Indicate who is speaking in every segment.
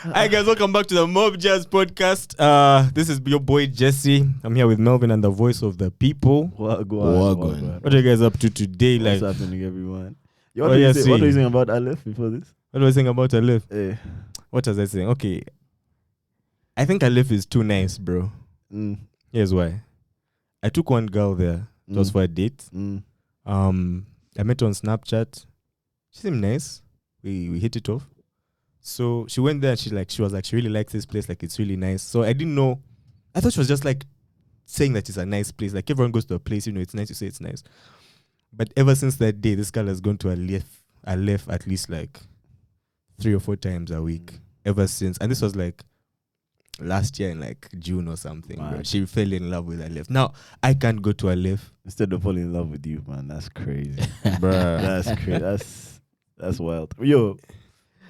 Speaker 1: Hi guys, welcome back to the Mob Jazz Podcast. Uh, this is your boy Jesse. I'm here with Melvin and the voice of the people.
Speaker 2: Wagwan.
Speaker 3: Wagwan.
Speaker 1: What are you guys up to today?
Speaker 2: What's
Speaker 1: like,
Speaker 2: happening, everyone? You
Speaker 1: Oh,
Speaker 2: what, do
Speaker 1: yeah,
Speaker 2: you say, what
Speaker 1: see.
Speaker 2: do you think about Aleph before this?
Speaker 1: what was I saying about Aleph?
Speaker 2: Eh,
Speaker 1: What was I saying? Okay, I think Aleph is too nice, bro.
Speaker 2: mm,
Speaker 1: Here's why. I took one girl there. It was
Speaker 2: Mm.
Speaker 1: for a date.
Speaker 2: mm,
Speaker 1: Um, I met her on Snapchat. She seemed nice. We we hit it off. So she went there. And she like she was like she really likes this place. Like it's really nice. So I didn't know. I thought she was just like saying that it's a nice place. Like everyone goes to a place, you know, it's nice. You say it's nice. But ever since that day, this girl has gone to a left, a left at least like three or four times a week. Ever since, and this was like last year in like June or something. bro.
Speaker 2: Mad.
Speaker 1: She fell in love with a left. Now I can't go to a left.
Speaker 2: Instead of falling in love with you, man, that's crazy.
Speaker 1: Bruh.
Speaker 2: that's crazy. That's that's wild. Yo,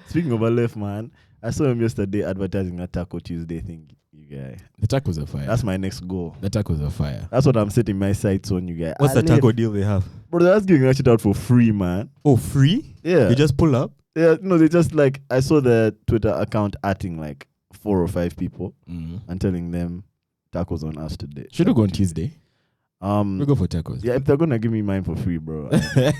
Speaker 2: speaking of Aleph, man, I saw him yesterday advertising that Taco Tuesday thing. You guy,
Speaker 3: The tacos are
Speaker 1: Eh.
Speaker 3: fire.
Speaker 2: that's my next goal.
Speaker 3: the tacos are fire.
Speaker 2: That's what I'm setting my sights on, you guys.
Speaker 1: What's the taco deal they have?
Speaker 2: Bro, that's giving that shit out for free, man.
Speaker 1: Oh, free?
Speaker 2: Yeah.
Speaker 1: You just pull up?
Speaker 2: yeah, no, they just like I saw the Twitter account acting like four or five people
Speaker 3: Mm.
Speaker 1: Mm-hmm.
Speaker 2: and telling them tacos on us today.
Speaker 3: Should we go on Tuesday? We
Speaker 2: Um,
Speaker 3: go for tacos.
Speaker 2: yeah, if they're gonna give me mine for free, bro, I-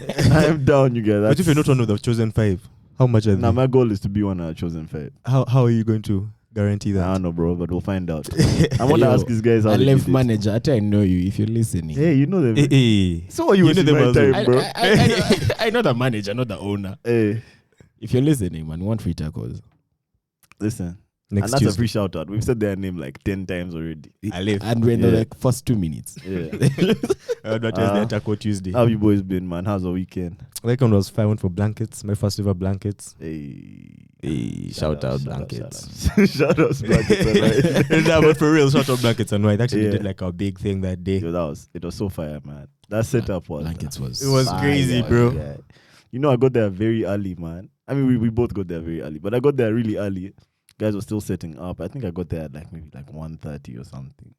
Speaker 2: I'm down, you guys.
Speaker 1: But if you're not one of the chosen five, how much are
Speaker 2: now,
Speaker 1: they?
Speaker 2: my goal is to be one of the chosen five.
Speaker 1: How, how are you going to guarantee
Speaker 2: I
Speaker 1: that?
Speaker 2: don't know, bro, but we'll find out. I want to
Speaker 3: Yo,
Speaker 2: ask these guys how
Speaker 3: I
Speaker 2: they
Speaker 3: left
Speaker 2: did it.
Speaker 3: manager. I tell I know you if you're listening.
Speaker 2: Hey, you know them.
Speaker 1: Eh, eh.
Speaker 2: So what you,
Speaker 1: You
Speaker 2: you
Speaker 1: know them
Speaker 2: my
Speaker 1: as well.
Speaker 2: time,
Speaker 3: I,
Speaker 2: bro.
Speaker 3: I, I, I, know, I know the manager, not the owner.
Speaker 2: hey,
Speaker 3: If you're listening, man, we want free tacos.
Speaker 2: listen, and
Speaker 1: Next
Speaker 2: that's a
Speaker 1: Tuesday.
Speaker 2: free shout out. We've said their name like ten times already.
Speaker 1: Aleph.
Speaker 3: And we're in the
Speaker 2: Yeah.
Speaker 3: like, first two minutes.
Speaker 2: Yeah.
Speaker 1: Advertise
Speaker 2: Ah.
Speaker 1: their Taco Tuesday.
Speaker 2: how you boys been, man? How's the weekend?
Speaker 1: That one was five one for blankets. My first ever blankets.
Speaker 2: Hey,
Speaker 1: Hey, shout out blankets.
Speaker 2: Shout out blankets. alright.
Speaker 1: no, but for real, shout out blankets and white. Actually,
Speaker 2: Yeah.
Speaker 1: did like a big thing that day.
Speaker 2: Yo, that was it. Was so fire, man. That setup was
Speaker 3: Blankets was.
Speaker 1: It was
Speaker 3: fire.
Speaker 1: crazy, bro.
Speaker 2: Yeah. You know, I got there very early, man. I mean, we, we both got there very early, but I got there really early. Guys were still setting up. I think I got there at like maybe like 1.30 or something.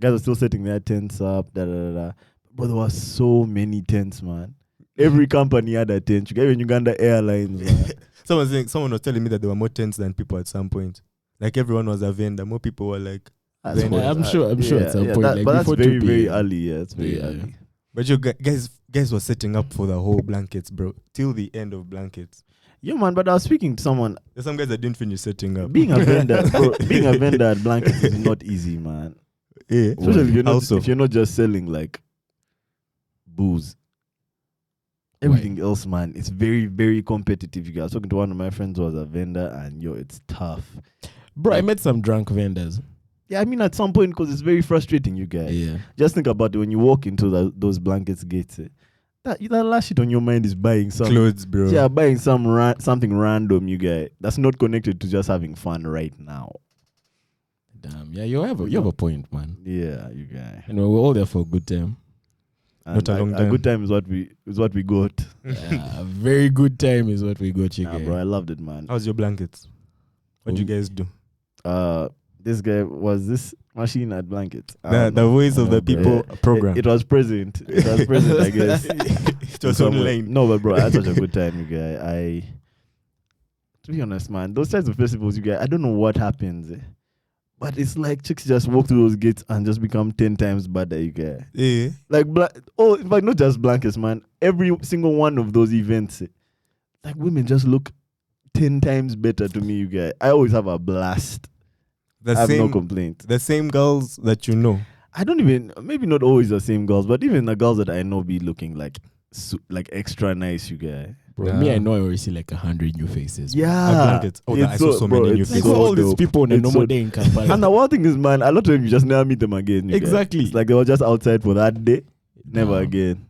Speaker 2: Guys were still setting their tents up. Da, da, da, da. Bro, there were so many tents, man. Every company had a tent. You got even Uganda Airlines, man.
Speaker 1: Someone saying, someone was telling me that there were more tents than people at some point. Like everyone was a vendor. More people were like,
Speaker 2: That's
Speaker 1: Then-
Speaker 2: what-
Speaker 3: I'm sure- I'm sure at some point, like
Speaker 2: but that's
Speaker 3: before
Speaker 2: very,
Speaker 3: 2
Speaker 2: very
Speaker 3: p.m..
Speaker 2: early. Yeah, it's very
Speaker 3: Yeah.
Speaker 2: early.
Speaker 1: but you gu- guys, guys were setting up for the whole blankets, bro, till the end of blankets.
Speaker 2: Yeah, man. But I was speaking to someone
Speaker 1: There's some guys that didn't finish setting up.
Speaker 2: being a vendor, bro, being a vendor at blankets is not easy, man.
Speaker 1: Yeah.
Speaker 2: Especially if you're not
Speaker 1: Also.
Speaker 2: if you're not just selling like booze. Everything else, man, it's very, very competitive. You guys talking to one of my friends who was a vendor, and yo, it's tough.
Speaker 3: Bro, I met some drunk vendors.
Speaker 2: Yeah, I mean, at some point, because it's very frustrating, you guys.
Speaker 3: Yeah.
Speaker 2: Just think about it when you walk into the, those blankets gates. eh, that that last shit on your mind is buying something.
Speaker 1: Clothes, bro.
Speaker 2: Yeah, buying some ra- something random, you guys. That's not connected to just having fun right now.
Speaker 3: Damn. Yeah, you have a, you have a point, man.
Speaker 2: Yeah, you guys.
Speaker 3: And we're all there for a good time.
Speaker 1: Not a long
Speaker 2: A good time is what we is what we got.
Speaker 3: Yeah, a very good time is what we got, you
Speaker 2: Nah,
Speaker 3: guys.
Speaker 2: bro, I loved it, man.
Speaker 1: How's your blankets? What do you
Speaker 2: Oh.
Speaker 3: Um,
Speaker 1: guys do?
Speaker 2: Uh, this guy was this machine at blankets. I
Speaker 1: The,
Speaker 2: don't
Speaker 1: the
Speaker 2: know.
Speaker 1: voice
Speaker 3: I
Speaker 1: of the
Speaker 3: don't know,
Speaker 1: people program.
Speaker 2: It, it was present. It was present, I guess.
Speaker 1: it was
Speaker 2: Somewhere.
Speaker 1: online.
Speaker 2: No, but bro, I had such a good time, you guys. I, to be honest, man, those types of festivals, you guys, I don't know what happens, eh, but it's like chicks just walk through those gates and just become ten times better, you guys.
Speaker 1: Yeah.
Speaker 2: Like black. Oh, in fact, not just blankets, man. Every single one of those events, eh, like women just look ten times better to me, you guys. I always have a blast.
Speaker 1: The
Speaker 2: I have
Speaker 1: same
Speaker 2: no complaint.
Speaker 1: the same girls that you know.
Speaker 2: I don't even maybe not always the same girls, but even the girls that I know be looking like su- like extra nice, you guys.
Speaker 3: Bro,
Speaker 1: Yeah.
Speaker 3: me, I know I already see like a hundred new faces. bro.
Speaker 1: At blankets. Oh, that- I
Speaker 2: It's
Speaker 1: saw
Speaker 2: so-
Speaker 1: so
Speaker 2: bro,
Speaker 1: many new
Speaker 2: it's
Speaker 3: Like
Speaker 1: faces.
Speaker 2: so-
Speaker 3: all these
Speaker 2: dope.
Speaker 3: people on a
Speaker 2: It's
Speaker 3: normal
Speaker 2: so-
Speaker 3: day in Kampala.
Speaker 2: And the wild thing is, man, a lot of them you just never meet them again. You guys.
Speaker 3: Exactly.
Speaker 2: It's like they were just outside for that day, never
Speaker 3: Damn.
Speaker 2: again.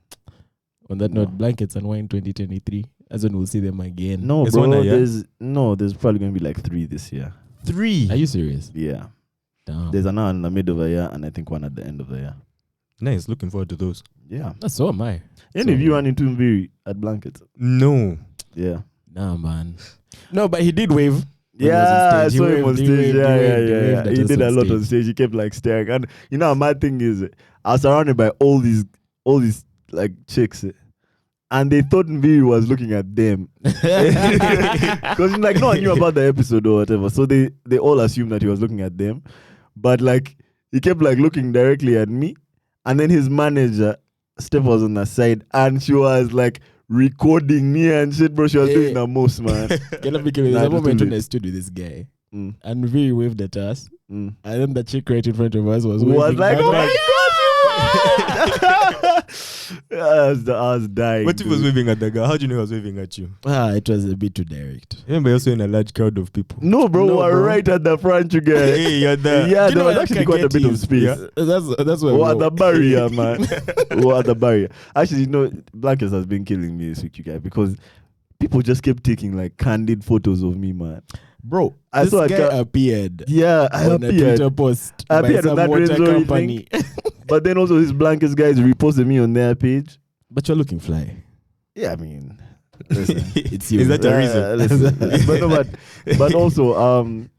Speaker 3: On that note, blankets and wine 2023. As when we'll see them again.
Speaker 2: No,
Speaker 1: It's
Speaker 2: bro.
Speaker 1: one a year.
Speaker 2: There's no. There's probably gonna be like three this year.
Speaker 1: Three.
Speaker 3: Are you serious?
Speaker 2: Yeah.
Speaker 3: Damn.
Speaker 2: There's another in the middle of the year, and I think one at the end of the year.
Speaker 1: Nice. Looking forward to those.
Speaker 2: Yeah.
Speaker 3: Ah, so am I.
Speaker 2: Any of you run into Mbiri at blankets?
Speaker 1: No.
Speaker 2: Yeah.
Speaker 3: Nah, man. No, but he did wave. When he was on
Speaker 2: Yeah, I
Speaker 3: stage, he
Speaker 2: saw him
Speaker 3: waved,
Speaker 2: on
Speaker 3: he
Speaker 2: stage.
Speaker 3: waved,
Speaker 2: yeah,
Speaker 3: he
Speaker 2: yeah,
Speaker 3: waved, he
Speaker 2: yeah,
Speaker 3: waved
Speaker 2: yeah.
Speaker 3: at
Speaker 2: He
Speaker 3: us
Speaker 2: did
Speaker 3: on
Speaker 2: a lot on
Speaker 3: stage.
Speaker 2: stage. He kept like staring. And you know, my thing is, I was surrounded by all these, all these like chicks, eh, and they thought Mviri was looking at them because like no one knew about the episode or whatever. So they they all assumed that he was looking at them, but like he kept like looking directly at me, and then his manager Steph was on the side and she was like recording me and shit, bro. She was
Speaker 3: Yeah.
Speaker 2: doing the most, man.
Speaker 3: Can I be clear?
Speaker 2: Nah,
Speaker 3: There's a
Speaker 2: just
Speaker 3: moment
Speaker 2: do
Speaker 3: when I
Speaker 2: it.
Speaker 3: stood with this guy
Speaker 2: Mm,
Speaker 3: and V waved at us,
Speaker 2: mm.
Speaker 3: and then the chick right in front of us was
Speaker 2: Was
Speaker 3: waving
Speaker 2: like,
Speaker 3: back,
Speaker 2: oh my god, you man!" I was, I was dying.
Speaker 1: What if he was
Speaker 2: dude.
Speaker 1: waving at the girl? How do you know he was waving at you?
Speaker 3: ah, it was a bit too direct.
Speaker 1: Remember, you're also in a large crowd of people.
Speaker 2: No, bro,
Speaker 3: No,
Speaker 2: we we're
Speaker 3: bro.
Speaker 2: right at the front, you guys.
Speaker 1: hey, you're
Speaker 2: yeah,
Speaker 1: there.
Speaker 3: Do you
Speaker 2: there was
Speaker 3: know where
Speaker 2: Ah, actually
Speaker 3: that
Speaker 2: quite a bit
Speaker 3: Kaketi
Speaker 2: of
Speaker 3: is?
Speaker 2: space.
Speaker 3: That's that's where
Speaker 2: We're
Speaker 3: we
Speaker 2: at the
Speaker 3: were.
Speaker 2: barrier, man. We're at the barrier. Actually, you know, Blankets has been killing me this week, you guys, because people just kept taking like candid photos of me, man.
Speaker 3: bro.
Speaker 2: I
Speaker 3: this
Speaker 2: saw a
Speaker 3: guy
Speaker 2: guy-
Speaker 3: appeared
Speaker 2: Yeah, I
Speaker 3: on a
Speaker 2: appeared.
Speaker 3: Twitter post
Speaker 2: I
Speaker 3: by
Speaker 2: appeared on
Speaker 3: some
Speaker 2: that
Speaker 3: water
Speaker 2: Renzo, you
Speaker 3: company,
Speaker 2: But then also these Blankets guys reposted me on their page.
Speaker 3: but you're looking fly.
Speaker 2: Yeah, I mean, listen.
Speaker 1: it's
Speaker 3: you.
Speaker 1: Is that a reason?
Speaker 2: Uh, listen. but, no, but, but also, um,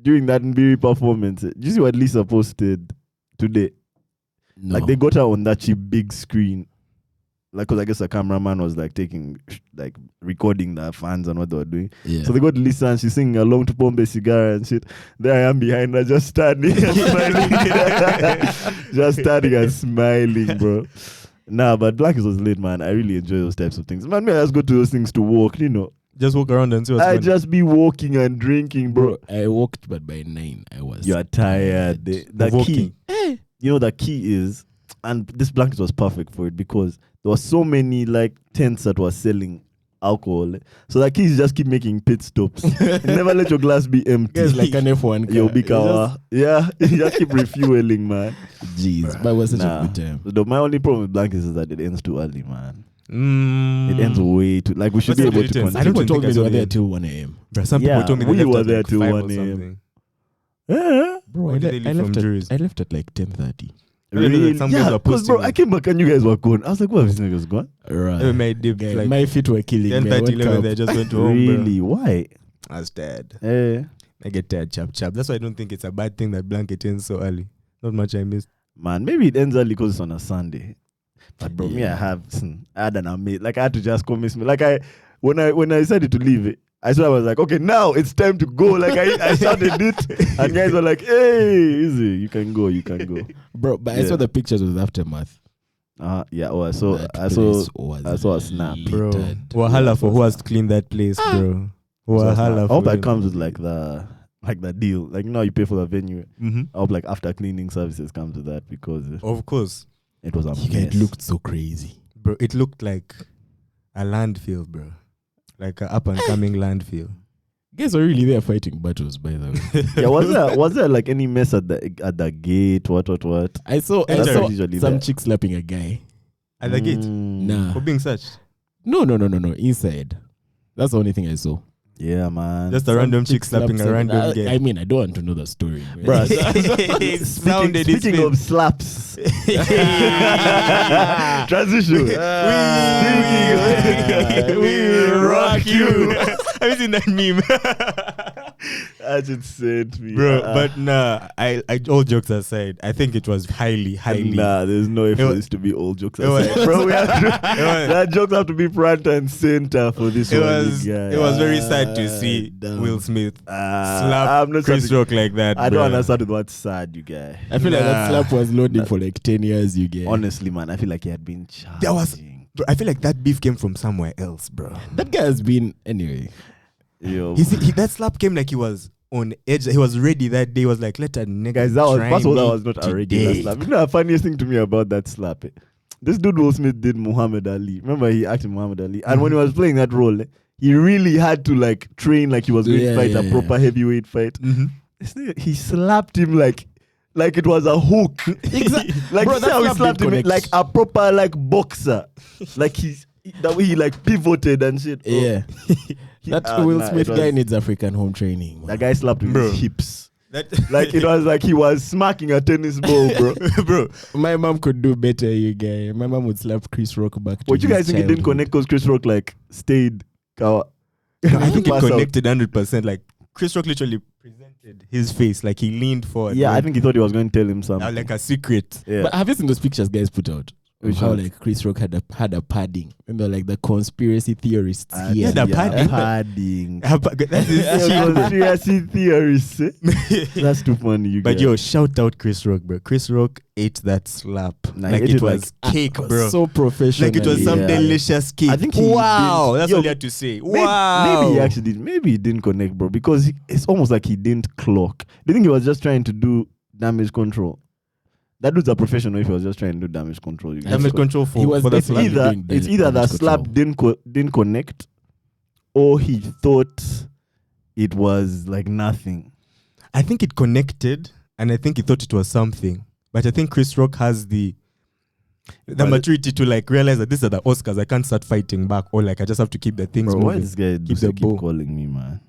Speaker 2: during that Mbiri performance, do you see what Lisa posted today?
Speaker 3: No.
Speaker 2: Like they got her on that cheap big screen. Like, cause I guess the cameraman was like taking, like recording the fans and what they were doing.
Speaker 3: yeah.
Speaker 2: So they got Lisa and she's singing along to Pombe Cigara and shit. There I am behind her, just standing and smiling. just standing and smiling, bro. Nah, but Black is was late, man. I really enjoy those types of things. Man, me, I just go to those things to walk, you know.
Speaker 1: Just walk around and see what's
Speaker 2: I
Speaker 1: going on.
Speaker 2: just be walking and drinking, bro.
Speaker 3: bro, I walked, but by nine I was.
Speaker 2: You're tired. The, the key,
Speaker 1: Walking.
Speaker 2: you know, the key is, and this blanket was perfect for it because there were so many like tents that were selling alcohol. So the key is just keep making pit stops. Never let your glass be empty.
Speaker 3: Guys, like an F1 car.
Speaker 2: Yo, big hour. Yeah, you just keep refueling, man.
Speaker 3: Jeez, but it was such
Speaker 2: Nah.
Speaker 3: a good time.
Speaker 2: Though my only problem with blankets is that it ends too early, man.
Speaker 1: Mm.
Speaker 2: It ends way too. Like we should
Speaker 1: What's
Speaker 2: be
Speaker 1: the
Speaker 2: able to
Speaker 1: difference?
Speaker 2: continue.
Speaker 1: I
Speaker 3: I don't
Speaker 1: didn't
Speaker 3: told
Speaker 1: think I
Speaker 3: me they
Speaker 1: saw
Speaker 3: were
Speaker 1: the
Speaker 3: there
Speaker 1: end.
Speaker 3: till 1 a.m.
Speaker 1: Bruh, some
Speaker 2: Yeah,
Speaker 1: people told me they
Speaker 2: we
Speaker 1: left
Speaker 2: were
Speaker 1: at
Speaker 2: there
Speaker 1: like
Speaker 2: till
Speaker 1: five
Speaker 2: 1
Speaker 1: or
Speaker 2: a.m.
Speaker 1: something.
Speaker 2: Eh?
Speaker 3: Bro,
Speaker 1: When
Speaker 3: I,
Speaker 1: did
Speaker 3: le-
Speaker 1: they
Speaker 3: I
Speaker 1: leave from
Speaker 3: left
Speaker 1: juries?
Speaker 3: at, I left at like 10.30.
Speaker 1: Really?
Speaker 2: Really?
Speaker 1: Some guys
Speaker 2: Yeah,
Speaker 1: were
Speaker 2: because bro,
Speaker 1: posting.
Speaker 2: I came back and you guys were gone. I was like, "What have these niggas gone?
Speaker 1: They
Speaker 3: Right.
Speaker 1: made dip like
Speaker 3: Oh, my feet were killing me.
Speaker 1: 10
Speaker 3: I
Speaker 1: 30,
Speaker 3: woke
Speaker 1: 11,
Speaker 3: up.
Speaker 1: they just went to home. bruh.
Speaker 2: really? Why?"
Speaker 1: I was dead.
Speaker 2: Eh.
Speaker 1: I get tired, chap chap. That's why I don't think it's a bad thing that blanket ends so early. Not much I missed.
Speaker 2: Man, maybe it ends early because it's on a Sunday. But bro, me, I
Speaker 3: Yeah.
Speaker 2: have hmm, I had an amazing like I had to just convince me. Like I when I when I decided to leave it, I saw I was like, okay, now it's time to go. Like I, I started it and guys were like, hey, easy, you can go, you can go.
Speaker 3: Bro, but I
Speaker 2: Yeah.
Speaker 3: saw the pictures of the aftermath.
Speaker 2: Uh yeah, oh I saw
Speaker 3: That
Speaker 2: I saw
Speaker 3: place was
Speaker 2: I saw a snap.
Speaker 1: Bro.
Speaker 3: littered.
Speaker 1: Wahala for who has cleaned that place,
Speaker 2: Ah.
Speaker 1: bro. Wahala
Speaker 2: I
Speaker 1: for
Speaker 2: hope that comes with like the like the deal. Like you know how you pay for the venue.
Speaker 1: hmm
Speaker 2: I hope like after cleaning services comes with that because uh,
Speaker 1: Of course.
Speaker 2: it was a
Speaker 3: You guys
Speaker 2: mess.
Speaker 3: looked so crazy.
Speaker 1: Bro, it looked like a landfill, bro. Like an up and coming landfill.
Speaker 3: Guys were really there fighting battles, by the way.
Speaker 2: yeah, was there was there like any mess at the at the gate? What what what?
Speaker 3: I saw, I
Speaker 1: That's
Speaker 3: saw
Speaker 2: usually
Speaker 3: some
Speaker 2: there.
Speaker 3: chick slapping a guy.
Speaker 1: At the gate.
Speaker 2: Mm.
Speaker 3: Nah.
Speaker 1: For being searched.
Speaker 3: No, no, no, no, no. Inside. That's the only thing I saw.
Speaker 2: Yeah, man.
Speaker 1: Just a
Speaker 3: Some
Speaker 1: random
Speaker 3: chick
Speaker 1: chick slapping
Speaker 3: slapped
Speaker 1: a
Speaker 3: some-
Speaker 1: random
Speaker 3: I, I
Speaker 1: guy.
Speaker 3: mean, I don't want to know the story. man.
Speaker 2: Bruh,
Speaker 1: It
Speaker 2: speaking,
Speaker 1: sounded
Speaker 2: speaking
Speaker 1: insane.
Speaker 2: of slaps.
Speaker 1: Yeah.
Speaker 2: Transition.
Speaker 1: We-
Speaker 2: Speaking of-
Speaker 1: we rock you.
Speaker 2: you.
Speaker 1: Have you seen that meme?
Speaker 2: Ajit sent me.
Speaker 1: bro.
Speaker 2: Uh,
Speaker 1: but nah, I, I all jokes aside, I think it was highly, highly.
Speaker 2: Nah, there's no way
Speaker 1: It
Speaker 2: for
Speaker 1: wa-
Speaker 2: this to be all jokes.
Speaker 1: it wa-
Speaker 2: aside. Bro, we have
Speaker 1: It
Speaker 2: to,
Speaker 1: wa-
Speaker 2: that jokes have to be front and center for this
Speaker 1: It
Speaker 2: one.
Speaker 1: was
Speaker 2: guy.
Speaker 1: it was very sad to see
Speaker 3: Ah, damn.
Speaker 1: Will Smith
Speaker 2: Ah,
Speaker 1: slap
Speaker 2: I'm not
Speaker 1: Chris
Speaker 2: starting-
Speaker 1: Rock like that.
Speaker 2: I don't
Speaker 1: bruh.
Speaker 2: understand with what's sad, you guy.
Speaker 3: I feel like that
Speaker 1: Nah.
Speaker 3: slap was loading for like 10 years, you get.
Speaker 2: Honestly, man, I feel like he had been charging.
Speaker 1: There was- Bro, I feel like that beef came from somewhere else, bro.
Speaker 3: That guy has been, anyway.
Speaker 2: Yo,
Speaker 1: He, see-
Speaker 2: Oh.
Speaker 1: he- that slap came like he was on edge. He was ready that day. He was like, let a nigga
Speaker 2: Guys, that was
Speaker 1: try
Speaker 2: first of all
Speaker 1: me
Speaker 2: that was not a regular
Speaker 1: today.
Speaker 2: slap. You know the funniest thing to me about that slap. eh? This dude Will Smith did Muhammad Ali. Remember he acted Muhammad Ali, and when he was playing that role, eh, he really had to like train like he was going to
Speaker 3: Yeah,
Speaker 2: fight
Speaker 3: yeah,
Speaker 2: a
Speaker 3: yeah.
Speaker 2: proper heavyweight fight.
Speaker 1: Mhm.
Speaker 2: This nigga- He slapped him like. Like it was a hook.
Speaker 3: Exact-
Speaker 2: like
Speaker 3: Bro,
Speaker 2: see
Speaker 3: that
Speaker 2: how he
Speaker 3: slap
Speaker 2: slapped
Speaker 3: did
Speaker 2: him eh,
Speaker 3: connect.
Speaker 2: like a proper like boxer. like he's that way he like pivoted and shit. Oh,
Speaker 3: Yeah.
Speaker 2: he-
Speaker 3: That
Speaker 2: ah,
Speaker 3: Will
Speaker 2: nah, it
Speaker 3: Smith
Speaker 2: was-
Speaker 3: guy needs African home training. man.
Speaker 2: That guy slapped with
Speaker 1: Bro.
Speaker 2: his hips.
Speaker 1: That-
Speaker 2: Like it was like he was smacking a tennis ball, bro.
Speaker 1: bro.
Speaker 3: My mom could do better, you guy. My mom would slap Chris Rock back to
Speaker 2: But you
Speaker 3: his
Speaker 2: guys think it didn't
Speaker 3: childhood.
Speaker 2: connect because Chris Rock like stayed kawa.
Speaker 1: No, I think it
Speaker 2: Pass out.
Speaker 1: connected hundred percent. Like Chris Rock literally presented his face, like he leaned forward.
Speaker 2: Yeah, I
Speaker 1: like,
Speaker 2: think he thought he was going to tell him
Speaker 1: uh,
Speaker 2: something.
Speaker 1: like a secret.
Speaker 2: yeah.
Speaker 3: But have you seen those pictures guys put out? of
Speaker 2: Which
Speaker 3: how
Speaker 2: one?
Speaker 3: like Chris Rock had a had a padding. Remember, like the conspiracy theorists
Speaker 2: Ah,
Speaker 3: here.
Speaker 1: the padding.
Speaker 2: padding.
Speaker 1: That is
Speaker 2: Yeah,
Speaker 1: cheap.
Speaker 2: conspiracy theories. eh? That's too funny, you
Speaker 1: But
Speaker 2: guys.
Speaker 1: yo, shout out Chris Rock, bro. Chris Rock ate that slap
Speaker 2: Nah, he
Speaker 1: like
Speaker 2: ate
Speaker 1: it
Speaker 2: it like-
Speaker 1: was cake, bro.
Speaker 3: So professional.
Speaker 1: like it was some
Speaker 2: Yeah.
Speaker 1: delicious cake.
Speaker 2: I think he
Speaker 1: wow,
Speaker 2: did-
Speaker 1: that's
Speaker 2: yo,
Speaker 1: all you had to say.
Speaker 2: May- maybe,
Speaker 1: wow,
Speaker 2: he actually did. Maybe he didn't connect, bro, because he, it's almost like he didn't clock. Do you think he was just trying to do damage control? That dude's a professional. If he was just trying to do damage control, you guys.
Speaker 1: damage control
Speaker 3: He
Speaker 1: for,
Speaker 3: was
Speaker 1: for the
Speaker 2: it's
Speaker 1: slap.
Speaker 3: definitely-
Speaker 2: either
Speaker 3: doing
Speaker 2: it's
Speaker 3: damage
Speaker 2: either that
Speaker 3: control.
Speaker 2: slap didn't co- didn't connect, or he thought it was like nothing.
Speaker 1: I think it connected, and I think he thought it was something. But I think Chris Rock has the the
Speaker 2: But-
Speaker 1: maturity to like realize that these are the Oscars. I can't start fighting back, or like I just have to keep the things
Speaker 2: Bro, why
Speaker 1: moving,
Speaker 2: this guy
Speaker 1: Keep the
Speaker 2: Duse keep
Speaker 1: ball.
Speaker 2: calling me, man?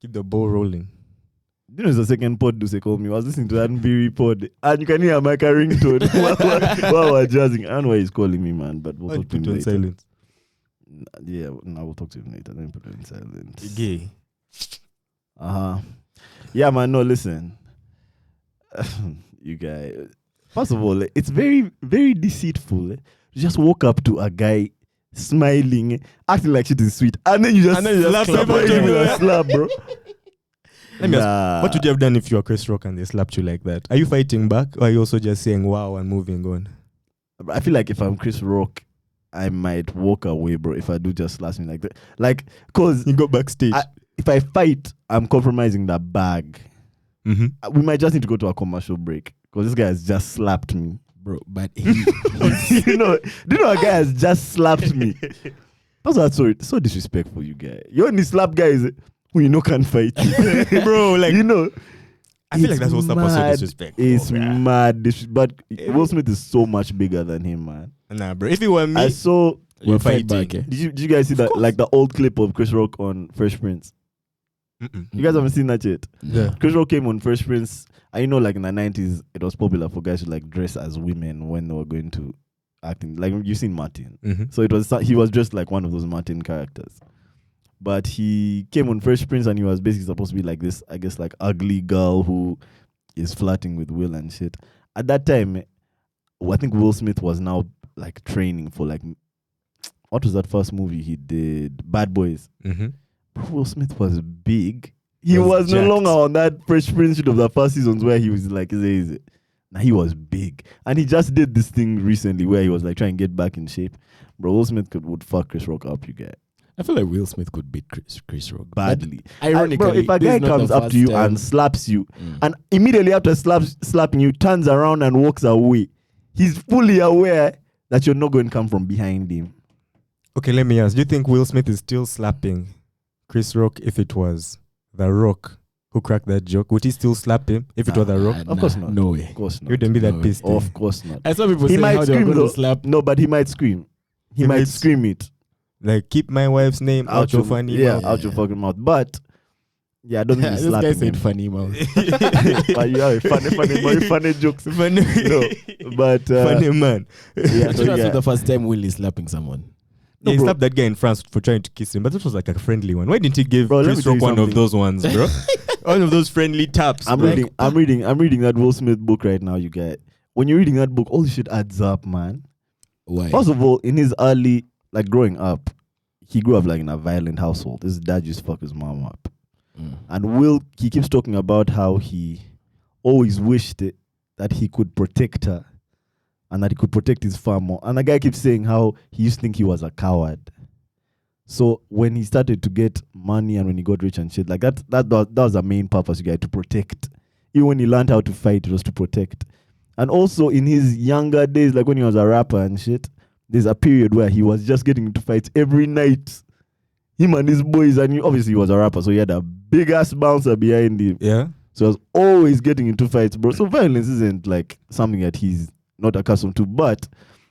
Speaker 1: keep the ball rolling.
Speaker 2: You know, it's the second pod Duse called me. I was listening to that very pod, and you can hear my ringtone while, while we're jazzing. I don't know why he's calling me, man, but we'll
Speaker 1: Why
Speaker 2: talk to him
Speaker 1: put on
Speaker 2: later.
Speaker 1: silence?
Speaker 2: N- Yeah, w- no, we'll talk to him later. Let me put it in silence.
Speaker 1: Gay.
Speaker 2: Uh huh. Yeah, man. No, listen. you guys. First of all, eh, it's very, very deceitful. eh, to Just walk up to a guy smiling, eh, acting like shit is sweet, and then you just
Speaker 1: And then you just
Speaker 2: slap
Speaker 1: slap
Speaker 2: somebody
Speaker 1: him.
Speaker 2: with a slap, bro.
Speaker 1: Let me ask,
Speaker 2: Nah.
Speaker 1: What would you have done if you were Chris Rock and they slapped you like that? Are you fighting back, or are you also just saying wow and moving on?
Speaker 2: I feel like if I'm Chris Rock, I might walk away, bro. If I do just slash me like that, like, cause
Speaker 1: You go backstage.
Speaker 2: I- if I fight, I'm compromising that bag.
Speaker 1: mm-hmm.
Speaker 2: Uh, We might just need to go to a commercial break because this guy has just slapped me.
Speaker 3: bro. But he,
Speaker 2: you know, do you know a guy has just slapped me? That's why so so disrespectful, you guy. You only slap guys who you know can't fight,
Speaker 1: Bro, like-
Speaker 2: you know.
Speaker 1: I feel
Speaker 2: it's
Speaker 1: like that's what's supposed to
Speaker 2: mad.
Speaker 1: disrespect.
Speaker 2: It's
Speaker 1: man.
Speaker 2: mad, dis- but Will Smith is so much bigger than him, man.
Speaker 1: nah, bro. If it were me,
Speaker 2: I saw.
Speaker 3: you
Speaker 1: We're
Speaker 3: fight
Speaker 1: fighting.
Speaker 3: back. eh?
Speaker 2: Did you, did you guys see that? Like the old clip of Chris Rock on Fresh Prince.
Speaker 1: Mm-mm.
Speaker 2: You guys haven't seen that yet.
Speaker 1: Yeah.
Speaker 2: Chris Rock came on Fresh Prince. I know, like in the nineties, it was popular for guys to like dress as women when they were going to acting. Like you've seen Martin.
Speaker 1: Mhm.
Speaker 2: So it was he was just like one of those Martin characters. But he came on Fresh Prince and he was basically supposed to be like this, I guess, like ugly girl who is flirting with Will and shit. At that time, eh, I think Will Smith was now like training for like what was that first movie he did? Bad Boys.
Speaker 1: Mhm.
Speaker 2: Will Smith was big. He
Speaker 1: Was
Speaker 2: was, no
Speaker 1: jacked.
Speaker 2: longer on that Fresh Prince shit of the first seasons where he was like, is it, is it? Now he was big. And he just did this thing recently where he was like trying to get back in shape. Bro, Will Smith could would fuck Chris Rock up, you guys.
Speaker 3: I feel like Will Smith could beat Chris, Chris Rock But
Speaker 2: Badly.
Speaker 3: Ironically,
Speaker 2: bro, if a
Speaker 3: this
Speaker 2: guy
Speaker 3: is not
Speaker 2: comes
Speaker 3: the
Speaker 2: up
Speaker 3: first
Speaker 2: to you
Speaker 3: time-
Speaker 2: and slaps you,
Speaker 3: Mm.
Speaker 2: and immediately after slaps slapping you, turns around and walks away, he's fully aware that you're not going to come from behind him.
Speaker 1: Okay, let me ask. Do you think Will Smith is still slapping Chris Rock if it was The Rock who cracked that joke? Would he still slap him if it were The Rock?
Speaker 3: Ah,
Speaker 2: Of course not.
Speaker 3: No
Speaker 2: Of
Speaker 3: way.
Speaker 2: course not.
Speaker 1: You wouldn't be that
Speaker 3: No,
Speaker 1: pissed. eh?
Speaker 2: Of course not.
Speaker 3: I saw people
Speaker 2: He
Speaker 3: saying
Speaker 2: might
Speaker 3: how they were
Speaker 2: scream,
Speaker 3: going
Speaker 2: though.
Speaker 3: to slap.
Speaker 2: No, but he might scream. He,
Speaker 1: He
Speaker 2: might
Speaker 1: might-
Speaker 2: scream it.
Speaker 1: Like, keep my wife's name out, your funny
Speaker 2: yeah,
Speaker 1: mouth.
Speaker 2: out your fucking mouth. But yeah, I don't think he's
Speaker 3: this guy
Speaker 2: slapping
Speaker 3: said
Speaker 2: him.
Speaker 3: funny mouth.
Speaker 2: but you have funny, funny, funny, funny jokes.
Speaker 1: Funny,
Speaker 2: No, but uh,
Speaker 1: funny man.
Speaker 2: yeah, so
Speaker 3: Actually, that's
Speaker 2: yeah.
Speaker 3: not the first time Will is slapping someone.
Speaker 2: No,
Speaker 1: he
Speaker 2: bro.
Speaker 1: slapped that guy in France for trying to kiss him, but that was like a friendly one. Why didn't he give
Speaker 2: Bro, let me
Speaker 1: Chris
Speaker 2: tell
Speaker 1: Rock
Speaker 2: you
Speaker 1: one of
Speaker 2: something.
Speaker 1: those ones, bro? one of those friendly taps.
Speaker 2: I'm
Speaker 1: bro.
Speaker 2: reading. I'm reading. I'm reading that Will Smith book right now. You guys, when you're reading that book, all this shit adds up, man.
Speaker 3: Why?
Speaker 2: First of all, in his early, like growing up, he grew up like in a violent household. His dad used to fuck his mom up,
Speaker 3: Mm.
Speaker 2: and Will he keeps talking about how he always wished it, that he could protect her, and that he could protect his farm more. And the guy keeps saying how he used to think he was a coward. So when he started to get money and when he got rich and shit, like that, that was, that was the main purpose, you guys, to protect. Even when he learned how to fight, it was to protect. And also in his younger days, like when he was a rapper and shit, there's a period where he was just getting into fights every night. Him and his boys, and he, obviously he was a rapper, so he had a big ass bouncer behind him.
Speaker 1: Yeah.
Speaker 2: So I was always getting into fights, bro. So violence isn't like something that he's not accustomed to, but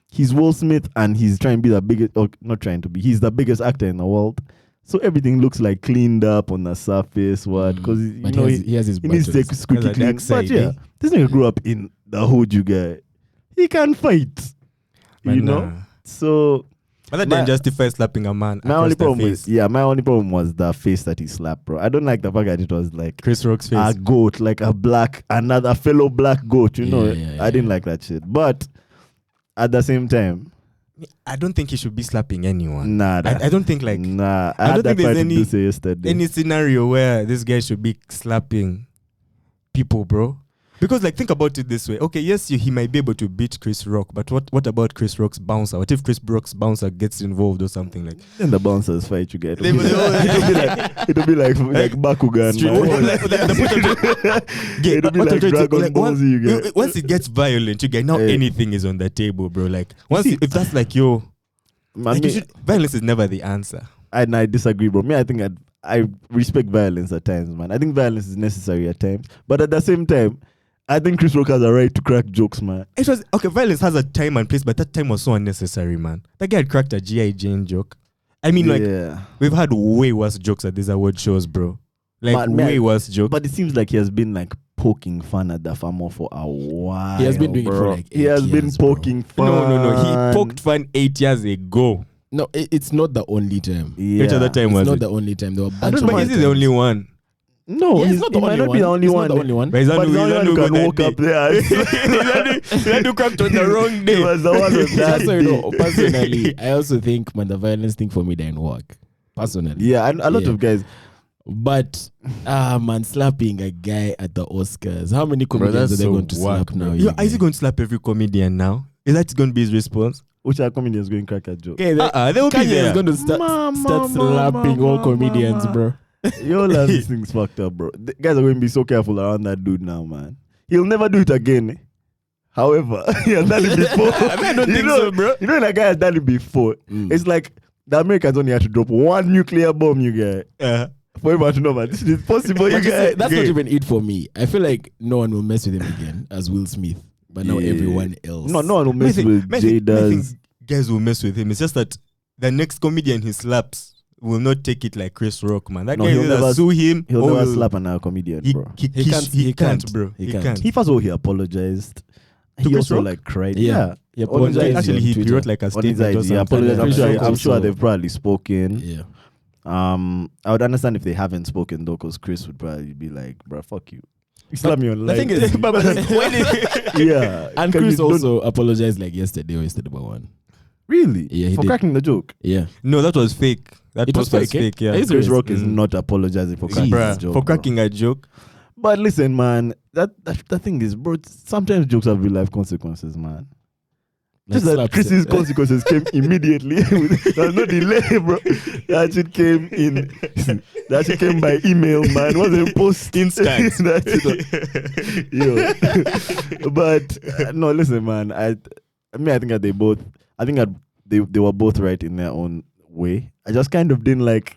Speaker 2: he's Will Smith and he's trying to be the biggest, or not trying to be, he's the biggest actor in the world. So everything looks like cleaned up on the surface, what? Because
Speaker 3: Mm.
Speaker 2: you
Speaker 3: But
Speaker 2: know
Speaker 3: he, has,
Speaker 2: he,
Speaker 3: he has his
Speaker 2: he needs to take
Speaker 3: battles.
Speaker 2: squeaky
Speaker 1: Has a
Speaker 2: clean.
Speaker 1: dark
Speaker 2: But
Speaker 1: side,
Speaker 2: yeah,
Speaker 1: eh?
Speaker 2: this nigga grew up in the hood, you guy. He can fight,
Speaker 1: But
Speaker 2: you know.
Speaker 1: nah.
Speaker 2: So
Speaker 1: But that
Speaker 2: My-
Speaker 1: didn't justify slapping a man.
Speaker 2: my
Speaker 1: across
Speaker 2: only
Speaker 1: the
Speaker 2: problem
Speaker 1: face.
Speaker 2: was, yeah, my only problem was the face that he slapped, bro. I don't like the fact that it was like
Speaker 1: Chris Rock's face.
Speaker 2: a goat, like a black, another fellow black goat. You know,
Speaker 3: Yeah, yeah,
Speaker 2: I
Speaker 3: yeah.
Speaker 2: didn't like that shit. But at the same time.
Speaker 1: I don't think he should be slapping anyone.
Speaker 2: Nah,
Speaker 1: I, I don't think like
Speaker 2: nah. I,
Speaker 1: I
Speaker 2: had
Speaker 1: don't think
Speaker 2: that
Speaker 1: there's
Speaker 2: fight with
Speaker 1: any-
Speaker 2: Duce yesterday.
Speaker 1: any scenario where this guy should be slapping people, bro. Because like think about it this way. Okay, yes, you, he might be able to beat Chris Rock, but what what about Chris Rock's bouncer? What if Chris Rock's bouncer gets involved or something like?
Speaker 2: then the bouncers fight you guys.
Speaker 1: They will-
Speaker 2: it'll be like it'll be like like Bakugan.
Speaker 1: Street-
Speaker 2: man.
Speaker 1: like, the- the point I'm trying- Yeah,
Speaker 2: It'll be
Speaker 1: what I'm trying
Speaker 2: like
Speaker 1: to say,
Speaker 2: Dragon
Speaker 1: like,
Speaker 2: Ball
Speaker 1: once-
Speaker 2: Z, you guys.
Speaker 1: you- Once it gets violent, you guys now
Speaker 2: Yeah.
Speaker 1: anything is on the table, bro. Like once
Speaker 2: see-
Speaker 1: you- if that's like your
Speaker 2: Man,
Speaker 1: like,
Speaker 2: me-
Speaker 1: you should, violence is never the answer.
Speaker 2: and I disagree, bro. Me, I think i I respect violence at times, man. I think violence is necessary at times, but at the same time, I think Chris Rock has a right to crack jokes, man.
Speaker 1: It was okay. Violence has a time and place, but that time was so unnecessary, man. That guy had cracked a GI Jane joke. I mean, like
Speaker 2: yeah,
Speaker 1: We've had way worse jokes at these award shows, bro. Like
Speaker 2: Man, man.
Speaker 1: way worse jokes.
Speaker 2: but it seems like he has been like poking fun at the farmer for a while.
Speaker 3: He has been doing it for,
Speaker 2: bro.
Speaker 3: like,
Speaker 2: He
Speaker 3: eight
Speaker 2: has been
Speaker 3: years, bro.
Speaker 2: poking fun.
Speaker 1: no, no, no. He poked fun eight years ago.
Speaker 3: No, it, it's not the only time.
Speaker 2: Yeah.
Speaker 1: Which other time
Speaker 3: It's
Speaker 1: was
Speaker 3: not
Speaker 1: it?
Speaker 3: the only time. There were a
Speaker 2: I
Speaker 3: bunch
Speaker 1: But
Speaker 2: don't
Speaker 3: of
Speaker 2: know,
Speaker 3: other
Speaker 1: is he the
Speaker 3: times.
Speaker 1: only one?
Speaker 2: No,
Speaker 3: Yeah,
Speaker 2: he's,
Speaker 3: it's not the
Speaker 2: he might
Speaker 3: only
Speaker 2: not
Speaker 3: one.
Speaker 2: be the only
Speaker 3: He's
Speaker 2: one.
Speaker 3: Not the only one.
Speaker 1: But he's the
Speaker 2: But he's
Speaker 1: only
Speaker 2: the
Speaker 1: he's the only
Speaker 2: only one
Speaker 1: on that
Speaker 2: who can walk
Speaker 1: day.
Speaker 2: up there.
Speaker 1: He's the only- he's the only who cracked on the wrong
Speaker 2: He
Speaker 1: day.
Speaker 2: was the one on that
Speaker 3: That's why, you know,
Speaker 2: day.
Speaker 3: Uh, personally, I also think man, the violence thing for me didn't work. Personally,
Speaker 2: Yeah, and a lot
Speaker 3: Yeah.
Speaker 2: of guys.
Speaker 3: But ah man, slapping a guy at the Oscars. How many comedians
Speaker 1: that's
Speaker 3: are they
Speaker 1: so
Speaker 3: going to slap
Speaker 1: whack,
Speaker 3: now?
Speaker 1: Yo, is he
Speaker 3: guys?
Speaker 1: going to slap every comedian now? Is that going to be his response?
Speaker 2: Which are comedians going crack at jokes?
Speaker 3: Okay, the-
Speaker 1: Uh-uh, they will be
Speaker 3: Kanye is
Speaker 1: there.
Speaker 3: going to start,
Speaker 2: Mama,
Speaker 3: start
Speaker 2: mama,
Speaker 3: slapping all
Speaker 2: mama,
Speaker 3: comedians,
Speaker 2: mama.
Speaker 3: bro.
Speaker 2: Yo, love this thing's fucked up, bro. The guys are going to be so careful around that dude now, man. He'll never do it again. eh? However, he has done it before.
Speaker 1: I don't
Speaker 2: you
Speaker 1: think
Speaker 2: know,
Speaker 1: so, bro.
Speaker 2: You know, when a guy has done it before.
Speaker 3: Mm.
Speaker 2: It's like the Americans only had to drop one nuclear bomb, you guys,
Speaker 1: Uh,
Speaker 2: for everyone to know, man. This is possible, you
Speaker 3: But you see,
Speaker 2: guys.
Speaker 3: that's not even it for me. I feel like no one will mess with him again, as Will Smith. But now
Speaker 2: Yeah.
Speaker 3: everyone else.
Speaker 2: No, no one will
Speaker 1: I
Speaker 2: mess
Speaker 1: think-
Speaker 2: with
Speaker 1: I think- I think
Speaker 2: Jada's.
Speaker 1: Guys will mess with him. It's just that the next comedian he slaps will not take it like Chris Rock, man. That
Speaker 2: No,
Speaker 1: guy
Speaker 2: he'll
Speaker 1: will either
Speaker 2: never-
Speaker 1: sue him
Speaker 2: He'll
Speaker 1: or
Speaker 2: never
Speaker 1: will-
Speaker 2: slap another comedian,
Speaker 1: Oh. He,
Speaker 2: bro.
Speaker 1: he,
Speaker 3: He
Speaker 1: he,
Speaker 3: can't-
Speaker 1: he,
Speaker 3: he
Speaker 1: can't,
Speaker 3: can't.
Speaker 1: bro.
Speaker 3: He
Speaker 1: He,
Speaker 3: can't.
Speaker 1: can't.
Speaker 2: He first of all, he apologized.
Speaker 1: To
Speaker 2: He
Speaker 1: Chris
Speaker 2: also
Speaker 1: Rock?
Speaker 2: like cried.
Speaker 3: Yeah. He apologized
Speaker 1: Actually,
Speaker 2: apologized.
Speaker 3: on
Speaker 1: actually he
Speaker 3: Twitter.
Speaker 1: wrote like a
Speaker 2: on his
Speaker 1: statement or
Speaker 2: side, he
Speaker 1: something.
Speaker 2: apologized. I'm
Speaker 3: Yeah,
Speaker 2: sure,
Speaker 3: yeah.
Speaker 2: I'm sure they've probably spoken.
Speaker 3: Yeah.
Speaker 2: Um, I would understand if they haven't spoken though, because Chris would probably be like, "Bruh, fuck you." Slap me
Speaker 3: The
Speaker 2: online.
Speaker 3: thing is,
Speaker 2: yeah.
Speaker 3: and
Speaker 2: Can
Speaker 3: Chris
Speaker 2: you don't-
Speaker 3: also apologized like yesterday or yesterday about one.
Speaker 2: really
Speaker 3: Yeah, he
Speaker 2: for
Speaker 3: did.
Speaker 2: cracking the joke.
Speaker 3: Yeah.
Speaker 1: no, that was fake. That
Speaker 3: It was
Speaker 1: post was
Speaker 3: fake, eh?
Speaker 1: fake. Yeah,
Speaker 3: It's
Speaker 2: Chris
Speaker 3: serious.
Speaker 2: Rock is
Speaker 1: Mm.
Speaker 2: not apologizing for cracking
Speaker 1: Bruh,
Speaker 2: his joke.
Speaker 1: for
Speaker 2: bro.
Speaker 1: cracking a joke.
Speaker 2: But listen, man, that, that the thing is, bro. Sometimes jokes have real life consequences, man.
Speaker 3: Like
Speaker 2: Just that
Speaker 3: slaps.
Speaker 2: Chris's consequences came immediately. there was no delay, bro. That shit came in. That shit came by email, man. Wasn't post
Speaker 1: Instant.
Speaker 2: that shit was- Yo. but uh, no, listen, man. I, I mean, I think that they both. I think that they they were both right in their own way. I just kind of didn't like.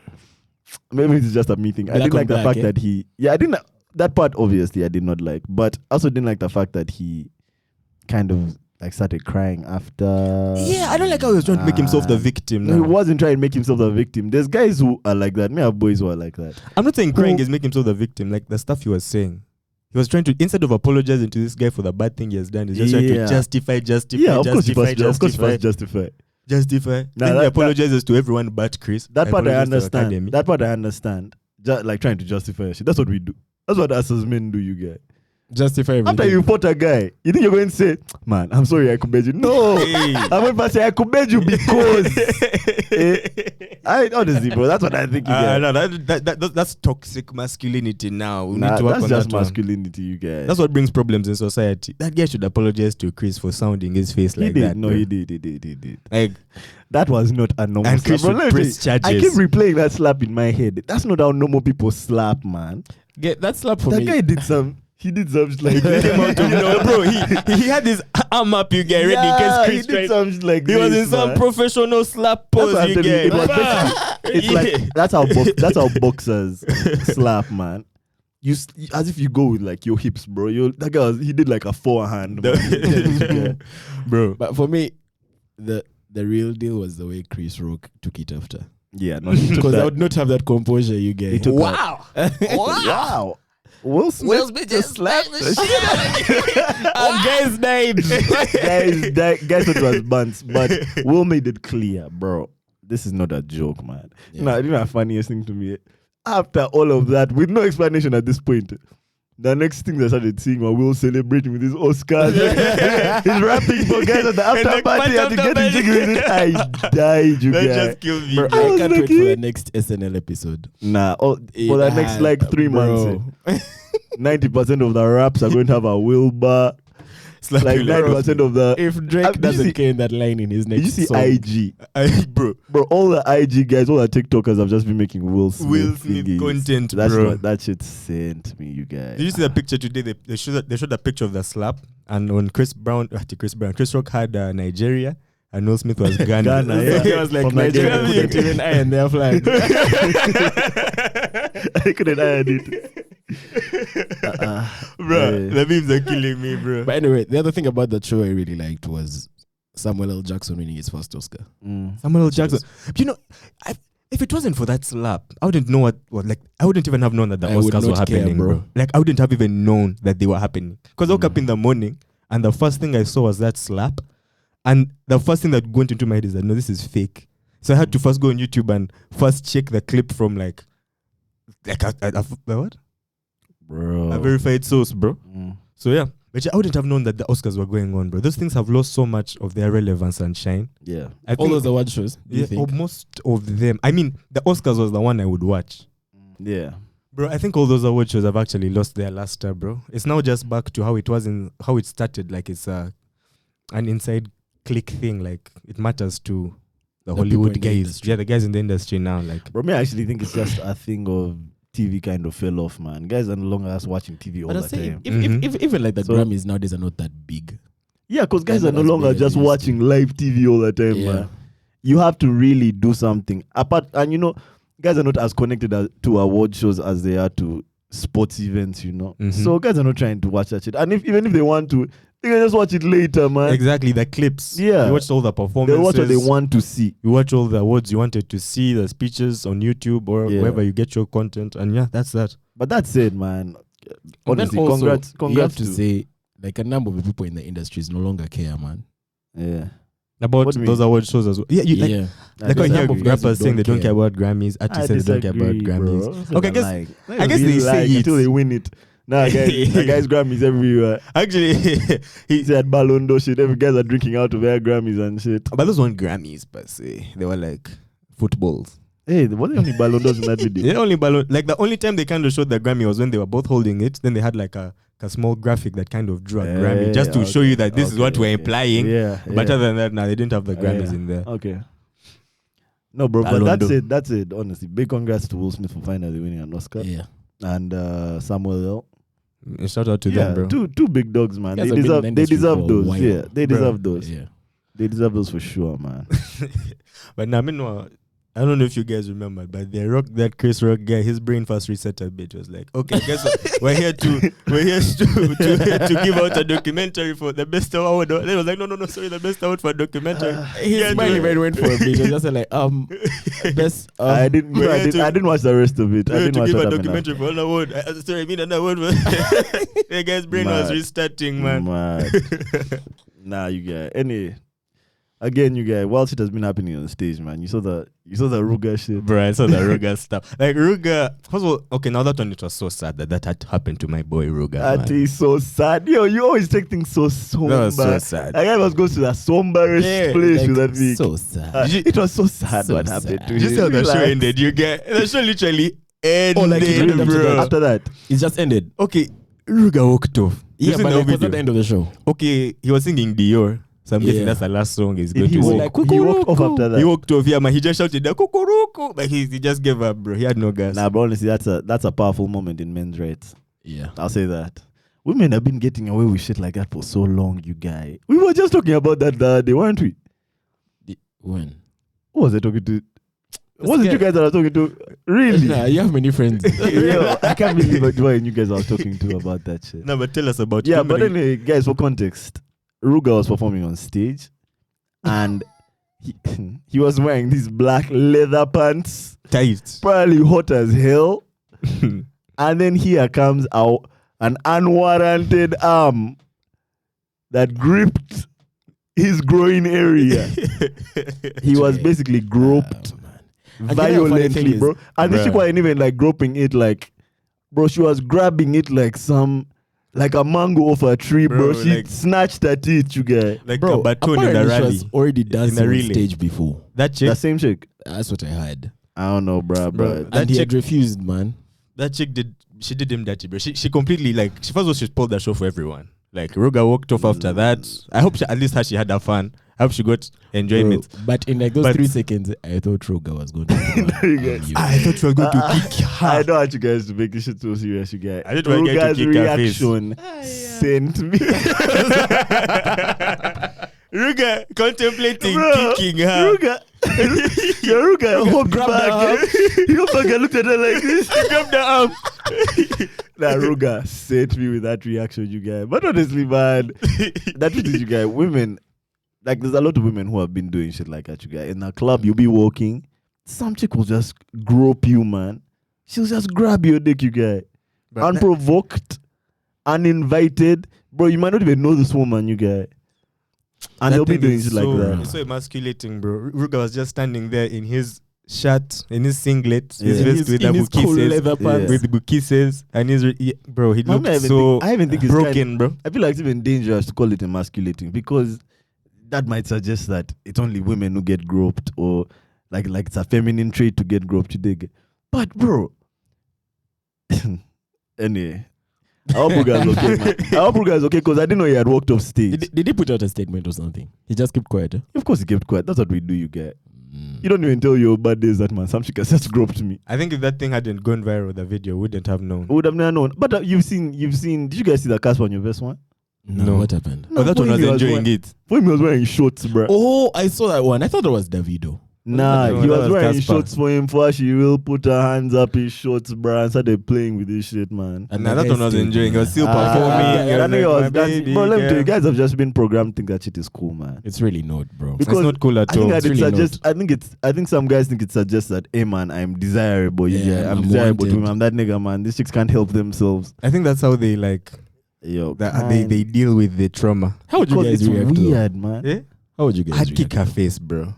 Speaker 2: Maybe it's just a me thing. I
Speaker 3: Black
Speaker 2: didn't
Speaker 3: on
Speaker 2: like the
Speaker 3: black,
Speaker 2: fact
Speaker 3: eh?
Speaker 2: that he. Yeah, I didn't. That part obviously I did not like, but I also didn't like the fact that he kind of like started crying after.
Speaker 1: Yeah, I don't like how he was trying to make himself the
Speaker 2: Ah.
Speaker 1: victim.
Speaker 2: No, he
Speaker 1: now.
Speaker 2: wasn't trying to make himself the victim. There's guys who are like that. Me have boys who are like that.
Speaker 1: I'm not saying crying
Speaker 2: Who-
Speaker 1: is making himself the victim. Like the stuff he was saying. He was trying to instead of apologizing to this guy for the bad thing he has done, he's just trying
Speaker 2: Yeah.
Speaker 1: to justify, justify,
Speaker 2: yeah, of course you
Speaker 1: justify,
Speaker 2: must. Of course you
Speaker 1: justify,
Speaker 2: must justify.
Speaker 1: justify.
Speaker 2: Nah,
Speaker 1: then
Speaker 2: that-
Speaker 1: he
Speaker 2: that-
Speaker 1: apologizes to everyone but Chris.
Speaker 2: That part I
Speaker 1: apologizes to
Speaker 2: understand.
Speaker 1: Academy.
Speaker 2: That part I understand. Ju- like trying to justify your shit. That's what we do. That's what us as men do, you guys.
Speaker 3: Justify everything.
Speaker 2: After you fought a guy, you think you're going to say, "Man, I'm sorry, I could beg you." No,
Speaker 1: Hey.
Speaker 2: I'm going to say, "I could beg you because." eh, I honestly, bro, that's what I think. You
Speaker 1: Ah,
Speaker 2: guys.
Speaker 1: no, that, that, that, that- that's toxic masculinity now. We
Speaker 2: Nah,
Speaker 1: need to work
Speaker 2: that's
Speaker 1: on
Speaker 2: just
Speaker 1: that one.
Speaker 2: masculinity, you guys.
Speaker 1: That's what brings problems in society. That guy should apologize to Chris for sounding his face
Speaker 2: he
Speaker 1: like
Speaker 2: did.
Speaker 1: that.
Speaker 2: no,
Speaker 1: bro.
Speaker 2: he did. He did. He did.
Speaker 1: Like,
Speaker 2: That was not a normal
Speaker 1: And
Speaker 2: slap.
Speaker 1: Chris
Speaker 2: Bro,
Speaker 1: should
Speaker 2: let me
Speaker 1: press
Speaker 2: tell you, I
Speaker 1: charges.
Speaker 2: keep replaying that slap in my head. That's not how normal people slap, man.
Speaker 3: Get that slap for
Speaker 2: that
Speaker 3: me.
Speaker 2: guy did some. He did some shit like
Speaker 1: he came out of nowhere. bro. He, he had his arm up, you get ready in case
Speaker 2: Yeah, he
Speaker 1: Chris
Speaker 2: did
Speaker 1: tried-
Speaker 2: some shit like
Speaker 1: He was
Speaker 2: this,
Speaker 1: in some
Speaker 2: man.
Speaker 1: professional slap
Speaker 2: That's
Speaker 1: pose,
Speaker 2: what I'm
Speaker 1: you
Speaker 2: telling you,
Speaker 1: get.
Speaker 2: it was basically- It's like that's how bo- that's how boxers slap, man. You s- as if you go with like your hips, bro. You that guy was, he did like a forehand, man.
Speaker 1: bro.
Speaker 3: But for me, the the real deal was the way Chris Rock took it after.
Speaker 2: yeah, no, he took
Speaker 3: Because I
Speaker 2: that-
Speaker 3: would not have that composure you
Speaker 2: he
Speaker 3: get.
Speaker 2: took that. wow. Will Smith, just slapped the shit
Speaker 1: And guys died.
Speaker 2: guys, that, guys, it was buns, but Will made it clear, bro. This is not a joke, man.
Speaker 3: Yeah.
Speaker 2: Nah, you know, the funniest thing to me after all of that, with no explanation at this point, The next thing they started seeing were Will celebrating with his Oscars.
Speaker 1: Yeah.
Speaker 2: He's rapping for guys at the
Speaker 1: And
Speaker 2: after
Speaker 1: the
Speaker 2: party and
Speaker 1: after
Speaker 2: getting
Speaker 1: party.
Speaker 2: jiggy with it. I died, you
Speaker 1: That
Speaker 2: guys.
Speaker 1: just killed me.
Speaker 3: Bro, I
Speaker 2: I was
Speaker 3: can't wait
Speaker 2: lucky.
Speaker 3: for the next SNL episode.
Speaker 2: Nah, oh, for the next
Speaker 3: Yeah,
Speaker 2: like three
Speaker 3: Eh, ah, bro.
Speaker 2: months, eh. ninety percent of the raps are going to have a Will bar.
Speaker 1: Slap
Speaker 2: like
Speaker 1: you, like,
Speaker 2: ninety percent of the.
Speaker 3: If Drake
Speaker 2: Uh, did you
Speaker 3: doesn't
Speaker 2: see-
Speaker 3: carry that line in his
Speaker 2: Did
Speaker 3: next
Speaker 2: you see
Speaker 3: song,
Speaker 2: IG,
Speaker 1: I- bro.
Speaker 2: bro? All the IG guys, all the TikTokers have just been making Will Smith,
Speaker 1: Will Smith
Speaker 2: thingies.
Speaker 1: content,
Speaker 2: That's
Speaker 1: bro.
Speaker 2: what that shit sent me, you guys.
Speaker 1: Did you see the picture today? They, they showed they showed a picture of the slap, and when Chris Brown, uh, Chris Brown, Chris Rock had uh, Nigeria, and Will Smith was Ghana.
Speaker 2: Ghana, yeah.
Speaker 3: he was like,
Speaker 2: From Nigeria,
Speaker 3: Nigeria couldn't
Speaker 2: couldn't-
Speaker 3: even iron their flag.
Speaker 2: I couldn't add it. Uh-uh.
Speaker 1: bro,
Speaker 2: Yeah.
Speaker 1: the memes are killing me, bro.
Speaker 3: But anyway, the other thing about that show I really liked was Samuel L. Jackson winning his first Oscar.
Speaker 2: Mm.
Speaker 1: Samuel L. Jackson. You know, I, if it wasn't for that slap, I wouldn't know what, what like I wouldn't even have known that the
Speaker 3: I would
Speaker 1: Oscars were
Speaker 3: not care,
Speaker 1: happening, bro.
Speaker 3: bro.
Speaker 1: Like I wouldn't have even known that they were happening. Because I woke
Speaker 2: Mm.
Speaker 1: up in the morning and the first thing I saw was that slap. And the first thing that went into my head is that no, this is fake. So I had to
Speaker 3: Mm.
Speaker 1: first go on YouTube and first check the clip from like like a, a, a- what?
Speaker 2: Bro. Mm.
Speaker 1: a
Speaker 3: Oh.
Speaker 1: verified source, bro. So yeah. But I wouldn't have known that the Oscars were going on, bro. Those things have lost so much of their relevance and shine.
Speaker 2: Yeah.
Speaker 1: I
Speaker 3: All
Speaker 1: think-
Speaker 3: those award shows, do you
Speaker 1: yeah,
Speaker 2: oh,
Speaker 3: think?
Speaker 1: or most of them. I mean, the Oscars was the one I would watch.
Speaker 2: Yeah.
Speaker 1: Bro, I think all those award shows have actually lost their luster, bro. It's now just back to how it was in how it started. Like it's a an inside click thing. Like it matters to the,
Speaker 3: The people in
Speaker 1: Hollywood
Speaker 3: the
Speaker 1: guys.
Speaker 3: industry.
Speaker 1: yeah, the guys in the industry now. Like
Speaker 2: Bro, me, I actually think it's just a thing of TV kind of fell off, man. Guys are no longer us watching TV all
Speaker 3: But I
Speaker 2: the
Speaker 3: say, if,
Speaker 2: time.
Speaker 3: if,
Speaker 1: Mhm.
Speaker 3: if, even like the
Speaker 2: Mm-hmm. So-
Speaker 3: Grammys nowadays are not that big.
Speaker 2: Yeah, because guys
Speaker 3: Yeah,
Speaker 2: are no
Speaker 3: that's
Speaker 2: longer
Speaker 3: weird,
Speaker 2: just
Speaker 3: yes.
Speaker 2: watching live TV all the time,
Speaker 3: Yeah.
Speaker 2: man. You have to really do something. Apart, and you know, guys are not as connected as, to award shows as they are to sports events, you know.
Speaker 1: Mhm.
Speaker 2: So guys are not trying to watch that shit. And if even if they want to, they can just watch it later, man.
Speaker 1: exactly the clips.
Speaker 2: Yeah.
Speaker 1: you watched all the performances.
Speaker 2: They watch what they want to see.
Speaker 1: You watch all the awards you wanted to see, the speeches on YouTube or
Speaker 2: Yeah.
Speaker 1: wherever you get your content, and yeah, that's that.
Speaker 2: But that said, man,
Speaker 3: And then
Speaker 2: honestly,
Speaker 3: also,
Speaker 2: congrats, congrats
Speaker 3: You have to
Speaker 2: to-
Speaker 3: say, like a number of the people in the industries no longer care, man.
Speaker 2: yeah.
Speaker 1: About
Speaker 2: What do you
Speaker 1: those
Speaker 2: mean?
Speaker 1: award shows as well. Yeah, you, like,
Speaker 3: yeah.
Speaker 1: Like
Speaker 3: I
Speaker 1: I hear
Speaker 3: disagree. Rappers
Speaker 1: rappers saying they don't
Speaker 3: don't
Speaker 1: care about Grammys. Artists say they don't care about Grammys. Okay, I guess- I guess they say it.
Speaker 2: until they win it. Nah, guys, the guys Grammys everywhere.
Speaker 1: Actually,
Speaker 2: He said Ballon d'Or shit. Every guys are drinking out of their Grammys and shit.
Speaker 1: but those weren't Grammys per se. They were like footballs.
Speaker 2: Hey, what the only Ballon d'Ors in that video?
Speaker 1: They only balloon. Like the only time they kind of showed the Grammy was when they were both holding it. Then they had like a, a small graphic that kind of drew a Grammy just to
Speaker 2: Yeah,
Speaker 1: show
Speaker 2: okay,
Speaker 1: you that this is
Speaker 2: okay,
Speaker 1: what we're
Speaker 2: okay.
Speaker 1: implying.
Speaker 2: Yeah,
Speaker 1: But
Speaker 2: yeah. Oh,
Speaker 1: other than that, now they didn't have the Grammys
Speaker 2: Yeah.
Speaker 1: in there.
Speaker 2: okay. No, bro, but
Speaker 1: Ballon
Speaker 2: that's
Speaker 1: d'Or.
Speaker 2: it. That's it. Honestly, big congrats to Will Smith for finally winning an Oscar
Speaker 3: Yeah.
Speaker 2: and uh, Samuel L.
Speaker 1: Mm, Shout out to
Speaker 2: yeah,
Speaker 1: them, bro.
Speaker 2: two two big dogs, man.
Speaker 3: Guys
Speaker 2: They
Speaker 3: have been in
Speaker 2: deserve.
Speaker 3: the
Speaker 2: They
Speaker 3: industry for
Speaker 2: deserve
Speaker 3: a
Speaker 2: those.
Speaker 3: while.
Speaker 2: Yeah, they
Speaker 1: Bro.
Speaker 2: deserve those.
Speaker 3: Yeah.
Speaker 2: They deserve those for sure, man.
Speaker 1: But now, meanwhile, I don't know if you guys remember, but the rock that Chris Rock guy, his brain first reset a bit. It was like, okay, I guess what? we're here to we're here to, to, to give out a documentary for the best award. They was like, no, no, no, sorry, the best award for a documentary.
Speaker 3: His
Speaker 1: Yeah,
Speaker 3: mind
Speaker 1: dude.
Speaker 3: even went for a bit. He was just like, um, best. Um,
Speaker 2: I didn't.
Speaker 1: we
Speaker 2: I,
Speaker 1: had
Speaker 2: did,
Speaker 1: to-
Speaker 2: I didn't watch the rest of it. I
Speaker 1: We're here
Speaker 2: didn't
Speaker 1: to
Speaker 2: watch
Speaker 1: give
Speaker 2: what
Speaker 1: a
Speaker 2: happened
Speaker 1: documentary for an award. Uh, uh, sorry, I mean an award. for- the guy's brain was
Speaker 2: Mad.
Speaker 1: restarting,
Speaker 2: after.
Speaker 1: man.
Speaker 2: Mad. nah, you guys. Anyway, again, you guys. While shit has been happening on stage, man. You saw the. You saw the Ruga shit.
Speaker 1: Bro, I saw the Ruger stuff. Like Ruger, first of all, okay, now that one it was so sad that that had happened to my boy Ruger.
Speaker 2: That is so sad. Yo, you always take things so somber.
Speaker 1: was so sad.
Speaker 2: That guy must go to the somberest place
Speaker 3: like,
Speaker 2: with that week.
Speaker 3: So sad.
Speaker 2: Uh, it was so sad
Speaker 3: so
Speaker 2: what happened.
Speaker 3: sad.
Speaker 2: to
Speaker 1: Did
Speaker 3: Did
Speaker 1: you
Speaker 2: him.
Speaker 1: see how the show
Speaker 2: Relax.
Speaker 1: ended? You get the show literally ended,
Speaker 3: Oh, like it ended after
Speaker 1: bro.
Speaker 2: After that,
Speaker 3: It just ended.
Speaker 1: Okay, Ruga walked off.
Speaker 3: Yeah,
Speaker 1: You seen
Speaker 3: but
Speaker 1: that
Speaker 3: like, was that
Speaker 1: video?
Speaker 3: the end of the show?
Speaker 1: Okay, he was singing Dior, so I'm guessing
Speaker 3: Yeah.
Speaker 1: that's the last song he's
Speaker 2: Did
Speaker 1: going
Speaker 2: he,
Speaker 1: to
Speaker 3: was
Speaker 1: sing.
Speaker 2: walk,
Speaker 3: like,
Speaker 2: he walked off
Speaker 3: "Kukuruku."
Speaker 2: after that.
Speaker 1: he walked off, yeah, man. He just shouted the kukuruku, but he, he just gave up, bro. He had no gas.
Speaker 2: Nah, but honestly, that's a that's a powerful moment in men's rights.
Speaker 3: Yeah.
Speaker 2: I'll say that. Women have been getting away with shit like that for so long, you guy. We were just talking about that the other day, weren't we?
Speaker 3: When?
Speaker 2: Who was I talking to?
Speaker 3: This
Speaker 2: was it
Speaker 3: guy-
Speaker 2: you guys that I was talking to? Really?
Speaker 3: Nah, you have many friends.
Speaker 2: Yo, I can't believe it was you guys I was talking to about that shit.
Speaker 1: No, but tell us about
Speaker 2: yeah,
Speaker 1: him,
Speaker 2: but
Speaker 1: bro.
Speaker 2: anyway, guys, for context, Ruga was performing on stage and he, he was wearing these black leather pants,
Speaker 1: tight.
Speaker 2: probably hot as hell. And then here comes out an unwarranted arm that gripped his groin area. he was
Speaker 3: Jay.
Speaker 2: basically groped
Speaker 3: Oh, man. And you know the funny thing
Speaker 2: violently,
Speaker 3: is-
Speaker 2: bro. And this
Speaker 1: Bruh.
Speaker 2: chick wasn't even like groping it like bro. She was grabbing it like some, like a mango off a tree, bro.
Speaker 1: Bro,
Speaker 2: She
Speaker 1: like-
Speaker 2: snatched at it, you guys.
Speaker 1: Like
Speaker 3: Bro,
Speaker 1: a baton in a
Speaker 3: apparently she
Speaker 1: rally.
Speaker 3: was already dancing on
Speaker 1: relay.
Speaker 3: stage before.
Speaker 1: That chick,
Speaker 2: That same chick.
Speaker 3: That's what I heard.
Speaker 2: I don't know,
Speaker 1: Bro,
Speaker 2: bruh, bruh.
Speaker 1: That
Speaker 3: and he had
Speaker 1: chick-
Speaker 3: refused, man.
Speaker 1: that chick did. She did him dirty, bro. She she completely like. She first of all she spoiled that show for everyone. Like Ruga walked off after that. I hope she, at least her she had her fun. I hope she got enjoyment.
Speaker 3: Bro, But in like those
Speaker 1: But-
Speaker 3: three seconds, I thought Roger was going to. be the one.
Speaker 2: You guys-
Speaker 1: I thought you were going to kick
Speaker 2: I
Speaker 1: her.
Speaker 2: know how you guys to make this shit so serious, you guys.
Speaker 1: I didn't want you guys to
Speaker 2: Ruga's
Speaker 1: kick her face.
Speaker 2: reaction sent me.
Speaker 1: Ruga contemplating
Speaker 2: Bro,
Speaker 1: kicking her.
Speaker 2: Ruga, yeah, Ruga, hopped
Speaker 3: grabbed
Speaker 2: back. You fucking looked at her like this.
Speaker 1: Grab the arm.
Speaker 2: Nah, Ruga sent me with that reaction, you guys. But honestly, man, that truth is, you guys, women, like, there's a lot of women who have been doing shit like that, you guys. In a club, you'll be walking, some chick will just grope you, man. She'll just grab your dick, you guys. unprovoked, uninvited. Bro, you might not even know this woman, you guys.
Speaker 1: That
Speaker 2: And they'll be
Speaker 1: thing
Speaker 2: doing
Speaker 1: is
Speaker 2: shit
Speaker 1: so,
Speaker 2: like that.
Speaker 1: It's so emasculating, bro. Ru- Ruga was just standing there in his shirt, in his singlet, his
Speaker 2: Yeah.
Speaker 1: vest
Speaker 3: In his-
Speaker 1: with
Speaker 3: in
Speaker 1: the
Speaker 3: his cool
Speaker 1: bookies,
Speaker 3: leather
Speaker 2: Yeah.
Speaker 3: pants.
Speaker 1: with the bookies, and his re- yeah, bro. He
Speaker 2: Man, I
Speaker 1: looked
Speaker 2: even
Speaker 1: so
Speaker 2: think- I even think it's
Speaker 1: broken,
Speaker 2: kind-
Speaker 1: bro.
Speaker 2: I feel like it's even dangerous to call it emasculating because that might suggest that it's only women who get groped or like like it's a feminine trait to get groped, you dig? But bro, anyway, I hope you guys okay, man. I hope you guys okay because I didn't know he had walked off stage.
Speaker 3: Did, did he put out a statement or something? He just kept quiet. huh?
Speaker 2: Of course, he kept quiet. That's what we do, you guys.
Speaker 3: Mm.
Speaker 2: You don't even tell your bad days that man. Some chick has just groped me.
Speaker 1: I think if that thing hadn't gone viral, the video wouldn't have known.
Speaker 2: would have never known. But uh, you've seen, you've seen. Did you guys see that Casper on your best one?
Speaker 3: No,
Speaker 1: No.
Speaker 3: what happened?
Speaker 1: oh, that
Speaker 2: for
Speaker 1: one
Speaker 2: him,
Speaker 1: was
Speaker 2: he
Speaker 1: enjoying
Speaker 2: wearing,
Speaker 1: it.
Speaker 2: For him, he was wearing shorts, bro.
Speaker 3: Oh, I saw that one. I thought it was Davido.
Speaker 2: nah,
Speaker 1: No,
Speaker 2: he
Speaker 1: that
Speaker 2: was,
Speaker 1: was
Speaker 2: wearing
Speaker 1: Casper.
Speaker 2: shorts for him. For she will put her hands up his shorts, bro, and started playing with this shit, man.
Speaker 3: And
Speaker 1: nah, that
Speaker 3: the guy
Speaker 1: one was
Speaker 3: stayed
Speaker 1: enjoying. He
Speaker 3: there.
Speaker 1: was still
Speaker 2: Ah,
Speaker 1: performing.
Speaker 2: I
Speaker 1: and
Speaker 2: know he
Speaker 1: like,
Speaker 2: was
Speaker 1: my
Speaker 2: dancing.
Speaker 1: baby
Speaker 2: Bro, let me tell you,
Speaker 1: girl.
Speaker 2: guys have just been programmed to think that shit is cool, man.
Speaker 3: It's really not, bro.
Speaker 1: It's
Speaker 2: Because
Speaker 1: not cool
Speaker 2: I
Speaker 1: at
Speaker 2: think
Speaker 1: all.
Speaker 2: that
Speaker 3: it's
Speaker 2: it
Speaker 3: really
Speaker 2: suggests. I think it's. I think some guys think it suggests that, hey, man, I'm desirable. Yeah,
Speaker 3: Yeah,
Speaker 2: I'm,
Speaker 3: I'm
Speaker 2: desirable to him.
Speaker 3: wanted.
Speaker 2: I'm that nigga, man. These chicks can't help themselves.
Speaker 1: I think that's how they like.
Speaker 2: Yo,
Speaker 1: That, they
Speaker 2: kind-
Speaker 1: they deal with the trauma.
Speaker 3: How would you
Speaker 2: because
Speaker 3: guys
Speaker 2: it's
Speaker 3: react? though?
Speaker 2: weird, man.
Speaker 1: Eh?
Speaker 3: How would you guys
Speaker 1: I'd
Speaker 3: react?
Speaker 1: kick her face, bro.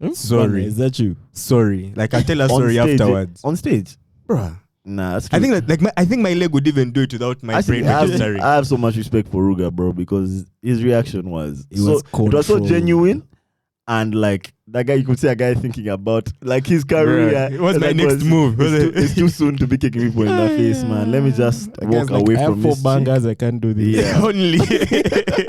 Speaker 3: Hmm?
Speaker 1: Sorry.
Speaker 3: Is that you?
Speaker 1: Sorry, like I tell her
Speaker 2: On
Speaker 1: sorry
Speaker 2: stage, eh?
Speaker 1: afterwards,
Speaker 2: On stage.
Speaker 1: bro.
Speaker 2: Nah, that's
Speaker 1: I
Speaker 2: true.
Speaker 1: think that like my, I think my leg would even do it without my
Speaker 2: Actually,
Speaker 1: brain
Speaker 2: I, have,
Speaker 1: registering.
Speaker 2: I have so much respect for Ruga, bro, because his reaction was
Speaker 3: It
Speaker 2: so
Speaker 3: was
Speaker 2: it was so
Speaker 3: controlled.
Speaker 2: genuine, and like that guy, you could see a guy thinking about like his career.
Speaker 1: Bruh, what's my
Speaker 2: Like,
Speaker 1: next
Speaker 2: was-
Speaker 1: move?
Speaker 2: It's too, it's too soon to be kicking people in the face, man. Let me just
Speaker 3: That
Speaker 2: walk
Speaker 3: guy's like,
Speaker 2: away
Speaker 3: I
Speaker 2: from
Speaker 3: have four
Speaker 2: this. chick.
Speaker 3: bangers. I can't do this.
Speaker 2: Yeah.
Speaker 1: Only.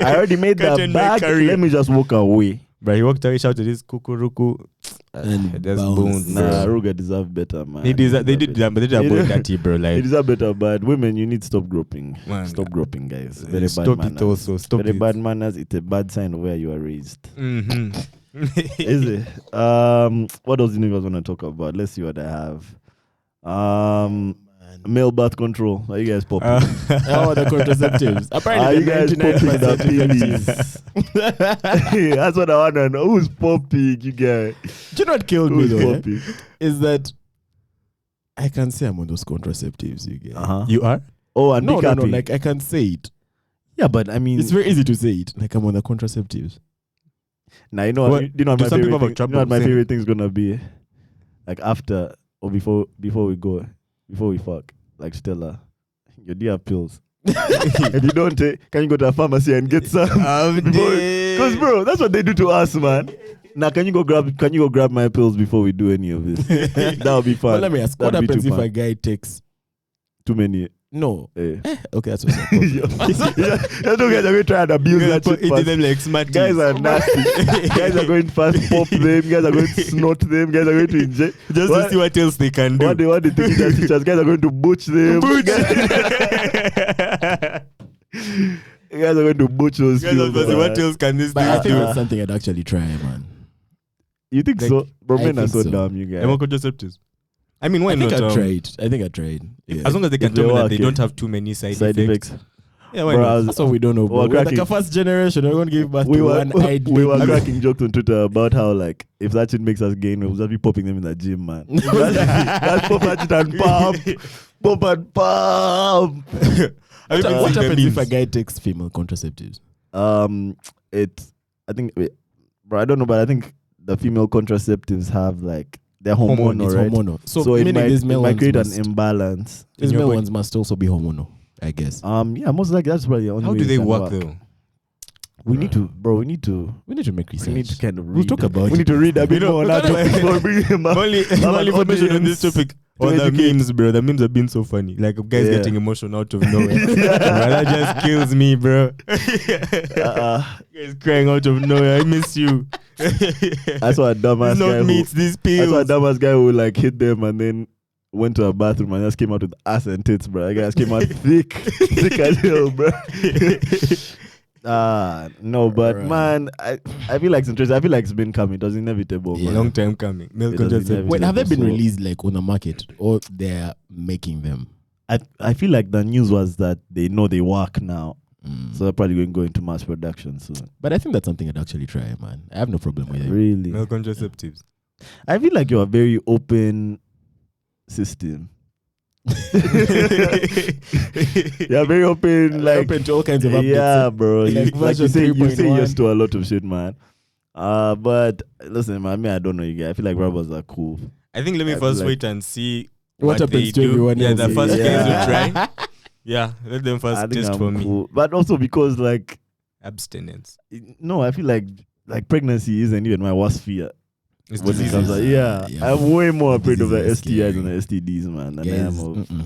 Speaker 2: I already made
Speaker 1: Can't
Speaker 2: that
Speaker 1: end my
Speaker 2: back.
Speaker 1: career.
Speaker 2: Let me just walk away.
Speaker 1: but he walked away, shouted his kukuruku.
Speaker 2: Ah,
Speaker 1: Just
Speaker 3: And bounce.
Speaker 1: bones.
Speaker 2: Nah,
Speaker 1: Bruh.
Speaker 2: Ruga deserve better, man.
Speaker 1: They, desa- they did that,
Speaker 2: deserve
Speaker 1: but they did
Speaker 2: He
Speaker 1: avoid
Speaker 2: did-
Speaker 1: that, bro.
Speaker 2: better. They
Speaker 1: Like,
Speaker 2: deserve better, but women, you need to stop groping.
Speaker 1: man,
Speaker 2: Stop groping, guys.
Speaker 1: uh,
Speaker 2: Very
Speaker 1: stop
Speaker 2: bad
Speaker 1: it
Speaker 2: manners.
Speaker 1: also. Stop
Speaker 2: Very
Speaker 1: it.
Speaker 2: bad manners. It's a bad sign of where you are raised.
Speaker 1: hmm
Speaker 2: is it? Um, what else do you guys want to talk about? Let's see what I have. Um, male birth control. Are you guys popping?
Speaker 3: How are the contraceptives?
Speaker 2: are
Speaker 3: Apparently,
Speaker 2: you
Speaker 3: they're
Speaker 2: guys popping
Speaker 3: 99%
Speaker 2: the pillies? That's what I want to know. Who's popping? You guys?
Speaker 3: Do you know what killed me
Speaker 2: Who's
Speaker 3: though? eh?
Speaker 2: popping?
Speaker 3: Is that I can say I'm on those contraceptives you get.
Speaker 2: Uh-huh.
Speaker 1: You are?
Speaker 2: Oh, and
Speaker 3: No,
Speaker 2: big
Speaker 3: no, no.
Speaker 2: happy.
Speaker 3: Like I can say it.
Speaker 2: yeah, but I mean,
Speaker 3: It's very easy to say it. Like I'm on the contraceptives.
Speaker 2: now you know. What,
Speaker 1: What?
Speaker 2: you know what
Speaker 1: Do
Speaker 2: my
Speaker 1: some people
Speaker 2: favorite.
Speaker 1: have
Speaker 2: Thing, you
Speaker 1: trouble
Speaker 2: know what my
Speaker 1: saying?
Speaker 2: favorite thing's gonna be? Like after or before before we go, before we fuck, like Stella, your dear pills. if you don't take, can you go to a pharmacy and get some? Before- Because bro, that's what they do to us, man. Now can you go grab can you go grab my pills before we do any of this? that would be fun.
Speaker 3: But let me ask, what
Speaker 2: That'd be
Speaker 3: happens
Speaker 2: too
Speaker 3: if
Speaker 2: fun.
Speaker 3: a guy takes
Speaker 2: Too many.
Speaker 3: no?
Speaker 2: Eh.
Speaker 3: Okay, that's what's up.
Speaker 2: yeah, yeah, those guys are going to try and abuse that shit
Speaker 1: It did
Speaker 2: fast.
Speaker 1: them like smart
Speaker 2: Guys are nasty. guys are going to fast pop them. Guys are going to snort them. Guys are going to inject.
Speaker 1: just
Speaker 2: what,
Speaker 1: to see what else they can do.
Speaker 2: what they what they think is their teachers. Guys are going to butch them. guys are going to butch those
Speaker 1: Guys are
Speaker 2: pills.
Speaker 1: gonna say, what
Speaker 2: man.
Speaker 1: else can this
Speaker 3: But I
Speaker 1: thing
Speaker 3: think
Speaker 1: do?
Speaker 3: it's something I'd actually try, man.
Speaker 2: You think
Speaker 3: Like,
Speaker 2: so? Bro,
Speaker 3: I
Speaker 2: men are
Speaker 3: think
Speaker 2: so,
Speaker 3: so.
Speaker 2: dumb, you guys.
Speaker 1: And what contraceptives? I mean, why
Speaker 3: I think
Speaker 1: not?
Speaker 3: I'd
Speaker 1: um,
Speaker 3: try it. I think I'd try it. Yeah.
Speaker 1: As long as they can
Speaker 2: they
Speaker 1: tell me that
Speaker 2: work,
Speaker 1: they
Speaker 2: yeah.
Speaker 1: don't have too many side,
Speaker 2: Side
Speaker 1: effects.
Speaker 2: effects.
Speaker 1: Yeah, why
Speaker 2: Bro, I
Speaker 1: not?
Speaker 2: was,
Speaker 3: That's what we don't know, bro.
Speaker 2: We're
Speaker 3: We're like
Speaker 2: cracking.
Speaker 3: a first generation. We're gonna give birth
Speaker 2: we
Speaker 3: to
Speaker 2: were
Speaker 3: one eyed
Speaker 2: we were
Speaker 3: baby.
Speaker 2: cracking jokes on Twitter about how like if that shit makes us gain, we'll just be popping them in the gym, man. That's pop that shit and pump, pump and pump.
Speaker 1: Have you
Speaker 3: What,
Speaker 1: been
Speaker 3: what
Speaker 1: seeing the
Speaker 3: happens if a
Speaker 1: memes?
Speaker 3: guy takes female contraceptives?
Speaker 2: Um, it. I think, wait, bro. I don't know, but I think the female contraceptives have like They're
Speaker 1: Hormone,
Speaker 2: hormonal,
Speaker 3: it's
Speaker 2: right?
Speaker 3: hormonal.
Speaker 2: So,
Speaker 3: So,
Speaker 2: it
Speaker 3: meaning
Speaker 2: might,
Speaker 3: these
Speaker 2: it
Speaker 3: male
Speaker 2: might
Speaker 3: ones
Speaker 2: create
Speaker 3: must,
Speaker 2: an imbalance.
Speaker 3: these
Speaker 1: in your
Speaker 3: male
Speaker 1: body.
Speaker 3: ones must also be hormonal, I guess.
Speaker 2: Um, yeah, most likely that's probably the only
Speaker 1: How
Speaker 2: way
Speaker 1: do
Speaker 2: it
Speaker 1: they
Speaker 2: can
Speaker 1: work though?
Speaker 2: We need to, bro. We need to.
Speaker 3: We need to make research.
Speaker 2: We need to kind of read.
Speaker 3: We'll talk about
Speaker 2: We need
Speaker 3: it.
Speaker 2: to read a bit
Speaker 1: know,
Speaker 2: more on
Speaker 1: we
Speaker 2: that
Speaker 1: gotta-
Speaker 2: topic before bringing him up.
Speaker 1: Only,
Speaker 2: I'm
Speaker 1: only
Speaker 2: an
Speaker 1: information on this
Speaker 2: audience
Speaker 1: topic.
Speaker 2: to
Speaker 1: On the
Speaker 2: educate.
Speaker 1: memes, bro. The memes have been so funny. Like guys
Speaker 2: Oh, Yeah.
Speaker 1: getting emotional out of nowhere. bro, that just kills me, bro.
Speaker 2: Uh,
Speaker 1: guys crying out of nowhere. I miss you.
Speaker 2: I saw a dumbass
Speaker 1: It's
Speaker 2: guy
Speaker 1: not
Speaker 2: who
Speaker 1: me, it's these
Speaker 2: I saw a
Speaker 1: pills.
Speaker 2: dumbass guy who like hit them and then went to a bathroom and just came out with ass and tits, bro. That guy just came out thick, thick as hell, bro. Ah, no, but
Speaker 3: Right.
Speaker 2: man, I, I feel like it's interesting. I feel like it's been coming. It was inevitable,
Speaker 3: Yeah.
Speaker 2: man.
Speaker 1: Long time coming. Milk
Speaker 2: It doesn't
Speaker 1: contraceptive.
Speaker 2: have-
Speaker 3: Wait, have they been
Speaker 2: So-
Speaker 3: released like on the market or they're making them?
Speaker 2: I, I feel like the news was that they know they work now.
Speaker 3: Mm.
Speaker 2: So they're probably going to go into mass production soon.
Speaker 3: but I think that's something I'd actually try, man. I have no problem with it.
Speaker 2: Really?
Speaker 1: Milk contraceptives.
Speaker 2: I feel like you're a very open system. You're very open, like
Speaker 3: open to all kinds of updates.
Speaker 2: Yeah, bro.
Speaker 3: Like
Speaker 2: You- Like, you
Speaker 3: version
Speaker 2: say, you say
Speaker 3: 3.1.
Speaker 2: yes to a lot of shit, man. Uh, but listen, man, I mean, I don't know you guys. I feel like rappers are cool.
Speaker 1: I think let me
Speaker 2: I'd
Speaker 1: first
Speaker 2: like-
Speaker 1: wait and see
Speaker 3: What
Speaker 1: they
Speaker 3: happens to
Speaker 1: do.
Speaker 3: everyone
Speaker 1: Yeah,
Speaker 3: else?
Speaker 1: the first
Speaker 2: Yeah.
Speaker 1: things you try. Yeah, let them
Speaker 2: I
Speaker 1: first
Speaker 2: think
Speaker 1: test
Speaker 2: I'm
Speaker 1: for me.
Speaker 2: cool. But also because, like,
Speaker 1: Abstinence.
Speaker 2: no, I feel like like pregnancy isn't even my worst fear.
Speaker 1: It's
Speaker 2: When it
Speaker 1: diseases.
Speaker 2: comes, like, yeah,
Speaker 3: Yeah.
Speaker 2: I'm way more afraid of the
Speaker 3: Diseases are
Speaker 2: STIs and
Speaker 3: scary.
Speaker 2: the STDs, man, than I
Speaker 3: Guys,
Speaker 2: am of.
Speaker 3: mm-mm.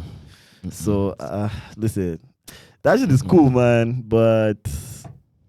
Speaker 3: Mm-mm.
Speaker 2: So, uh, listen, that shit is cool, man. But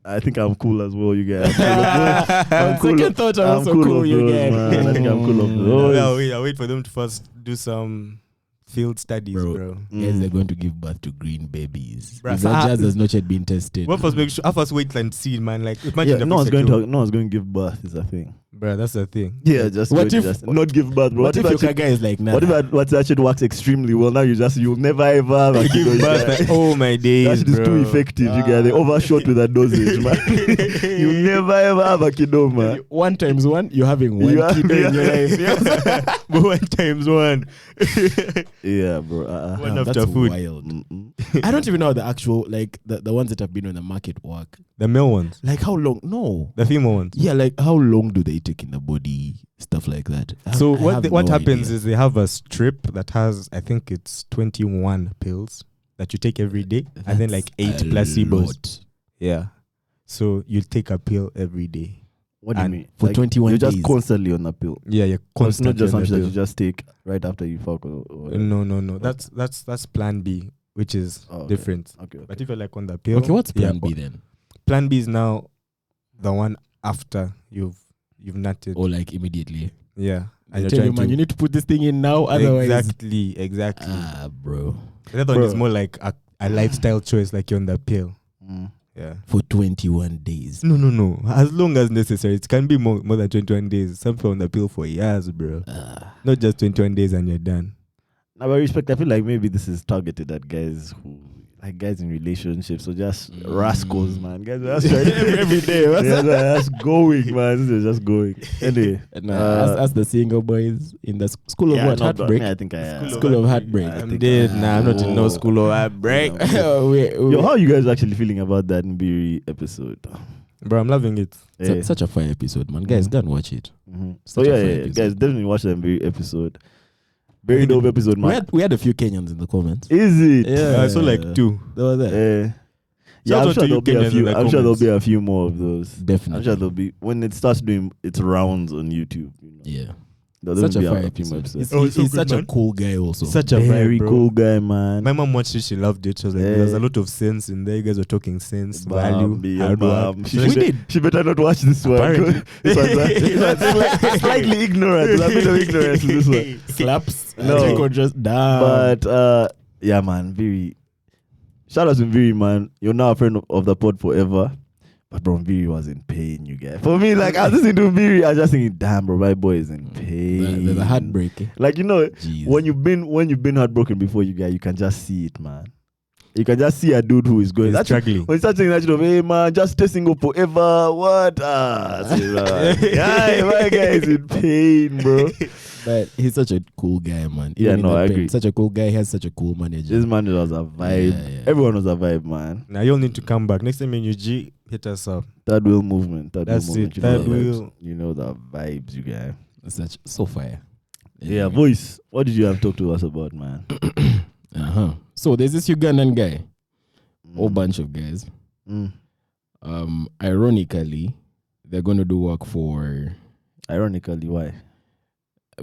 Speaker 2: I think I'm cool as well, you guys. Mm. I'm cool.
Speaker 3: Second thought, I'm,
Speaker 2: I'm
Speaker 3: also
Speaker 2: cool
Speaker 3: cool,
Speaker 2: of
Speaker 3: you
Speaker 2: those,
Speaker 3: get.
Speaker 2: man. I think I'm cool of
Speaker 3: Mm.
Speaker 2: those.
Speaker 1: No,
Speaker 2: Boys.
Speaker 1: no, wait, I wait for them to first do some field studies, bro.
Speaker 3: Bro. Yes, they're going to give birth to green babies.
Speaker 1: Bruh.
Speaker 3: Is that just has not yet been tested?
Speaker 1: What first make sure? I first wait and see, man. Like imagine
Speaker 2: Yeah,
Speaker 1: the
Speaker 2: no one's going
Speaker 1: secure-
Speaker 2: to no one's going to give birth is a thing.
Speaker 1: bro. That's the thing.
Speaker 2: Yeah, just
Speaker 3: What
Speaker 2: wait,
Speaker 3: if-
Speaker 2: just not give birth, bro?
Speaker 3: What, if
Speaker 2: that
Speaker 3: your
Speaker 2: shit-
Speaker 3: guy is like, nah?
Speaker 2: what if that, what if that shit works extremely well? Now you just you'll never ever have a kid,
Speaker 1: Give
Speaker 2: you
Speaker 1: birth,
Speaker 2: guys.
Speaker 1: like, oh my
Speaker 2: That
Speaker 1: days,
Speaker 2: shit is
Speaker 1: bro.
Speaker 2: too effective, you guys. They
Speaker 3: Ah.
Speaker 2: overshot with a dosage, man. you never ever have a kiddo, man.
Speaker 3: one times one, you're having one
Speaker 2: You are-
Speaker 3: kid in your life.
Speaker 1: but one times one,
Speaker 2: Yeah, bro. Uh,
Speaker 1: one
Speaker 3: Damn,
Speaker 1: after
Speaker 3: that's
Speaker 1: food.
Speaker 3: wild.
Speaker 2: mm
Speaker 3: I don't even know how the actual like the, the ones that have been on the market work.
Speaker 1: The male ones,
Speaker 3: Like how long? No.
Speaker 1: the female ones.
Speaker 3: Yeah, like how long do they take in the body? Stuff like that. I-
Speaker 1: So
Speaker 3: I
Speaker 1: what
Speaker 3: have
Speaker 1: they- what
Speaker 3: no
Speaker 1: happens
Speaker 3: idea.
Speaker 1: is they have a strip that has I think it's twenty one pills that you take every day, and then
Speaker 3: That's
Speaker 1: like eight
Speaker 3: a
Speaker 1: placebos.
Speaker 3: lot.
Speaker 1: Yeah. So you take a pill every day.
Speaker 2: What do you
Speaker 1: And
Speaker 2: mean?
Speaker 3: for 21
Speaker 2: You're just
Speaker 3: days.
Speaker 2: constantly on a pill.
Speaker 1: Yeah, you're
Speaker 2: So It's not
Speaker 1: constantly
Speaker 2: just
Speaker 1: on
Speaker 2: something
Speaker 1: the
Speaker 2: that you
Speaker 1: pill.
Speaker 2: just take right after you fuck. Or, or whatever.
Speaker 1: No, no, no. That's that's that's plan B, which is
Speaker 2: Oh, okay.
Speaker 1: different.
Speaker 2: Okay. okay.
Speaker 1: But if you're like on the pill,
Speaker 3: Okay, what's
Speaker 1: yeah,
Speaker 3: plan B then?
Speaker 1: Plan B is now the one after you've you've nutted.
Speaker 3: Or like immediately?
Speaker 1: Yeah,
Speaker 3: They tell you, man, you need to put this thing in now, otherwise.
Speaker 1: exactly, exactly.
Speaker 3: Ah, bro.
Speaker 1: the other one is
Speaker 2: Bro.
Speaker 1: more like a, a lifestyle choice, like you're on the pill.
Speaker 2: Mm.
Speaker 1: Yeah.
Speaker 3: For 21 days.
Speaker 1: No, no, no. As long as necessary, it can be more more than 21 days. Some people on the pill for years, bro.
Speaker 3: Ah.
Speaker 1: Not just 21 days and you're done.
Speaker 2: Now, by respect, I feel like maybe this is targeted at guys who, like guys in relationships, or just
Speaker 3: Mm.
Speaker 2: rascals, man. Guys, are just trying
Speaker 3: Every- every day,
Speaker 2: Yeah,
Speaker 3: man.
Speaker 2: they're just going, man. They're just going. Anyway,
Speaker 3: Nah,
Speaker 2: Uh,
Speaker 3: as, as the single boys in the s- school of
Speaker 2: yeah,
Speaker 3: what?
Speaker 2: no, but
Speaker 3: Heartbreak?
Speaker 2: I, mean, I uh, think I am.
Speaker 3: School of Heartbreak.
Speaker 2: I
Speaker 1: I'm
Speaker 2: think-
Speaker 1: dead. Nah, I'm not in
Speaker 2: Oh.
Speaker 1: no school of heartbreak.
Speaker 3: Wait, wait.
Speaker 2: Yo, how are you guys actually feeling about that Nbiri episode?
Speaker 1: Bro, I'm loving it.
Speaker 3: Su-
Speaker 2: Eh.
Speaker 3: Such a fire episode, man. Guys, go and watch it.
Speaker 2: Mhm. So
Speaker 3: such a
Speaker 2: yeah,
Speaker 3: fun
Speaker 2: yeah, yeah.
Speaker 3: episode.
Speaker 2: guys, definitely watch the Nbiri episode. Very dope episode,
Speaker 3: We
Speaker 2: man.
Speaker 3: had, we had a few Kenyans in the comments.
Speaker 2: Is it?
Speaker 3: Yeah.
Speaker 1: I saw like two.
Speaker 3: They were there.
Speaker 2: Eh. yeah,
Speaker 1: Shout
Speaker 2: I'm
Speaker 1: out
Speaker 2: sure
Speaker 1: to
Speaker 2: there'll
Speaker 1: you,
Speaker 2: be a
Speaker 1: Kenyans, in
Speaker 2: few.
Speaker 1: the
Speaker 2: I'm sure there'll
Speaker 1: comments.
Speaker 2: be a few more of those. I'm
Speaker 3: Definitely.
Speaker 2: sure there'll be when it starts doing its rounds on YouTube. You know,
Speaker 3: yeah.
Speaker 2: there'll
Speaker 3: Such
Speaker 2: be
Speaker 3: a fire
Speaker 2: a few more
Speaker 3: episode.
Speaker 2: episodes.
Speaker 3: He's,
Speaker 1: Oh, it's so
Speaker 3: he's
Speaker 1: good,
Speaker 3: such a
Speaker 1: man.
Speaker 3: cool guy also.
Speaker 1: Such a
Speaker 2: Very
Speaker 1: vibe, bro.
Speaker 2: cool guy, man.
Speaker 1: My mom watched it. She loved it. She was like, "There's
Speaker 2: Yeah.
Speaker 1: a lot of sense in there. You guys were talking sense,
Speaker 2: Bambi,
Speaker 1: value, hard work."
Speaker 2: Bambi. She,
Speaker 1: We
Speaker 2: better-
Speaker 1: did.
Speaker 2: She better not watch this
Speaker 1: Apparently.
Speaker 2: one. this one's like, this one's sli- slightly ignorant. There's a bit of ignorance in this one.
Speaker 3: slaps.
Speaker 2: No.
Speaker 3: Drink or just down.
Speaker 2: But uh, yeah, man, Viri. Shout out to Viri, man. You're now a friend of, of the pod forever. But bro, Viri was in pain, you guys. For me, like I was listening to Viri, I was just thinking, damn, bro, my boy is in
Speaker 3: Mm. the,
Speaker 2: pain.
Speaker 3: the, the heartbreak. eh?
Speaker 2: Like you know,
Speaker 3: Jeez.
Speaker 2: when you've been when you've been heartbroken before, you guys, you can just see it, man. You can just see a dude who is going.
Speaker 1: He's
Speaker 2: That's
Speaker 1: struggling.
Speaker 2: when you start saying that shit of hey man, just stay single forever. What? Ah, I say, "Bruh, yeah, my guy is in pain, bro.
Speaker 3: But he's such a cool guy, man.
Speaker 2: Yeah,
Speaker 3: Even in
Speaker 2: no,
Speaker 3: that
Speaker 2: I
Speaker 3: band,
Speaker 2: agree.
Speaker 3: Such a cool guy. He has such a cool manager.
Speaker 2: This man was a vibe.
Speaker 3: Yeah, yeah.
Speaker 2: Everyone was a vibe, man.
Speaker 1: Now you'll need to come back next time in UG. Hit us up.
Speaker 2: Third wheel movement. Third
Speaker 1: That's
Speaker 2: wheel
Speaker 1: it,
Speaker 2: movement. You know
Speaker 1: third
Speaker 2: the vibes.
Speaker 1: wheel.
Speaker 2: You know the vibes, you guy.
Speaker 3: such so fire.
Speaker 2: Yeah, voice. What did you have talked to us about, man?
Speaker 3: Uh huh. So there's this Ugandan guy, whole bunch of guys.
Speaker 2: Mm.
Speaker 3: Um, ironically, they're going to do work for
Speaker 2: Ironically, why?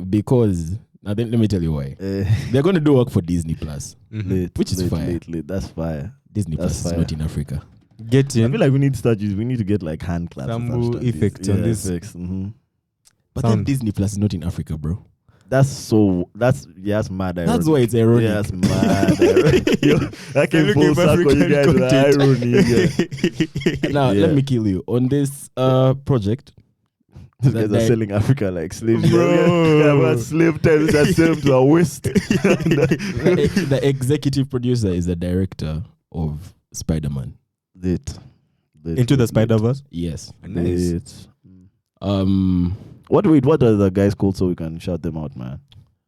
Speaker 3: because now then, let me tell you why
Speaker 2: Eh,
Speaker 3: they're going to do work for Disney Plus.
Speaker 2: late,
Speaker 3: Which is
Speaker 2: late,
Speaker 3: fire.
Speaker 2: Late, late. That's fire.
Speaker 3: Disney
Speaker 2: That's
Speaker 3: Plus is
Speaker 2: fire.
Speaker 3: not in Africa.
Speaker 1: Get
Speaker 2: I
Speaker 1: in.
Speaker 2: feel like we need statues. We need to get like hand claps. and
Speaker 1: Sambu
Speaker 2: statues.
Speaker 1: effect
Speaker 2: yeah,
Speaker 1: on this.
Speaker 2: Effects. hmm
Speaker 3: But then
Speaker 1: Sound.
Speaker 3: Disney Plus is not in Africa, bro.
Speaker 2: That's so. That's yeah. That's mad. Ironic.
Speaker 3: That's why it's ironic.
Speaker 2: Yeah, that's mad. ironic. Yo, that came
Speaker 1: looking
Speaker 2: full
Speaker 1: for
Speaker 2: circle.
Speaker 1: African
Speaker 2: You guys with the
Speaker 1: content.
Speaker 2: irony. Yeah.
Speaker 3: Now
Speaker 2: Yeah.
Speaker 3: let me kill you on this uh project.
Speaker 2: These
Speaker 3: That
Speaker 2: guys
Speaker 3: guy-
Speaker 2: are selling Africa like slaves. Yeah,
Speaker 1: Bro.
Speaker 2: Yeah, but slave times are selling to our waist.
Speaker 3: the, ex- the executive producer is the director of Spider Man.
Speaker 2: Lit. Lit,
Speaker 1: Into the
Speaker 2: lit,
Speaker 1: Spider Verse.
Speaker 3: Yes.
Speaker 2: lit,
Speaker 1: Nice.
Speaker 2: lit.
Speaker 3: Um.
Speaker 2: What wait? What are the guys called so we can shout them out, man?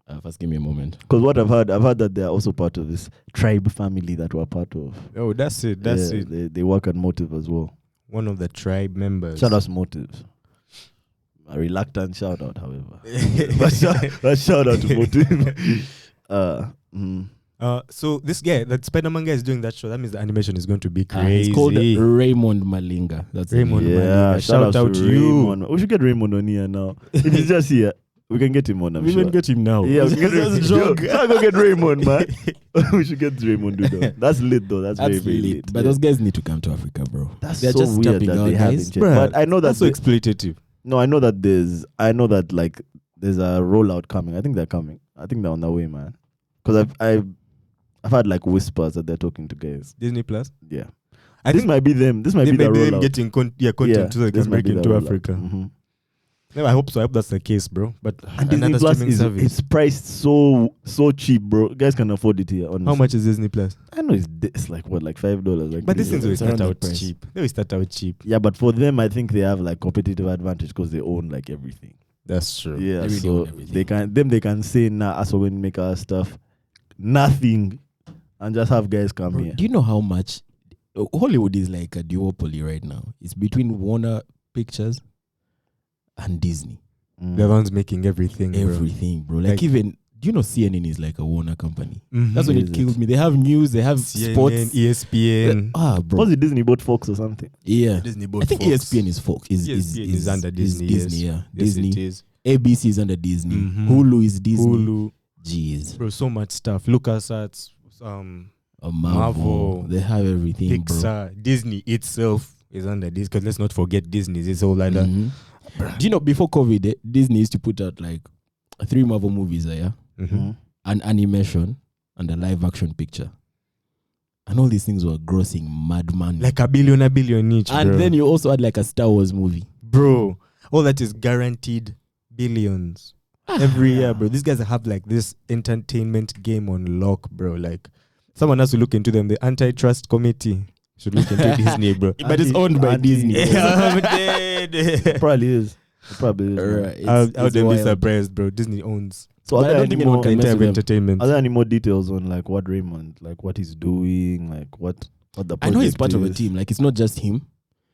Speaker 3: Uh, first, give me a moment.
Speaker 2: Because what I've heard, I've heard that they are also part of this tribe family that we're part of.
Speaker 1: Oh, that's it. That's
Speaker 2: Yeah,
Speaker 1: it.
Speaker 2: They, they work at Motive as well.
Speaker 1: One of the tribe members.
Speaker 2: Shout out to Motive. A reluctant shout out, however. but, shout, but shout out to Motive. uh, mm.
Speaker 1: Uh, so this guy, that Spider Man guy, is doing that show. That means the animation is going to be
Speaker 3: Uh,
Speaker 1: crazy.
Speaker 3: It's called Raymond Malinga. That's the
Speaker 1: Raymond
Speaker 3: name.
Speaker 1: Malinga.
Speaker 2: Yeah,
Speaker 1: Shout out to you.
Speaker 2: Raymond. We should get Raymond on here now. if he's just here, we can get him on. I'm
Speaker 3: We
Speaker 2: sure.
Speaker 3: even get him now.
Speaker 2: yeah, we
Speaker 3: It's
Speaker 2: can get
Speaker 3: just
Speaker 2: Raymond.
Speaker 3: a joke.
Speaker 2: Yo, I'll go get Raymond, man. we should get Raymond Dudo. That's lit though. That's, very,
Speaker 3: That's
Speaker 2: very
Speaker 3: lit.
Speaker 2: lit.
Speaker 3: But
Speaker 2: Yeah.
Speaker 3: those guys need to come to Africa, bro.
Speaker 2: that's
Speaker 3: they're
Speaker 2: so
Speaker 3: just
Speaker 2: weird
Speaker 3: tapping
Speaker 2: that
Speaker 3: out
Speaker 2: they
Speaker 3: guys.
Speaker 2: haven't.
Speaker 1: Bruh,
Speaker 2: But I know that
Speaker 1: That's so
Speaker 2: the-
Speaker 1: exploitative.
Speaker 2: No, I know that there's. I know that like there's a rollout coming. I think they're coming. I think they're on their way, man. Because I've I've I've had like whispers that they're talking to guys.
Speaker 1: Disney Plus.
Speaker 2: Yeah,
Speaker 1: I
Speaker 2: this
Speaker 1: think
Speaker 2: might be them. This might
Speaker 1: they
Speaker 2: be
Speaker 1: may
Speaker 2: their
Speaker 1: be them
Speaker 2: rollout.
Speaker 1: getting con- yeah,
Speaker 2: yeah,
Speaker 1: content so they
Speaker 2: this
Speaker 1: can
Speaker 2: might
Speaker 1: break
Speaker 2: be their
Speaker 1: into
Speaker 2: rollout.
Speaker 1: Africa.
Speaker 2: Mhm.
Speaker 1: No, I hope so. I hope that's the case, bro. But
Speaker 2: And
Speaker 1: another
Speaker 2: Disney Plus
Speaker 1: streaming
Speaker 2: is
Speaker 1: service.
Speaker 2: it's priced so so cheap, bro. Guys can afford it here. Honestly.
Speaker 1: How much is Disney Plus?
Speaker 2: I know it's, di- it's like what, like five dollars. Like
Speaker 1: But
Speaker 2: three
Speaker 1: these things
Speaker 2: dollars.
Speaker 1: will
Speaker 3: it's around
Speaker 1: start
Speaker 3: that
Speaker 1: out
Speaker 3: price.
Speaker 1: cheap. They will start out cheap.
Speaker 2: Yeah, but for them, I think they have like competitive advantage because they own like everything.
Speaker 1: That's true.
Speaker 2: Yeah,
Speaker 3: They really
Speaker 2: so
Speaker 3: own everything.
Speaker 2: they can them they can say nah, as when make our stuff, nothing, and just have guys come
Speaker 3: Bro,
Speaker 2: here.
Speaker 3: Do you know how much uh, Hollywood is like a duopoly right now? It's between Warner Pictures and Disney.
Speaker 2: Mm.
Speaker 1: They're the ones making everything. Bro.
Speaker 3: Everything, bro. Like,
Speaker 1: Like-
Speaker 3: even do you know CNN is like a Warner company?
Speaker 1: Mhm.
Speaker 3: That's when
Speaker 2: Is
Speaker 3: it
Speaker 2: it?
Speaker 3: killed me. They have news, they have
Speaker 1: CNN,
Speaker 3: sports.
Speaker 1: ESPN.
Speaker 3: Ah, bro.
Speaker 2: Was it Disney bought Fox or something?
Speaker 3: Yeah.
Speaker 1: Disney
Speaker 3: I think E ESPN is Fox. Is, is,
Speaker 1: ESPN is under Disney, yes.
Speaker 3: Disney, yeah.
Speaker 1: Yes, it
Speaker 3: Disney.
Speaker 1: is.
Speaker 3: ABC is under Disney.
Speaker 1: Mhm.
Speaker 3: Hulu is Disney.
Speaker 1: Hulu.
Speaker 3: Jeez.
Speaker 1: Bro, so much stuff. LucasArts, um,
Speaker 3: Uh, Marvel.
Speaker 1: Marvel.
Speaker 3: They have everything, bro.
Speaker 1: Pixar, Disney itself is under this. Because let's not forget Disney is all under.
Speaker 3: Mhm. Do you know before COVID, eh, Disney used to put out like three Marvel movies, eh, yeah?
Speaker 1: Mhm.
Speaker 2: Mm.
Speaker 3: an animation and a live action picture. And all these things were grossing mad money.
Speaker 1: Like a billion, a billion each.
Speaker 3: and
Speaker 1: bro.
Speaker 3: then you also had like a Star Wars movie.
Speaker 1: bro, all that is guaranteed billions
Speaker 3: Ah.
Speaker 1: every year, bro. These guys have like this entertainment game on lock, bro. Like someone has to look into them. The antitrust committee should look into Disney, bro.
Speaker 3: But it's owned by
Speaker 2: Andy-
Speaker 3: Disney.
Speaker 2: Yeah.
Speaker 1: I'm dead.
Speaker 2: It probably is. It probably is. man.
Speaker 3: Alright, it's-
Speaker 1: I
Speaker 3: it's
Speaker 1: I wouldn't be
Speaker 3: wild.
Speaker 1: surprised, bro. Disney owns
Speaker 2: So
Speaker 3: But
Speaker 2: are
Speaker 3: I
Speaker 2: there,
Speaker 3: don't
Speaker 2: any
Speaker 3: think anyone
Speaker 2: more,
Speaker 1: the
Speaker 3: can mess
Speaker 1: entire
Speaker 3: with them.
Speaker 1: entertainment.
Speaker 2: are there any more details on like what Raymond, like what he's doing, like what what the
Speaker 3: I know he's
Speaker 2: project
Speaker 3: part of a
Speaker 2: is?
Speaker 3: team. Like it's not just him.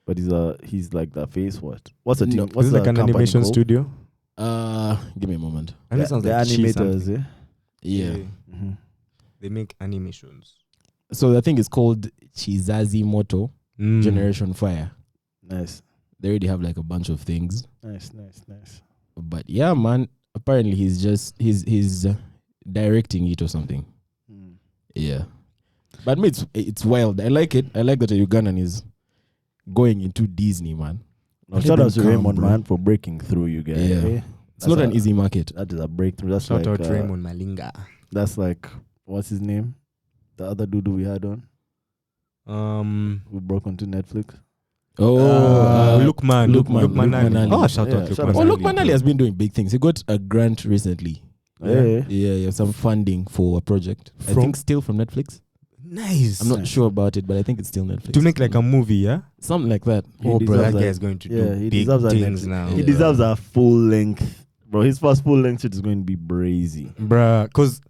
Speaker 2: but he's a he's like the face. What? What's the team?
Speaker 3: No.
Speaker 1: Is
Speaker 2: What's
Speaker 1: it
Speaker 2: the
Speaker 1: like an
Speaker 2: company
Speaker 1: animation
Speaker 2: called?
Speaker 1: studio?
Speaker 3: Uh give me a moment.
Speaker 1: I know it sounds
Speaker 2: the
Speaker 1: like she something.
Speaker 2: animators, yeah.
Speaker 3: Yeah.
Speaker 2: Mhm.
Speaker 1: They make animations.
Speaker 3: So the thing is called Chizazi Moto
Speaker 1: Mm.
Speaker 3: Generation Fire.
Speaker 2: Nice,
Speaker 3: They already have like a bunch of things.
Speaker 2: nice, nice, nice.
Speaker 3: But yeah, man, apparently he's just he's he's uh, directing it or something.
Speaker 2: Mm.
Speaker 3: Yeah. But me, it's it's wild. I like it. I like that a Ugandan is going into Disney, man.
Speaker 2: Now,
Speaker 3: Let
Speaker 2: shout
Speaker 3: them
Speaker 2: out to
Speaker 3: come,
Speaker 2: Raymond
Speaker 3: bro.
Speaker 2: man for breaking through, you guys.
Speaker 3: Yeah.
Speaker 2: eh?
Speaker 3: It's not
Speaker 2: That's
Speaker 3: an
Speaker 2: a-
Speaker 3: easy market.
Speaker 2: That is a breakthrough. That's
Speaker 1: Shout
Speaker 2: like
Speaker 1: out
Speaker 2: uh,
Speaker 1: Raymond Malinga.
Speaker 2: That's like what's his name, the other dude we had on
Speaker 1: Um,
Speaker 2: who broke onto Netflix.
Speaker 3: Oh,
Speaker 1: uh,
Speaker 3: uh,
Speaker 1: Lukman,
Speaker 3: Lukman,
Speaker 1: Lukman, Lukman,
Speaker 3: Lukman
Speaker 1: Ali.
Speaker 3: Ali.
Speaker 1: Oh, shout out
Speaker 2: Yeah,
Speaker 1: Lukman
Speaker 2: shout out.
Speaker 3: oh,
Speaker 1: Ali.
Speaker 3: look, Manali has been doing big things. He got a grant recently.
Speaker 1: Yeah.
Speaker 2: Yeah.
Speaker 3: Yeah, yeah, some funding for a project. I
Speaker 1: From-
Speaker 3: think still from Netflix.
Speaker 1: Nice.
Speaker 3: I'm not sure about it, but I think it's still Netflix.
Speaker 1: to make like a movie, yeah.
Speaker 3: something like that.
Speaker 2: He Oh, bro,
Speaker 1: that
Speaker 2: deserves
Speaker 1: guy
Speaker 2: that.
Speaker 1: is going to do
Speaker 2: Yeah, he
Speaker 1: big
Speaker 2: deserves that
Speaker 1: things
Speaker 2: Netflix.
Speaker 1: now,
Speaker 2: He
Speaker 3: Yeah.
Speaker 2: deserves a full length, bro. His first full length shit is going to be brazy.
Speaker 1: Bruh, Because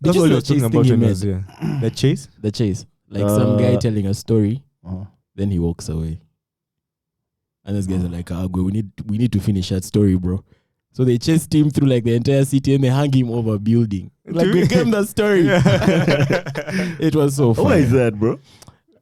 Speaker 1: that's
Speaker 3: you
Speaker 1: all
Speaker 3: see
Speaker 1: you're
Speaker 3: the chase
Speaker 1: talking
Speaker 3: thing
Speaker 1: about
Speaker 3: he
Speaker 1: when he
Speaker 3: made?
Speaker 1: was here. The chase.
Speaker 3: The chase, like some guy
Speaker 2: Uh,
Speaker 3: telling a story,
Speaker 2: Uh-huh.
Speaker 3: then he walks away. And those guys are like, "Ah, we need we need to finish that story, bro." So they chased him through like the entire city and they hung him over a building. Like
Speaker 1: Do
Speaker 3: we
Speaker 1: we-
Speaker 3: gave him the story. it was so
Speaker 2: Why
Speaker 3: funny.
Speaker 2: is that, Oh bro?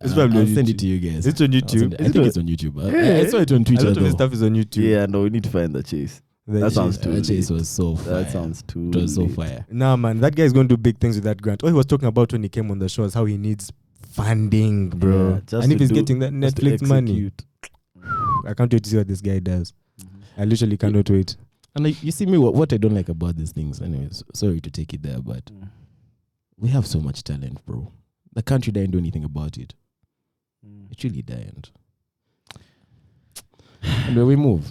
Speaker 1: It's
Speaker 3: Uh,
Speaker 1: probably
Speaker 3: I'll
Speaker 1: on
Speaker 3: send it
Speaker 1: YouTube.
Speaker 3: to you guys.
Speaker 1: It's on
Speaker 3: I'll send
Speaker 1: YouTube.
Speaker 3: it- I
Speaker 2: Is it
Speaker 3: think
Speaker 2: on-
Speaker 3: it's on YouTube. I- I,
Speaker 2: Yeah.
Speaker 3: saw it on
Speaker 1: A
Speaker 3: Twitter
Speaker 1: lot of
Speaker 3: though.
Speaker 1: this stuff is on YouTube.
Speaker 2: Yeah, no, we need to find the chase.
Speaker 1: The-
Speaker 2: that sounds
Speaker 1: yeah.
Speaker 2: too
Speaker 3: That chase
Speaker 2: late.
Speaker 3: was so fire.
Speaker 2: That sounds too.
Speaker 3: It was so
Speaker 2: late.
Speaker 3: fire.
Speaker 1: Nah, man, that guy is going to do big things with that grant. All he was talking about when he came on the show is how he needs funding, bro.
Speaker 2: Yeah, just
Speaker 1: and if
Speaker 2: to
Speaker 1: he's
Speaker 2: do-
Speaker 1: getting that
Speaker 2: Just to
Speaker 1: Netflix money,
Speaker 2: execute.
Speaker 1: I can't wait to see what this guy does.
Speaker 2: Mm-hmm.
Speaker 1: I literally cannot wait.
Speaker 3: And like, you see me what, what I don't like about these things. Anyways, sorry to take it there, but we have so much talent, bro. The country didn't do anything about it. It really didn't. And when we move,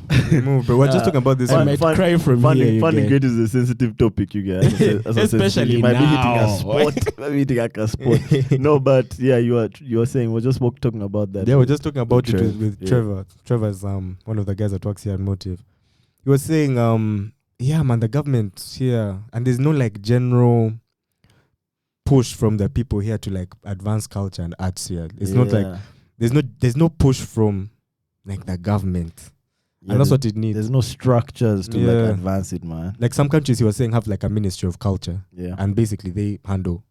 Speaker 1: Move, bro. We're just
Speaker 2: Uh,
Speaker 1: talking about this.
Speaker 3: I
Speaker 2: Fun-
Speaker 1: one.
Speaker 3: might
Speaker 2: fun-
Speaker 3: cry from here.
Speaker 2: Funding,
Speaker 3: you
Speaker 2: funding
Speaker 3: guys.
Speaker 2: grade is a sensitive topic, you guys. As I- as I said,
Speaker 3: Especially
Speaker 2: it might
Speaker 3: now.
Speaker 2: be hitting a spot. might be hitting like a spot. no, but yeah, you are you were saying we're just walk, talking about that.
Speaker 1: Yeah, we're just talking about it
Speaker 2: Trev,
Speaker 1: with, with
Speaker 2: yeah.
Speaker 1: Trevor. Trevor's um one of the guys that works here at Motive. He was saying, um, yeah, man, the government here, and there's no like general push from the people here to like advance culture and arts here. It's not like
Speaker 2: Yeah.
Speaker 1: there's no there's no push from like the government,
Speaker 2: Yeah,
Speaker 1: and that's
Speaker 2: there's-
Speaker 1: what it needs.
Speaker 2: There's no structures to
Speaker 1: Yeah.
Speaker 2: like advance it, man.
Speaker 1: Like some countries, he was saying, have like a ministry of culture,
Speaker 2: Yeah,
Speaker 1: and basically they handle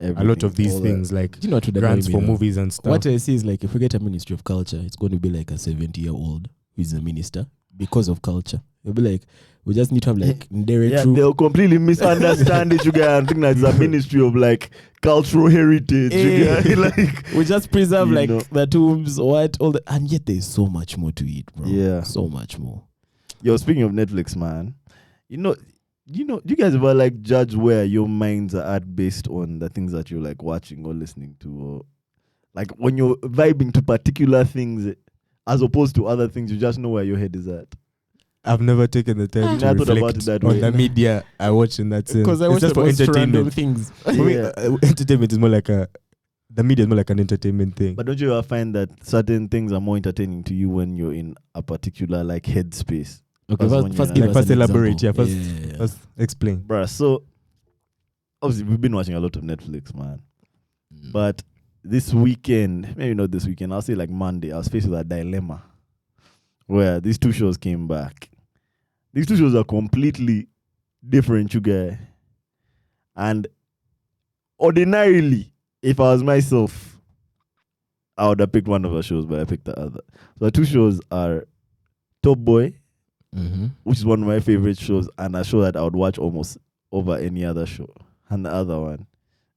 Speaker 1: a lot
Speaker 2: everything,
Speaker 1: of these
Speaker 2: all that.
Speaker 1: things, like
Speaker 3: Do you know what would annoy
Speaker 1: grants
Speaker 3: me
Speaker 1: for
Speaker 3: though?
Speaker 1: movies and stuff.
Speaker 3: What I see is like if we get a ministry of culture, it's going to be like a seventy year old who is a minister because of culture. They'll be like, we just need to have like Ndere
Speaker 2: Yeah,
Speaker 3: troop.
Speaker 2: they'll completely misunderstand it, you guys. and think that it's a ministry of like cultural heritage. You
Speaker 3: Eh.
Speaker 2: guys. like,
Speaker 3: We just preserve
Speaker 2: You
Speaker 3: like
Speaker 2: know.
Speaker 3: the tombs, what all the and yet there's so much more to it, bro.
Speaker 2: Yeah.
Speaker 3: So much more.
Speaker 2: yo, speaking of Netflix, man, you know, you know, you guys ever like judge where your minds are at based on the things that you're like watching or listening to, or like when you're vibing to particular things eh, as opposed to other things, you just know where your head is at.
Speaker 1: I've never taken the time to
Speaker 2: never Ah, thought
Speaker 1: reflect
Speaker 2: about it that
Speaker 1: on
Speaker 2: way.
Speaker 1: the media I watch in that sense.
Speaker 3: Because
Speaker 1: It's
Speaker 3: I watch
Speaker 1: just
Speaker 3: the
Speaker 1: for
Speaker 3: most random
Speaker 1: entertainment.
Speaker 3: things.
Speaker 1: For me,
Speaker 2: Yeah.
Speaker 1: uh, entertainment is more like a the media is more like an entertainment thing.
Speaker 2: But don't you ever find that certain things are more entertaining to you when you're in a particular like headspace?
Speaker 3: Okay,
Speaker 2: That's
Speaker 3: first,
Speaker 2: when you
Speaker 3: first
Speaker 2: know.
Speaker 3: give
Speaker 1: Like,
Speaker 3: us
Speaker 1: first
Speaker 3: an
Speaker 1: elaborate,
Speaker 3: example.
Speaker 1: yeah, first-
Speaker 3: yeah, yeah.
Speaker 1: Let's explain.
Speaker 2: Bruh, so obviously we've been watching a lot of Netflix, man.
Speaker 3: Mm.
Speaker 2: But this weekend, maybe not this weekend, I'll say like Monday, I was faced with a dilemma where these two shows came back. These two shows are completely different, you guys. And ordinarily, if I was myself, I would have picked one of the shows, but I picked the other. So the two shows are Top Boy,
Speaker 3: Mhm.
Speaker 2: which is one of my favorite shows and a show that I would watch almost over any other show. And the other one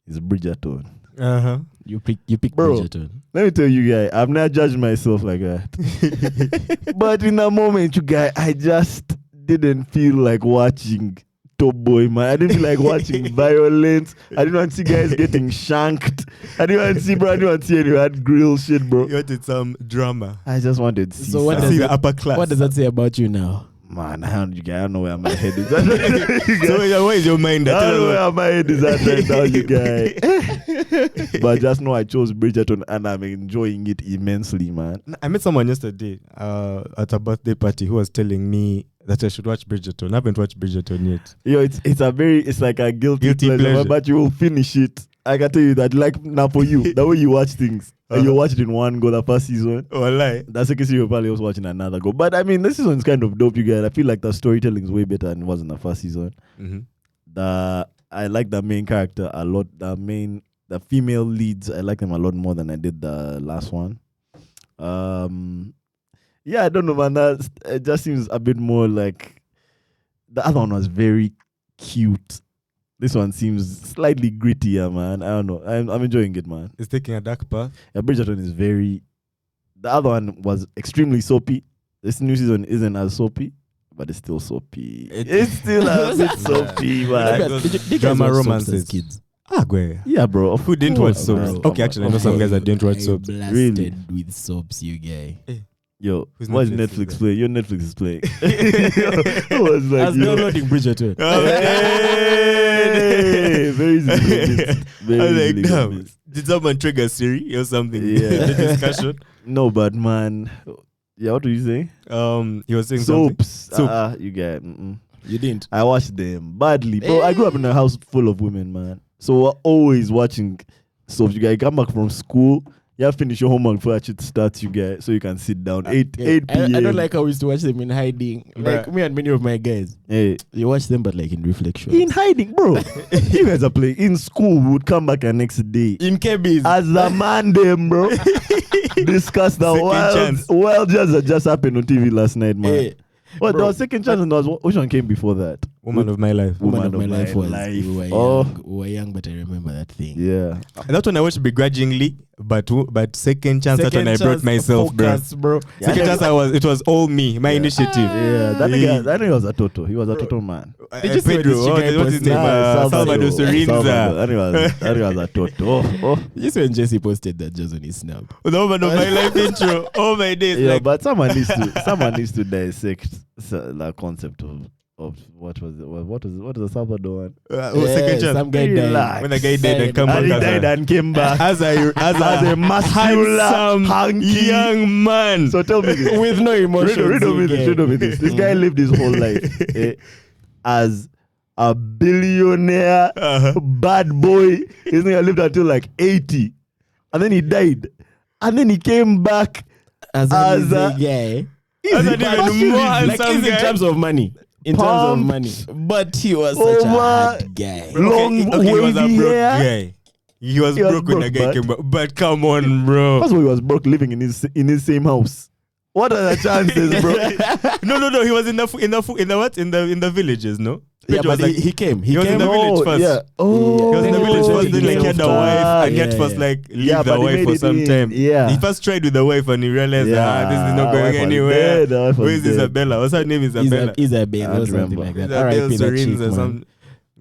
Speaker 2: is Bridgerton.
Speaker 1: Uh huh.
Speaker 3: you pick you pick
Speaker 2: Bro.
Speaker 3: Bridgerton.
Speaker 2: Let me tell you guys, I've not judged myself like that. but in that moment, you guys, I just didn't feel like watching Top Boy, man. I didn't feel like watching violence. I didn't want to see guys getting shanked. I didn't want to see, bro. I didn't want to see anyone grill shit, bro.
Speaker 1: You wanted some drama.
Speaker 2: I just wanted to see.
Speaker 3: So what
Speaker 1: I
Speaker 3: does
Speaker 1: see
Speaker 2: something.
Speaker 3: it-
Speaker 1: the upper class.
Speaker 3: What does that say about you now?
Speaker 2: Man, I don't, you guys, I don't know where my head is. I don't
Speaker 1: so where where is your mind?
Speaker 2: I
Speaker 1: at?
Speaker 2: don't know where my head is at right now, you guy. but just know I chose Bridgerton and I'm enjoying it immensely, man.
Speaker 1: N- I met someone yesterday uh, at a birthday party who was telling me that I should watch Bridgerton. I haven't watched Bridgerton yet.
Speaker 2: Yo, it's it's a very it's like a guilty,
Speaker 1: Guilty
Speaker 2: pleasure,
Speaker 1: pleasure.
Speaker 2: but you will finish it. I can tell you that, like now for you, the way you watch things, and you
Speaker 1: Uh-huh.
Speaker 2: watch it in one go the first season.
Speaker 1: Oh, a lie.
Speaker 2: The second season you're probably also watching another go. But I mean, this season is kind of dope, you guys. I feel like the storytelling is way better than it was in the first season.
Speaker 1: Mm-hmm.
Speaker 2: the I like the main character a lot. The main the female leads I like them a lot more than I did the last one. Um, yeah, I don't know, man. That it just seems a bit more like the other one was very cute. This one seems slightly grittier, man. I don't know. I'm I'm enjoying it, man.
Speaker 1: It's taking a dark path.
Speaker 2: Yeah, Bridgerton is very. The other one was extremely soapy. This new season isn't as soapy, but it's still soapy.
Speaker 1: It-
Speaker 2: it's still a bit soapy,
Speaker 1: Like
Speaker 2: man.
Speaker 3: Look at-
Speaker 1: Uh, those
Speaker 3: did you- did you guys
Speaker 1: drama
Speaker 3: watch Soaps
Speaker 1: romances.
Speaker 3: as kids.
Speaker 1: Ah, gwe.
Speaker 2: Yeah, bro. Of
Speaker 1: Who didn't
Speaker 2: Oh,
Speaker 1: watch
Speaker 2: come
Speaker 1: soaps?
Speaker 2: on,
Speaker 1: Okay,
Speaker 2: come
Speaker 1: actually, I
Speaker 2: on.
Speaker 1: know some guys that didn't watch
Speaker 3: I
Speaker 1: soaps.
Speaker 3: blasted
Speaker 2: Really?
Speaker 3: with soaps, you guy.
Speaker 2: Yo,
Speaker 1: Whose
Speaker 2: why is
Speaker 1: Netflix is
Speaker 2: Netflix
Speaker 1: that?
Speaker 2: playing? Your Netflix is playing. I was
Speaker 3: I
Speaker 2: like,
Speaker 3: was
Speaker 2: yo.
Speaker 3: downloading Bridgerton.
Speaker 1: Oh,
Speaker 2: Hey, very easily convinced. Very
Speaker 1: I was like,
Speaker 2: easily
Speaker 1: damn,
Speaker 2: convinced.
Speaker 1: did someone trigger Siri or something?
Speaker 2: Yeah.
Speaker 1: the discussion.
Speaker 2: No, but man. Yeah, what do you say?
Speaker 1: Um, he was saying something.
Speaker 2: Soaps.
Speaker 1: Soap.
Speaker 2: Uh, you get. Mm-mm.
Speaker 3: You didn't.
Speaker 2: I watched them badly, bro. I grew up in a house full of women, man. So we're always watching soaps. You guys come back from school, You have to finish your homework before that shit starts, you guys, so you can sit
Speaker 1: Uh,
Speaker 2: down. 8
Speaker 3: Yeah,
Speaker 2: 8
Speaker 3: I,
Speaker 2: p.m.
Speaker 3: I don't like how we used to watch them in hiding. Like
Speaker 1: Bruh.
Speaker 3: me and many of my guys,
Speaker 2: hey.
Speaker 3: you watch them, but like in reflection.
Speaker 2: In hiding, bro. you guys are playing. In school, we would come back the next day.
Speaker 3: in KBs.
Speaker 2: As a man, them, bro. Discuss the
Speaker 1: Second
Speaker 2: wild,
Speaker 1: chance.
Speaker 2: wild jazz that just happened on TV last night, man.
Speaker 3: Eh,
Speaker 2: Well, there
Speaker 3: Bro.
Speaker 2: was second chance, and there was which one came before that?
Speaker 1: Woman of my life.
Speaker 2: Woman
Speaker 3: Woman of
Speaker 2: of
Speaker 3: my
Speaker 2: my
Speaker 3: life was
Speaker 2: life.
Speaker 3: We, were
Speaker 2: Oh.
Speaker 3: young, we were young, but I remember that thing.
Speaker 2: Yeah,
Speaker 1: And That one I watched begrudgingly, but w- but second chance that one I brought
Speaker 3: Chance
Speaker 1: myself, bro.
Speaker 3: focus, bro.
Speaker 2: Yeah,
Speaker 1: Second
Speaker 2: I
Speaker 1: chance I was it was all me, my initiative.
Speaker 2: yeah. That nigga, that nigga was a toto. He was a toto man.
Speaker 1: Uh,
Speaker 3: Did you see what
Speaker 1: Pedro,
Speaker 3: this
Speaker 1: what,
Speaker 3: chicken
Speaker 1: what's his
Speaker 3: posted?
Speaker 1: name? Uh, Salvador Sorinza.
Speaker 2: That nigga was, that nigga was a toto. Oh.
Speaker 3: Just when Jesse posted that just on his snap.
Speaker 1: The woman of my life intro. Oh my days.
Speaker 2: Yeah,
Speaker 1: like,
Speaker 2: but someone needs to someone needs to dissect s- the concept of of what was it? What was what was the Salvador one?
Speaker 1: uh, oh, second
Speaker 3: Yeah,
Speaker 1: chance.
Speaker 3: Some guy
Speaker 2: Relax.
Speaker 3: died.
Speaker 1: when the guy
Speaker 3: Sorry,
Speaker 1: dead and come
Speaker 2: and he
Speaker 1: back
Speaker 2: died
Speaker 1: as
Speaker 2: and came
Speaker 1: a,
Speaker 2: back
Speaker 1: as a,
Speaker 2: as a
Speaker 1: as
Speaker 2: muscular,
Speaker 1: handsome
Speaker 2: hunky
Speaker 1: a young man.
Speaker 2: So tell me this.
Speaker 3: With no
Speaker 2: read,
Speaker 3: emotions.
Speaker 2: read on with this.
Speaker 3: again.
Speaker 2: Read on with this. This guy lived his whole life eh, as a billionaire
Speaker 1: Uh-huh.
Speaker 2: bad boy. This nigga lived until like 80. And then he died. And then he came back.
Speaker 3: As,
Speaker 2: As
Speaker 3: a,
Speaker 2: a-
Speaker 3: yeah.
Speaker 1: As an
Speaker 2: Easy,
Speaker 1: even
Speaker 2: easy.
Speaker 1: more
Speaker 3: Like
Speaker 1: handsome
Speaker 3: he's in
Speaker 1: guy.
Speaker 3: terms of money. In terms
Speaker 2: Pumped
Speaker 3: of money. But he was such a
Speaker 2: over-
Speaker 3: hard guy.
Speaker 2: long
Speaker 1: okay, he was a
Speaker 2: wavy
Speaker 1: broke
Speaker 2: hair.
Speaker 1: guy. He was
Speaker 2: He was
Speaker 1: broke when the
Speaker 2: broke,
Speaker 1: guy
Speaker 2: but-
Speaker 1: came back. But come on, bro.
Speaker 2: That's why he was broke living in his in his same house. What are the chances, bro?
Speaker 1: no, no, no. He was in the fu- in the fu- in the what in the in the villages. No, Pedro
Speaker 3: Yeah, but
Speaker 1: was like,
Speaker 3: he, he came. He
Speaker 1: he was in
Speaker 3: came.
Speaker 1: the village first.
Speaker 2: Yeah. Oh,
Speaker 1: He was in the village first, then like he had a
Speaker 3: Yeah.
Speaker 1: wife, and he had to
Speaker 3: Yeah,
Speaker 1: first
Speaker 3: yeah.
Speaker 1: like leave
Speaker 2: Yeah, but
Speaker 1: the
Speaker 2: he
Speaker 1: wife
Speaker 2: made
Speaker 1: for
Speaker 2: it
Speaker 1: some
Speaker 2: in.
Speaker 1: time.
Speaker 2: Yeah.
Speaker 1: He first tried with the wife and he realized ah, this is
Speaker 2: Yeah,
Speaker 1: not
Speaker 2: wife
Speaker 1: going
Speaker 2: was
Speaker 1: anywhere.
Speaker 2: dead, the wife
Speaker 1: Who
Speaker 2: was
Speaker 1: is
Speaker 2: dead.
Speaker 1: Isabella? What's her name? Isabella.
Speaker 3: Isabel, Isabel
Speaker 2: I
Speaker 3: or something
Speaker 2: remember.
Speaker 3: like that.
Speaker 1: Isabel
Speaker 3: R.I.P. that chick,
Speaker 1: Sorins or
Speaker 3: man.
Speaker 1: something.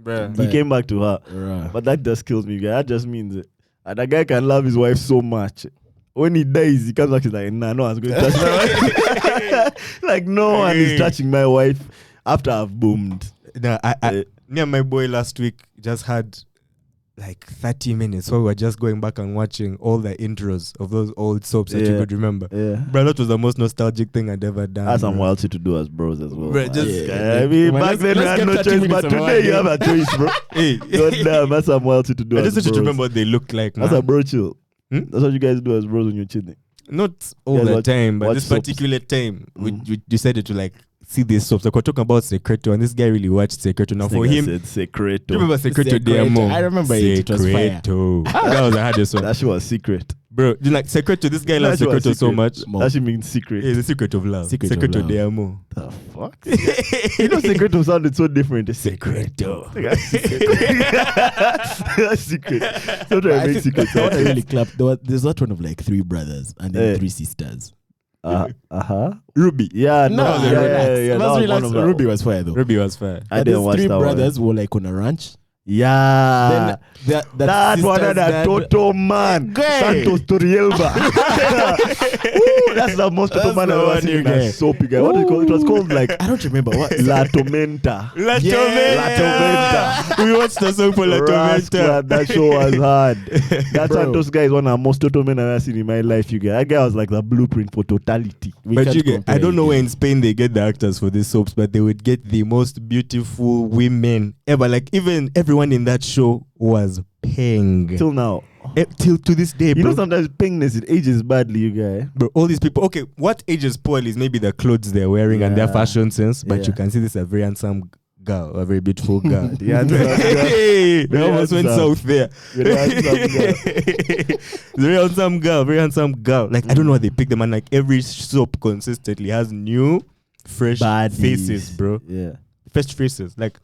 Speaker 1: Bruh.
Speaker 2: He came back to her.
Speaker 3: Bruh.
Speaker 2: But that just kills me, guy. That just means it. And that guy can love his wife so much. When he dies, he comes back, he's like, nah, no one's going to touch my wife. like, no one is touching my wife after I've boomed.
Speaker 1: Nah, I, I,
Speaker 2: Eh.
Speaker 1: me and my boy last week just had like 30 minutes where we were just going back and watching all the intros of those old soaps that you
Speaker 2: Yeah.
Speaker 1: could remember.
Speaker 2: Yeah.
Speaker 1: Bro, that was the most nostalgic thing I'd ever done.
Speaker 2: That's some
Speaker 1: bro.
Speaker 2: wild shit to do as bros as well.
Speaker 1: Bro,
Speaker 2: man.
Speaker 1: just-
Speaker 2: yeah, I mean,
Speaker 3: Come on,
Speaker 2: back
Speaker 3: let's-
Speaker 2: then we
Speaker 3: let's
Speaker 2: had
Speaker 3: get
Speaker 2: no
Speaker 3: 30
Speaker 2: choice,
Speaker 3: minutes
Speaker 2: but
Speaker 3: of our
Speaker 2: today you
Speaker 3: day.
Speaker 2: have a choice, bro.
Speaker 1: Hey.
Speaker 2: God damn, that's some wild shit to do
Speaker 1: I
Speaker 2: as
Speaker 1: just need to
Speaker 2: bros.
Speaker 1: remember what they looked like.
Speaker 2: That's
Speaker 1: man.
Speaker 2: a bro chill.
Speaker 1: Hmm?
Speaker 2: That's what you guys do as bros when you're chilling.
Speaker 1: Not all
Speaker 2: Yeah,
Speaker 1: the
Speaker 2: watch-
Speaker 1: time, but
Speaker 2: watch
Speaker 1: this
Speaker 2: soaps.
Speaker 1: particular time, we,
Speaker 2: Mm.
Speaker 1: we decided to like see these soaps. Like we're talking about Secreto, and this guy really watched Secreto. Now for him,
Speaker 2: said secret.
Speaker 1: do you remember Secreto,
Speaker 3: Secreto.
Speaker 1: DMO?
Speaker 3: I remember it. It was fire.
Speaker 1: Secreto. that was the hardest one,
Speaker 2: That shit was secret.
Speaker 1: bro. You like Secreto? This guy loves
Speaker 2: That shit was
Speaker 1: Secreto so
Speaker 2: secret.
Speaker 1: much.
Speaker 3: Mom.
Speaker 2: That shit means secret.
Speaker 1: It's the secret of love.
Speaker 3: Secret of
Speaker 1: Secreto
Speaker 3: love.
Speaker 1: DMO.
Speaker 2: the fuck? you know, Secreto sounded so different.
Speaker 1: Secreto.
Speaker 2: That's secret. Sometimes I
Speaker 3: I
Speaker 2: make
Speaker 3: think the
Speaker 2: secret.
Speaker 3: one I really
Speaker 2: sounds-
Speaker 3: clapped. There was, there's that one of like three brothers and then
Speaker 2: Eh.
Speaker 3: three sisters.
Speaker 2: Uh uh huh.
Speaker 1: Ruby.
Speaker 2: Yeah, no,
Speaker 1: was
Speaker 2: yeah,
Speaker 1: a
Speaker 2: yeah,
Speaker 1: relax.
Speaker 2: yeah, yeah. That
Speaker 3: Let's
Speaker 2: was one
Speaker 3: relax.
Speaker 2: of the-
Speaker 3: Ruby was fire though.
Speaker 1: Ruby was fire.
Speaker 2: I
Speaker 3: And
Speaker 2: didn't
Speaker 3: these
Speaker 2: watch
Speaker 3: three
Speaker 2: that
Speaker 3: brothers
Speaker 2: one.
Speaker 3: were like on a ranch.
Speaker 2: Yeah.
Speaker 3: then the, the
Speaker 2: that one
Speaker 3: sisters
Speaker 2: had a
Speaker 3: died.
Speaker 2: Toto man.
Speaker 3: Great.
Speaker 2: Santos Torielba. Ooh, that's the most Toto
Speaker 3: That's
Speaker 2: man
Speaker 3: the
Speaker 2: I've
Speaker 3: one
Speaker 2: ever seen
Speaker 3: you
Speaker 2: in a
Speaker 3: get.
Speaker 2: soap. you guys. What do you call it? It was called like
Speaker 3: I don't remember what.
Speaker 2: La Tormenta.
Speaker 1: La
Speaker 3: Yeah,
Speaker 2: La
Speaker 1: Tormenta. we watched the song for La
Speaker 2: Rascal,
Speaker 1: Tormenta.
Speaker 2: that show was hard. That
Speaker 3: Bro.
Speaker 2: Santos guy is one of the most total men I've ever seen in my life. You guys, that guy was like the blueprint for totality.
Speaker 3: We
Speaker 1: but
Speaker 3: can't
Speaker 1: you get, I
Speaker 3: compare,
Speaker 1: don't
Speaker 3: you
Speaker 1: know where
Speaker 3: get.
Speaker 1: in Spain they get the actors for these soaps, but they would get the most beautiful women ever. Like even everyone in that show was paying till,
Speaker 2: Till now,
Speaker 1: till to this day,
Speaker 2: you
Speaker 1: bro.
Speaker 2: know sometimes pingness it ages badly. You guys,
Speaker 1: Bro, all these people. Okay, what ages poorly is maybe the clothes they're wearing and their
Speaker 2: Yeah.
Speaker 1: fashion sense, but
Speaker 2: Yeah.
Speaker 1: you can see this is a very handsome girl, a very beautiful girl.
Speaker 2: The handsome girl.
Speaker 1: Hey, they
Speaker 2: Very
Speaker 1: almost went
Speaker 2: handsome.
Speaker 1: south there.
Speaker 2: Very handsome girl.
Speaker 1: very handsome girl, very handsome girl. Like I don't know why they pick them, and like every soap consistently has new, fresh faces, bro.
Speaker 2: Yeah.
Speaker 1: Fresh faces. Like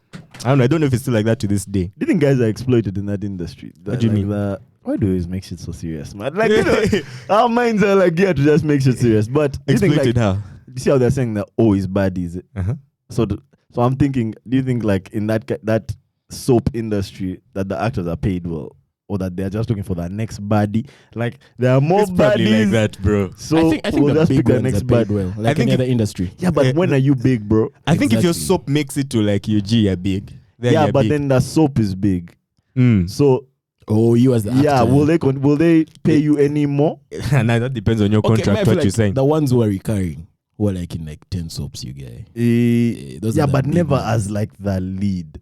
Speaker 1: I don't know. I don't know if it's still like that to this day.
Speaker 2: Do you think guys are exploited in that industry? That,
Speaker 1: What do you
Speaker 2: like
Speaker 1: mean?
Speaker 2: That, why do you always make shit so serious, man? Like, you know, our minds are like, yeah, to just make shit serious. But you think,
Speaker 1: Exploited
Speaker 2: like,
Speaker 1: how?
Speaker 2: you see how they're saying that, oh, it's bad, is it?
Speaker 1: Uh-huh.
Speaker 2: So, th- so I'm thinking, do you think like in that ca- that soap industry that the actors are paid well, or that they're just looking for the next body? Like there are more
Speaker 1: It's probably
Speaker 2: bodies,
Speaker 1: like that, bro.
Speaker 2: so
Speaker 3: I think, I think
Speaker 2: we'll
Speaker 3: the
Speaker 2: just
Speaker 3: big
Speaker 2: pick the
Speaker 3: ones
Speaker 2: next
Speaker 3: are paid
Speaker 2: body.
Speaker 3: well, like
Speaker 1: think
Speaker 3: any
Speaker 1: if-
Speaker 3: other industry.
Speaker 2: Yeah, but
Speaker 1: Eh,
Speaker 2: when are you big, bro?
Speaker 1: I think if your
Speaker 3: Exactly.
Speaker 1: soap makes it to like UG, you're big. Then
Speaker 2: yeah,
Speaker 1: you're
Speaker 2: but
Speaker 1: big.
Speaker 2: then the soap is big.
Speaker 1: Mm.
Speaker 2: So
Speaker 3: Oh, you as the actor.
Speaker 2: yeah, will they con- will they
Speaker 3: Eh,
Speaker 2: pay you any more?
Speaker 1: nah, that depends on your
Speaker 3: Okay,
Speaker 1: contract,
Speaker 3: but I feel
Speaker 1: what
Speaker 3: like
Speaker 1: you're saying.
Speaker 3: The ones who are recurring, who are like in like ten soaps, you guys.
Speaker 2: Eh,
Speaker 3: those
Speaker 2: yeah,
Speaker 3: are the
Speaker 2: but
Speaker 3: big
Speaker 2: never
Speaker 3: ones.
Speaker 2: as like the lead.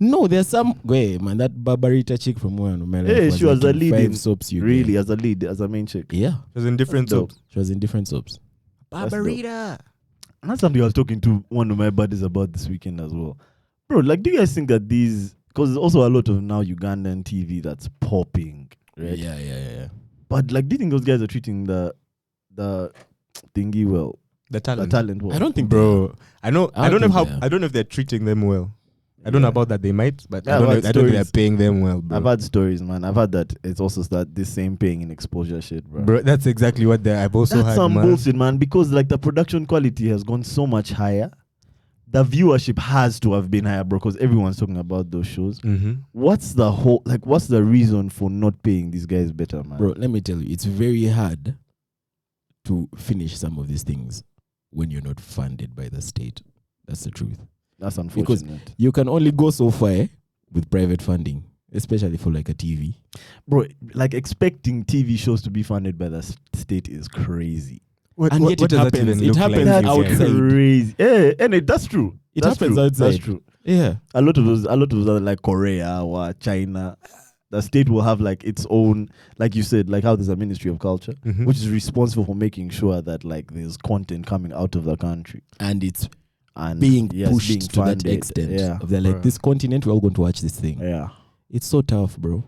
Speaker 3: No, there's some way, man. That Barbarita chick from where Numela
Speaker 2: Hey, she was a lead in-
Speaker 3: five soaps. You
Speaker 2: Really, as a lead, as a main chick.
Speaker 3: Yeah,
Speaker 1: It was in different
Speaker 2: Dope.
Speaker 1: soaps.
Speaker 3: she was in different soaps.
Speaker 2: That's dope. And that's something I was talking to one of my buddies about this weekend as well. Bro, like, do you guys think that these, because there's also a lot of now Ugandan TV that's popping, right?
Speaker 3: Yeah, yeah, yeah, yeah.
Speaker 2: But, like, do you think those guys are treating the the thingy well,
Speaker 1: The
Speaker 2: the
Speaker 1: talent.
Speaker 2: talent well?
Speaker 3: I don't think, bro.
Speaker 1: Bro, I know.
Speaker 3: I
Speaker 1: I don't
Speaker 3: don't
Speaker 1: know how.
Speaker 3: think they are.
Speaker 1: I don't know if they're treating them well. I don't know
Speaker 2: Yeah.
Speaker 1: about that. They might, but
Speaker 2: Yeah,
Speaker 1: I don't
Speaker 2: but
Speaker 1: know. I don't think they're
Speaker 2: stories-
Speaker 1: paying them well, bro.
Speaker 2: I've had stories, man. I've had that. It's also that this same paying in exposure shit, bro.
Speaker 1: bro, that's exactly what they. I've also
Speaker 2: That's
Speaker 1: had.
Speaker 2: some
Speaker 1: man.
Speaker 2: bullshit, man. Because like the production quality has gone so much higher, the viewership has to have been higher, bro. Because everyone's talking about those shows.
Speaker 1: Mhm.
Speaker 2: What's the whole like? What's the reason for not paying these guys better, man?
Speaker 3: Bro, let me tell you, it's very hard to finish some of these things when you're not funded by the state. That's the truth.
Speaker 2: that's unfortunate,
Speaker 3: You can only go so far eh, with private funding, especially for like a TV.
Speaker 2: bro. Like expecting TV shows to be funded by the s- state is crazy.
Speaker 1: What,
Speaker 3: And
Speaker 1: what-
Speaker 3: yet it
Speaker 1: what does that
Speaker 3: happens-
Speaker 1: even
Speaker 3: it
Speaker 1: look
Speaker 3: happens
Speaker 1: like?
Speaker 2: That's
Speaker 1: these
Speaker 3: out
Speaker 1: days?
Speaker 3: there. Outside.
Speaker 2: crazy. Yeah, and it, that's true.
Speaker 3: It
Speaker 2: That's
Speaker 3: happens
Speaker 2: true. That's
Speaker 3: outside.
Speaker 2: true.
Speaker 3: Yeah.
Speaker 2: a lot of those a lot of those are like Korea or China. The state will have like its own, like you said, like how there's a Ministry of Culture,
Speaker 3: Hmm?
Speaker 1: Mhm.
Speaker 2: which is responsible for making sure that like there's content coming out of the country
Speaker 3: And it's
Speaker 2: and
Speaker 3: being
Speaker 2: yes,
Speaker 3: pushed
Speaker 2: being
Speaker 3: to that
Speaker 2: funded.
Speaker 3: extent.
Speaker 2: Yeah,
Speaker 3: Of they're like,
Speaker 1: Bruh.
Speaker 3: this continent, we're all going to watch this thing.
Speaker 2: yeah.
Speaker 3: It's so tough, bro.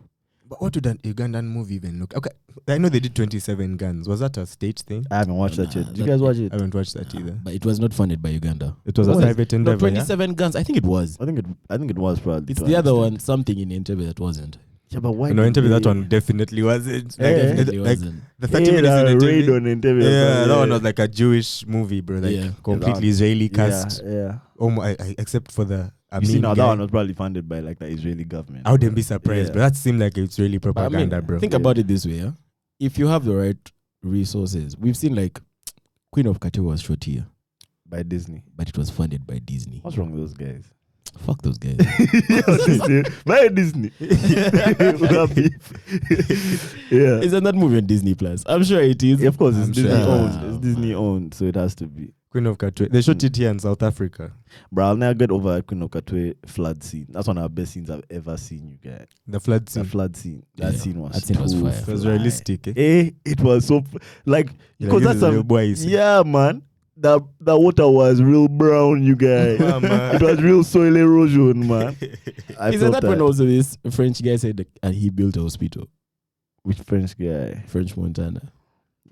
Speaker 1: But what would an Ugandan movie even look? Okay, I know they did Twenty Seven Guns. Was that a stage thing?
Speaker 2: I haven't watched that
Speaker 3: Nah,
Speaker 2: yet. Do you
Speaker 3: that-
Speaker 2: guys watch it?
Speaker 1: I haven't watched that either.
Speaker 3: But it was not funded by Uganda.
Speaker 1: It was a
Speaker 3: What is-
Speaker 1: private
Speaker 3: No,
Speaker 1: endeavor. yeah?
Speaker 3: 27 guns. I think it was.
Speaker 2: I think it. I think it was probably.
Speaker 3: It's
Speaker 2: to
Speaker 3: the
Speaker 2: an
Speaker 3: other
Speaker 2: extent.
Speaker 3: one, something in Entebbe that wasn't.
Speaker 2: Yeah, but why?
Speaker 1: No,
Speaker 2: did
Speaker 1: interview that
Speaker 2: they-
Speaker 1: one definitely wasn't. Like,
Speaker 2: Yeah.
Speaker 1: it-
Speaker 3: Definitely
Speaker 1: like
Speaker 3: wasn't.
Speaker 1: the
Speaker 2: Yeah,
Speaker 1: thirty minutes
Speaker 2: that
Speaker 1: in
Speaker 2: raid
Speaker 1: interview.
Speaker 2: on interview.
Speaker 1: Yeah, that one was like a Jewish movie, bro. Like
Speaker 3: Yeah.
Speaker 1: completely Israeli cast.
Speaker 2: Yeah, yeah.
Speaker 1: Oh my, I- except for the. I
Speaker 2: You see,
Speaker 1: mean,
Speaker 2: now that one was probably funded by like the Israeli government.
Speaker 1: I wouldn't be surprised,
Speaker 2: Yeah.
Speaker 1: but that seemed like it's really
Speaker 3: But I mean,
Speaker 1: propaganda, bro.
Speaker 3: Think
Speaker 2: Yeah.
Speaker 3: about it this way, yeah? If you have the right resources, we've seen like Queen of Kate was shot here,
Speaker 2: by Disney.
Speaker 3: but it was funded by Disney.
Speaker 2: What's wrong with those guys?
Speaker 3: Fuck those guys.
Speaker 2: Buy Disney. yeah.
Speaker 3: Isn't that movie on Disney Plus? I'm sure it is.
Speaker 2: of course, it's
Speaker 1: I'm
Speaker 2: Disney
Speaker 1: sure.
Speaker 2: owned. It's
Speaker 3: Yeah.
Speaker 2: Disney owned, so it has to be.
Speaker 1: Queen of Katwe. They shot it here in South Africa.
Speaker 2: Bro, I'll never get over Queen of Katwe flood scene. That's one of the best scenes I've ever seen, you guys.
Speaker 1: The flood
Speaker 2: The
Speaker 1: scene.
Speaker 2: flood scene. That
Speaker 3: Yeah.
Speaker 2: scene was
Speaker 3: That scene was
Speaker 2: too
Speaker 3: fire.
Speaker 1: It was
Speaker 2: fly.
Speaker 1: realistic. Eh?
Speaker 2: Eh, it was so f- like
Speaker 1: Like,
Speaker 2: because
Speaker 1: this
Speaker 2: that's
Speaker 1: is real
Speaker 2: a
Speaker 1: boy, you see.
Speaker 2: yeah, man. The the water was real brown, you guys.
Speaker 1: Yeah, man.
Speaker 2: it was real soil erosion, man. I
Speaker 3: Isn't
Speaker 2: felt
Speaker 3: that when also this French guy said that uh, he built a hospital?
Speaker 2: Which French guy?
Speaker 3: French Montana.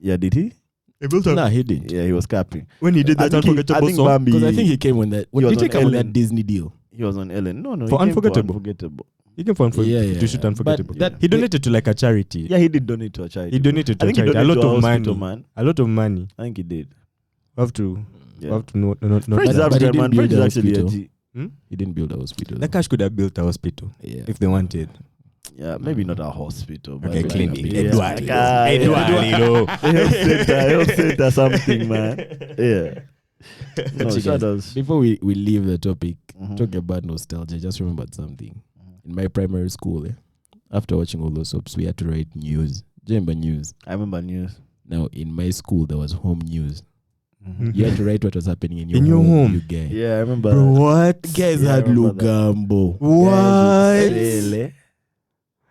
Speaker 2: Yeah, did he?
Speaker 1: They built up-
Speaker 3: Nah, he didn't.
Speaker 2: Yeah, he was capping.
Speaker 1: When he did that
Speaker 2: I think, he, I
Speaker 1: unforgettable
Speaker 2: think
Speaker 1: song,
Speaker 2: Bambi.
Speaker 3: Because I think he came on that.
Speaker 2: was
Speaker 3: did he
Speaker 2: on
Speaker 3: come on
Speaker 2: Ellen.
Speaker 3: that Disney deal?
Speaker 2: He was on Ellen. No, no.
Speaker 1: For
Speaker 2: he came
Speaker 1: Unforgettable.
Speaker 2: Unforgettable.
Speaker 1: he came for unforgettable.
Speaker 3: Yeah, yeah,
Speaker 1: to shoot
Speaker 3: yeah.
Speaker 1: unforgettable.
Speaker 3: But that-
Speaker 1: he donated to like a charity.
Speaker 2: Yeah, he did donate to a charity.
Speaker 1: He donated
Speaker 2: I
Speaker 1: to a
Speaker 2: think he
Speaker 1: charity. A
Speaker 2: donated
Speaker 1: lot
Speaker 2: to a
Speaker 1: of
Speaker 2: hospital,
Speaker 1: money.
Speaker 2: man.
Speaker 1: A lot of money.
Speaker 2: I think he did.
Speaker 1: We have to. we
Speaker 2: Yeah.
Speaker 1: Have to know. No, no,
Speaker 2: French is
Speaker 3: but he
Speaker 2: African,
Speaker 3: didn't
Speaker 2: man.
Speaker 3: build
Speaker 2: French is
Speaker 3: the
Speaker 2: actually a
Speaker 3: hospital.
Speaker 2: G.
Speaker 3: He didn't build a hospital.
Speaker 1: the cash could have built a hospital
Speaker 3: yeah.
Speaker 1: if they wanted.
Speaker 2: Yeah, maybe not a hospital, but
Speaker 1: Okay,
Speaker 2: like
Speaker 1: clinic.
Speaker 2: a-
Speaker 1: Eduardo.
Speaker 2: Yeah, like uh, a-
Speaker 1: Eduardo.
Speaker 2: a Health center, health center, something, man. Yeah. No,
Speaker 3: you
Speaker 2: shut
Speaker 3: guys-
Speaker 2: us.
Speaker 3: Before we, we leave the topic,
Speaker 2: Mhm.
Speaker 3: talking about nostalgia, I just remembered something.
Speaker 2: Mm-hmm.
Speaker 3: In my primary school, eh, after watching all those soaps, we had to write news. Do you remember news?
Speaker 2: I remember news.
Speaker 3: Now, in my school, there was home news. You had to write what was happening in your,
Speaker 1: In your home.
Speaker 3: You guy.
Speaker 2: Mm-hmm. Yeah, I remember.
Speaker 1: Mm-hmm. Bro, what?
Speaker 3: Guys uh,
Speaker 2: Yeah, I
Speaker 3: had
Speaker 2: remember
Speaker 3: Lugambo.
Speaker 2: that.
Speaker 1: What?
Speaker 2: Really?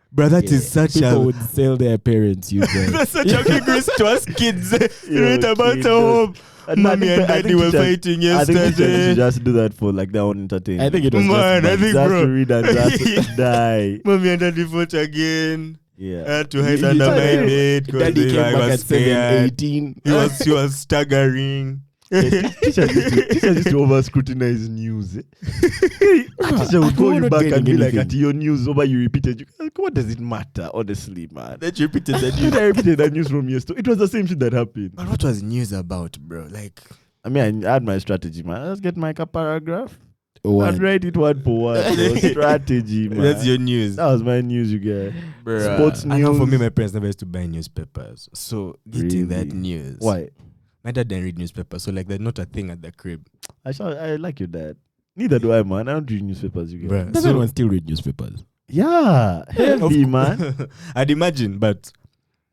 Speaker 1: Bro, that is
Speaker 3: Yeah.
Speaker 1: such
Speaker 3: People
Speaker 1: a.
Speaker 3: would sell their parents, you guys.
Speaker 1: That's such a big risk to us kids.
Speaker 2: Yo,
Speaker 1: Read about
Speaker 2: kid,
Speaker 1: a home.
Speaker 2: And I
Speaker 1: Mommy
Speaker 2: think-
Speaker 1: and
Speaker 2: I think
Speaker 1: daddy were
Speaker 2: teachers-
Speaker 1: fighting
Speaker 2: I think teachers should
Speaker 1: yesterday.
Speaker 2: just do that for like their own entertainment.
Speaker 3: I think it was
Speaker 1: Man, I
Speaker 3: just bad.
Speaker 1: think,
Speaker 2: just
Speaker 1: bro.
Speaker 2: to read and just die.
Speaker 1: Mommy and daddy fought again. I
Speaker 2: Yeah.
Speaker 1: had to hide
Speaker 3: You-
Speaker 1: under
Speaker 3: you-
Speaker 1: my bed because
Speaker 3: Daddy came
Speaker 1: I
Speaker 3: back at
Speaker 1: was
Speaker 3: 7,
Speaker 1: scared.
Speaker 3: 18.
Speaker 1: He was, he was staggering.
Speaker 2: teachers, used to, teachers used to over scrutinize news. eh. teacher would call
Speaker 3: We're
Speaker 2: you
Speaker 3: not
Speaker 2: back and
Speaker 3: getting
Speaker 2: be like, at
Speaker 3: anything.
Speaker 2: your news over, you repeated. You, like, what does it matter, honestly, man?
Speaker 1: Let's repeat it
Speaker 2: Dude, I repeated that news from yesterday. It was the same shit that happened.
Speaker 1: But what was news about, bro? Like,
Speaker 2: I mean, I had my strategy, man. Let's get my ka- paragraph.
Speaker 3: What?
Speaker 2: I'd write it word for word. bro. strategy, man.
Speaker 1: that's your news.
Speaker 2: that was my news, you guys.
Speaker 1: Bruh.
Speaker 2: Sports
Speaker 1: I know for me,
Speaker 2: news.
Speaker 1: my parents never used to buy newspapers. So getting that
Speaker 2: Really?
Speaker 1: news.
Speaker 2: Why?
Speaker 1: My dad didn't read newspapers, so like they're not a thing at the crib.
Speaker 2: I shall, I like your dad. Neither do I, man. I don't read newspapers, you guys.
Speaker 1: Bruh.
Speaker 3: Does
Speaker 1: So-
Speaker 3: anyone still read newspapers?
Speaker 2: Yeah,
Speaker 1: Of
Speaker 2: heavy,
Speaker 1: cou-
Speaker 2: man.
Speaker 1: I'd imagine, but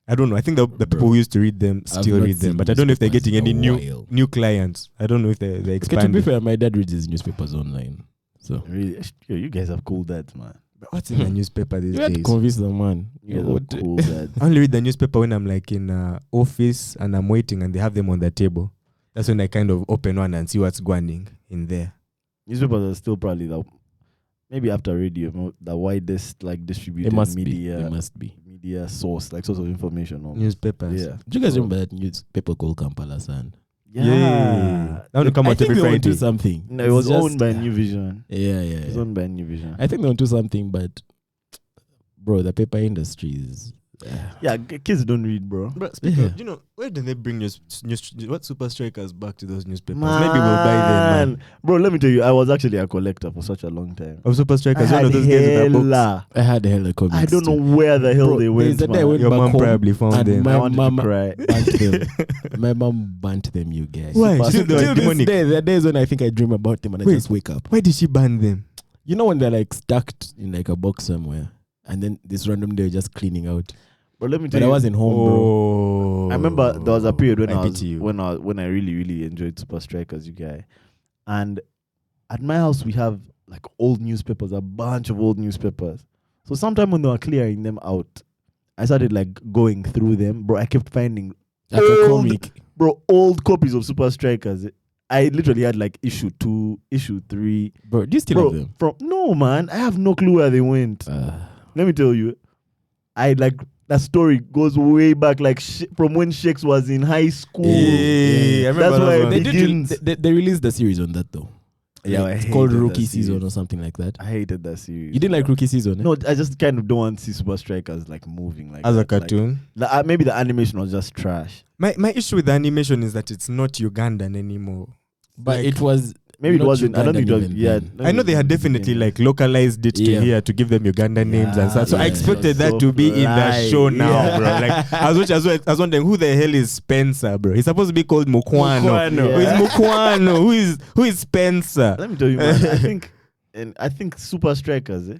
Speaker 1: I don't know. I think the, the
Speaker 3: Bro.
Speaker 1: people who used to read them
Speaker 3: I've
Speaker 1: still
Speaker 3: not
Speaker 1: read them,
Speaker 3: seen
Speaker 1: but I don't know if they're
Speaker 3: newspapers
Speaker 1: getting
Speaker 3: in a
Speaker 1: any new
Speaker 3: while.
Speaker 1: new clients. I don't know if they're, they're
Speaker 3: Okay, to be
Speaker 1: expanding.
Speaker 3: fair, my dad reads his newspapers online. So
Speaker 2: Really, yo, you guys have cool dads, man.
Speaker 1: But what's in the newspaper these
Speaker 3: you had to
Speaker 1: days?
Speaker 3: convince the man.
Speaker 2: You guys
Speaker 3: What-
Speaker 2: are cool dads.
Speaker 1: I only read the newspaper when I'm like in uh, office and I'm waiting and they have them on the table. That's when I kind of open one and see what's going in there.
Speaker 2: Newspapers are still probably the maybe after radio mo- the widest like
Speaker 3: It
Speaker 2: distributed
Speaker 3: must be.
Speaker 2: media
Speaker 3: It must be.
Speaker 2: media source like source of information. almost.
Speaker 1: Newspapers.
Speaker 2: Yeah.
Speaker 3: Do you guys remember that newspaper called Kampala Sun?
Speaker 1: Yeah. That would come
Speaker 3: I
Speaker 1: out
Speaker 3: think
Speaker 1: every
Speaker 3: they were onto
Speaker 1: Friday.
Speaker 3: something.
Speaker 2: No, it
Speaker 3: It's
Speaker 2: was
Speaker 3: just-
Speaker 2: owned by New Vision.
Speaker 3: Yeah,
Speaker 2: It
Speaker 3: yeah.
Speaker 2: was
Speaker 3: yeah.
Speaker 2: owned by New Vision.
Speaker 3: I think they're onto something, but bro, the paper industry is.
Speaker 2: Yeah, g- kids don't read, bro.
Speaker 1: But
Speaker 3: speaking of-
Speaker 1: you know, where did they bring news, news, what super strikers back to those newspapers?
Speaker 2: Man.
Speaker 1: Maybe we'll buy them. Man.
Speaker 2: Bro, let me tell you, I was actually a collector for such a long time.
Speaker 1: Of super
Speaker 2: I
Speaker 1: strikers, one
Speaker 2: had
Speaker 1: of those guys with a box.
Speaker 2: hella-
Speaker 3: I had a hella comics.
Speaker 2: I don't
Speaker 3: too.
Speaker 2: know where the hell
Speaker 3: Bro,
Speaker 2: they
Speaker 3: there's
Speaker 2: went.
Speaker 3: a day I
Speaker 2: man.
Speaker 3: went
Speaker 1: Your
Speaker 3: back
Speaker 1: mom
Speaker 3: home
Speaker 1: probably found
Speaker 3: and
Speaker 1: them.
Speaker 3: my
Speaker 2: I wanted
Speaker 3: mama
Speaker 2: to cry.
Speaker 3: burnt them. My mom burnt them, you guys.
Speaker 1: Why? She
Speaker 3: Super-
Speaker 1: said they were
Speaker 3: Till this
Speaker 1: demonic.
Speaker 3: day, there are days when I think I dream about them and I
Speaker 1: Wait.
Speaker 3: just wake up.
Speaker 1: Why did she ban them?
Speaker 3: You know when they're like stacked in like a box somewhere, and then this random day you're just cleaning out.
Speaker 2: But let me tell
Speaker 3: But I
Speaker 2: you,
Speaker 3: wasn't home, bro.
Speaker 1: Oh,
Speaker 2: I remember there was a period when I,
Speaker 1: pity
Speaker 2: was
Speaker 1: you.
Speaker 2: when I when I really really enjoyed Super Strikers, you guy. And at my house we have like old newspapers, a bunch of old newspapers. So sometime when they were clearing them out, I started like going through them, bro. I kept finding
Speaker 3: Like a
Speaker 2: Old.
Speaker 3: comic.
Speaker 2: bro old copies of Super Strikers. I literally had like issue two, issue three.
Speaker 3: Bro, do you still
Speaker 2: Bro,
Speaker 3: have them? Uh,
Speaker 2: from no man, I have no clue where they went. Let me tell you, I like that story goes way back, like sh- from when Shakes was in high school.
Speaker 1: Yeah, I remember
Speaker 2: That's
Speaker 1: that
Speaker 2: why
Speaker 1: one.
Speaker 3: they,
Speaker 2: it
Speaker 3: did re-
Speaker 2: begins.
Speaker 3: they, they- they released the series on that though.
Speaker 2: Yeah, I
Speaker 3: Like, it's called
Speaker 2: hated that
Speaker 3: Rookie
Speaker 2: series.
Speaker 3: Season or something like that.
Speaker 2: I hated that series.
Speaker 3: You didn't like
Speaker 2: bro.
Speaker 3: Rookie Season? eh?
Speaker 2: No, I just kind of don't want to see Super Strikers like moving like
Speaker 1: as a
Speaker 2: that. Like,
Speaker 1: cartoon.
Speaker 2: the- uh, maybe the animation was just trash.
Speaker 1: My my issue with the animation is that it's not Ugandan anymore.
Speaker 3: but
Speaker 1: like-
Speaker 3: it was.
Speaker 2: Maybe
Speaker 3: Not
Speaker 2: it wasn't. I don't think it was.
Speaker 3: Ugandan
Speaker 2: Yeah,
Speaker 3: even
Speaker 1: I know they had definitely like localized it to
Speaker 3: Yeah.
Speaker 1: here to give them Ugandan names and stuff. So I
Speaker 3: yeah.
Speaker 1: expected
Speaker 2: So
Speaker 1: that to be in the
Speaker 2: fly.
Speaker 1: show now,
Speaker 2: Yeah.
Speaker 1: bro. Like I was, watching, I, was, I was wondering who the hell is Spencer, bro. He's supposed to be called Mukwano.
Speaker 2: Mukwano.
Speaker 1: Who is
Speaker 2: Yeah.
Speaker 1: Mukwano? who is who is Spencer?
Speaker 2: Let me tell you, man. I think, and I think Super Strikers, eh,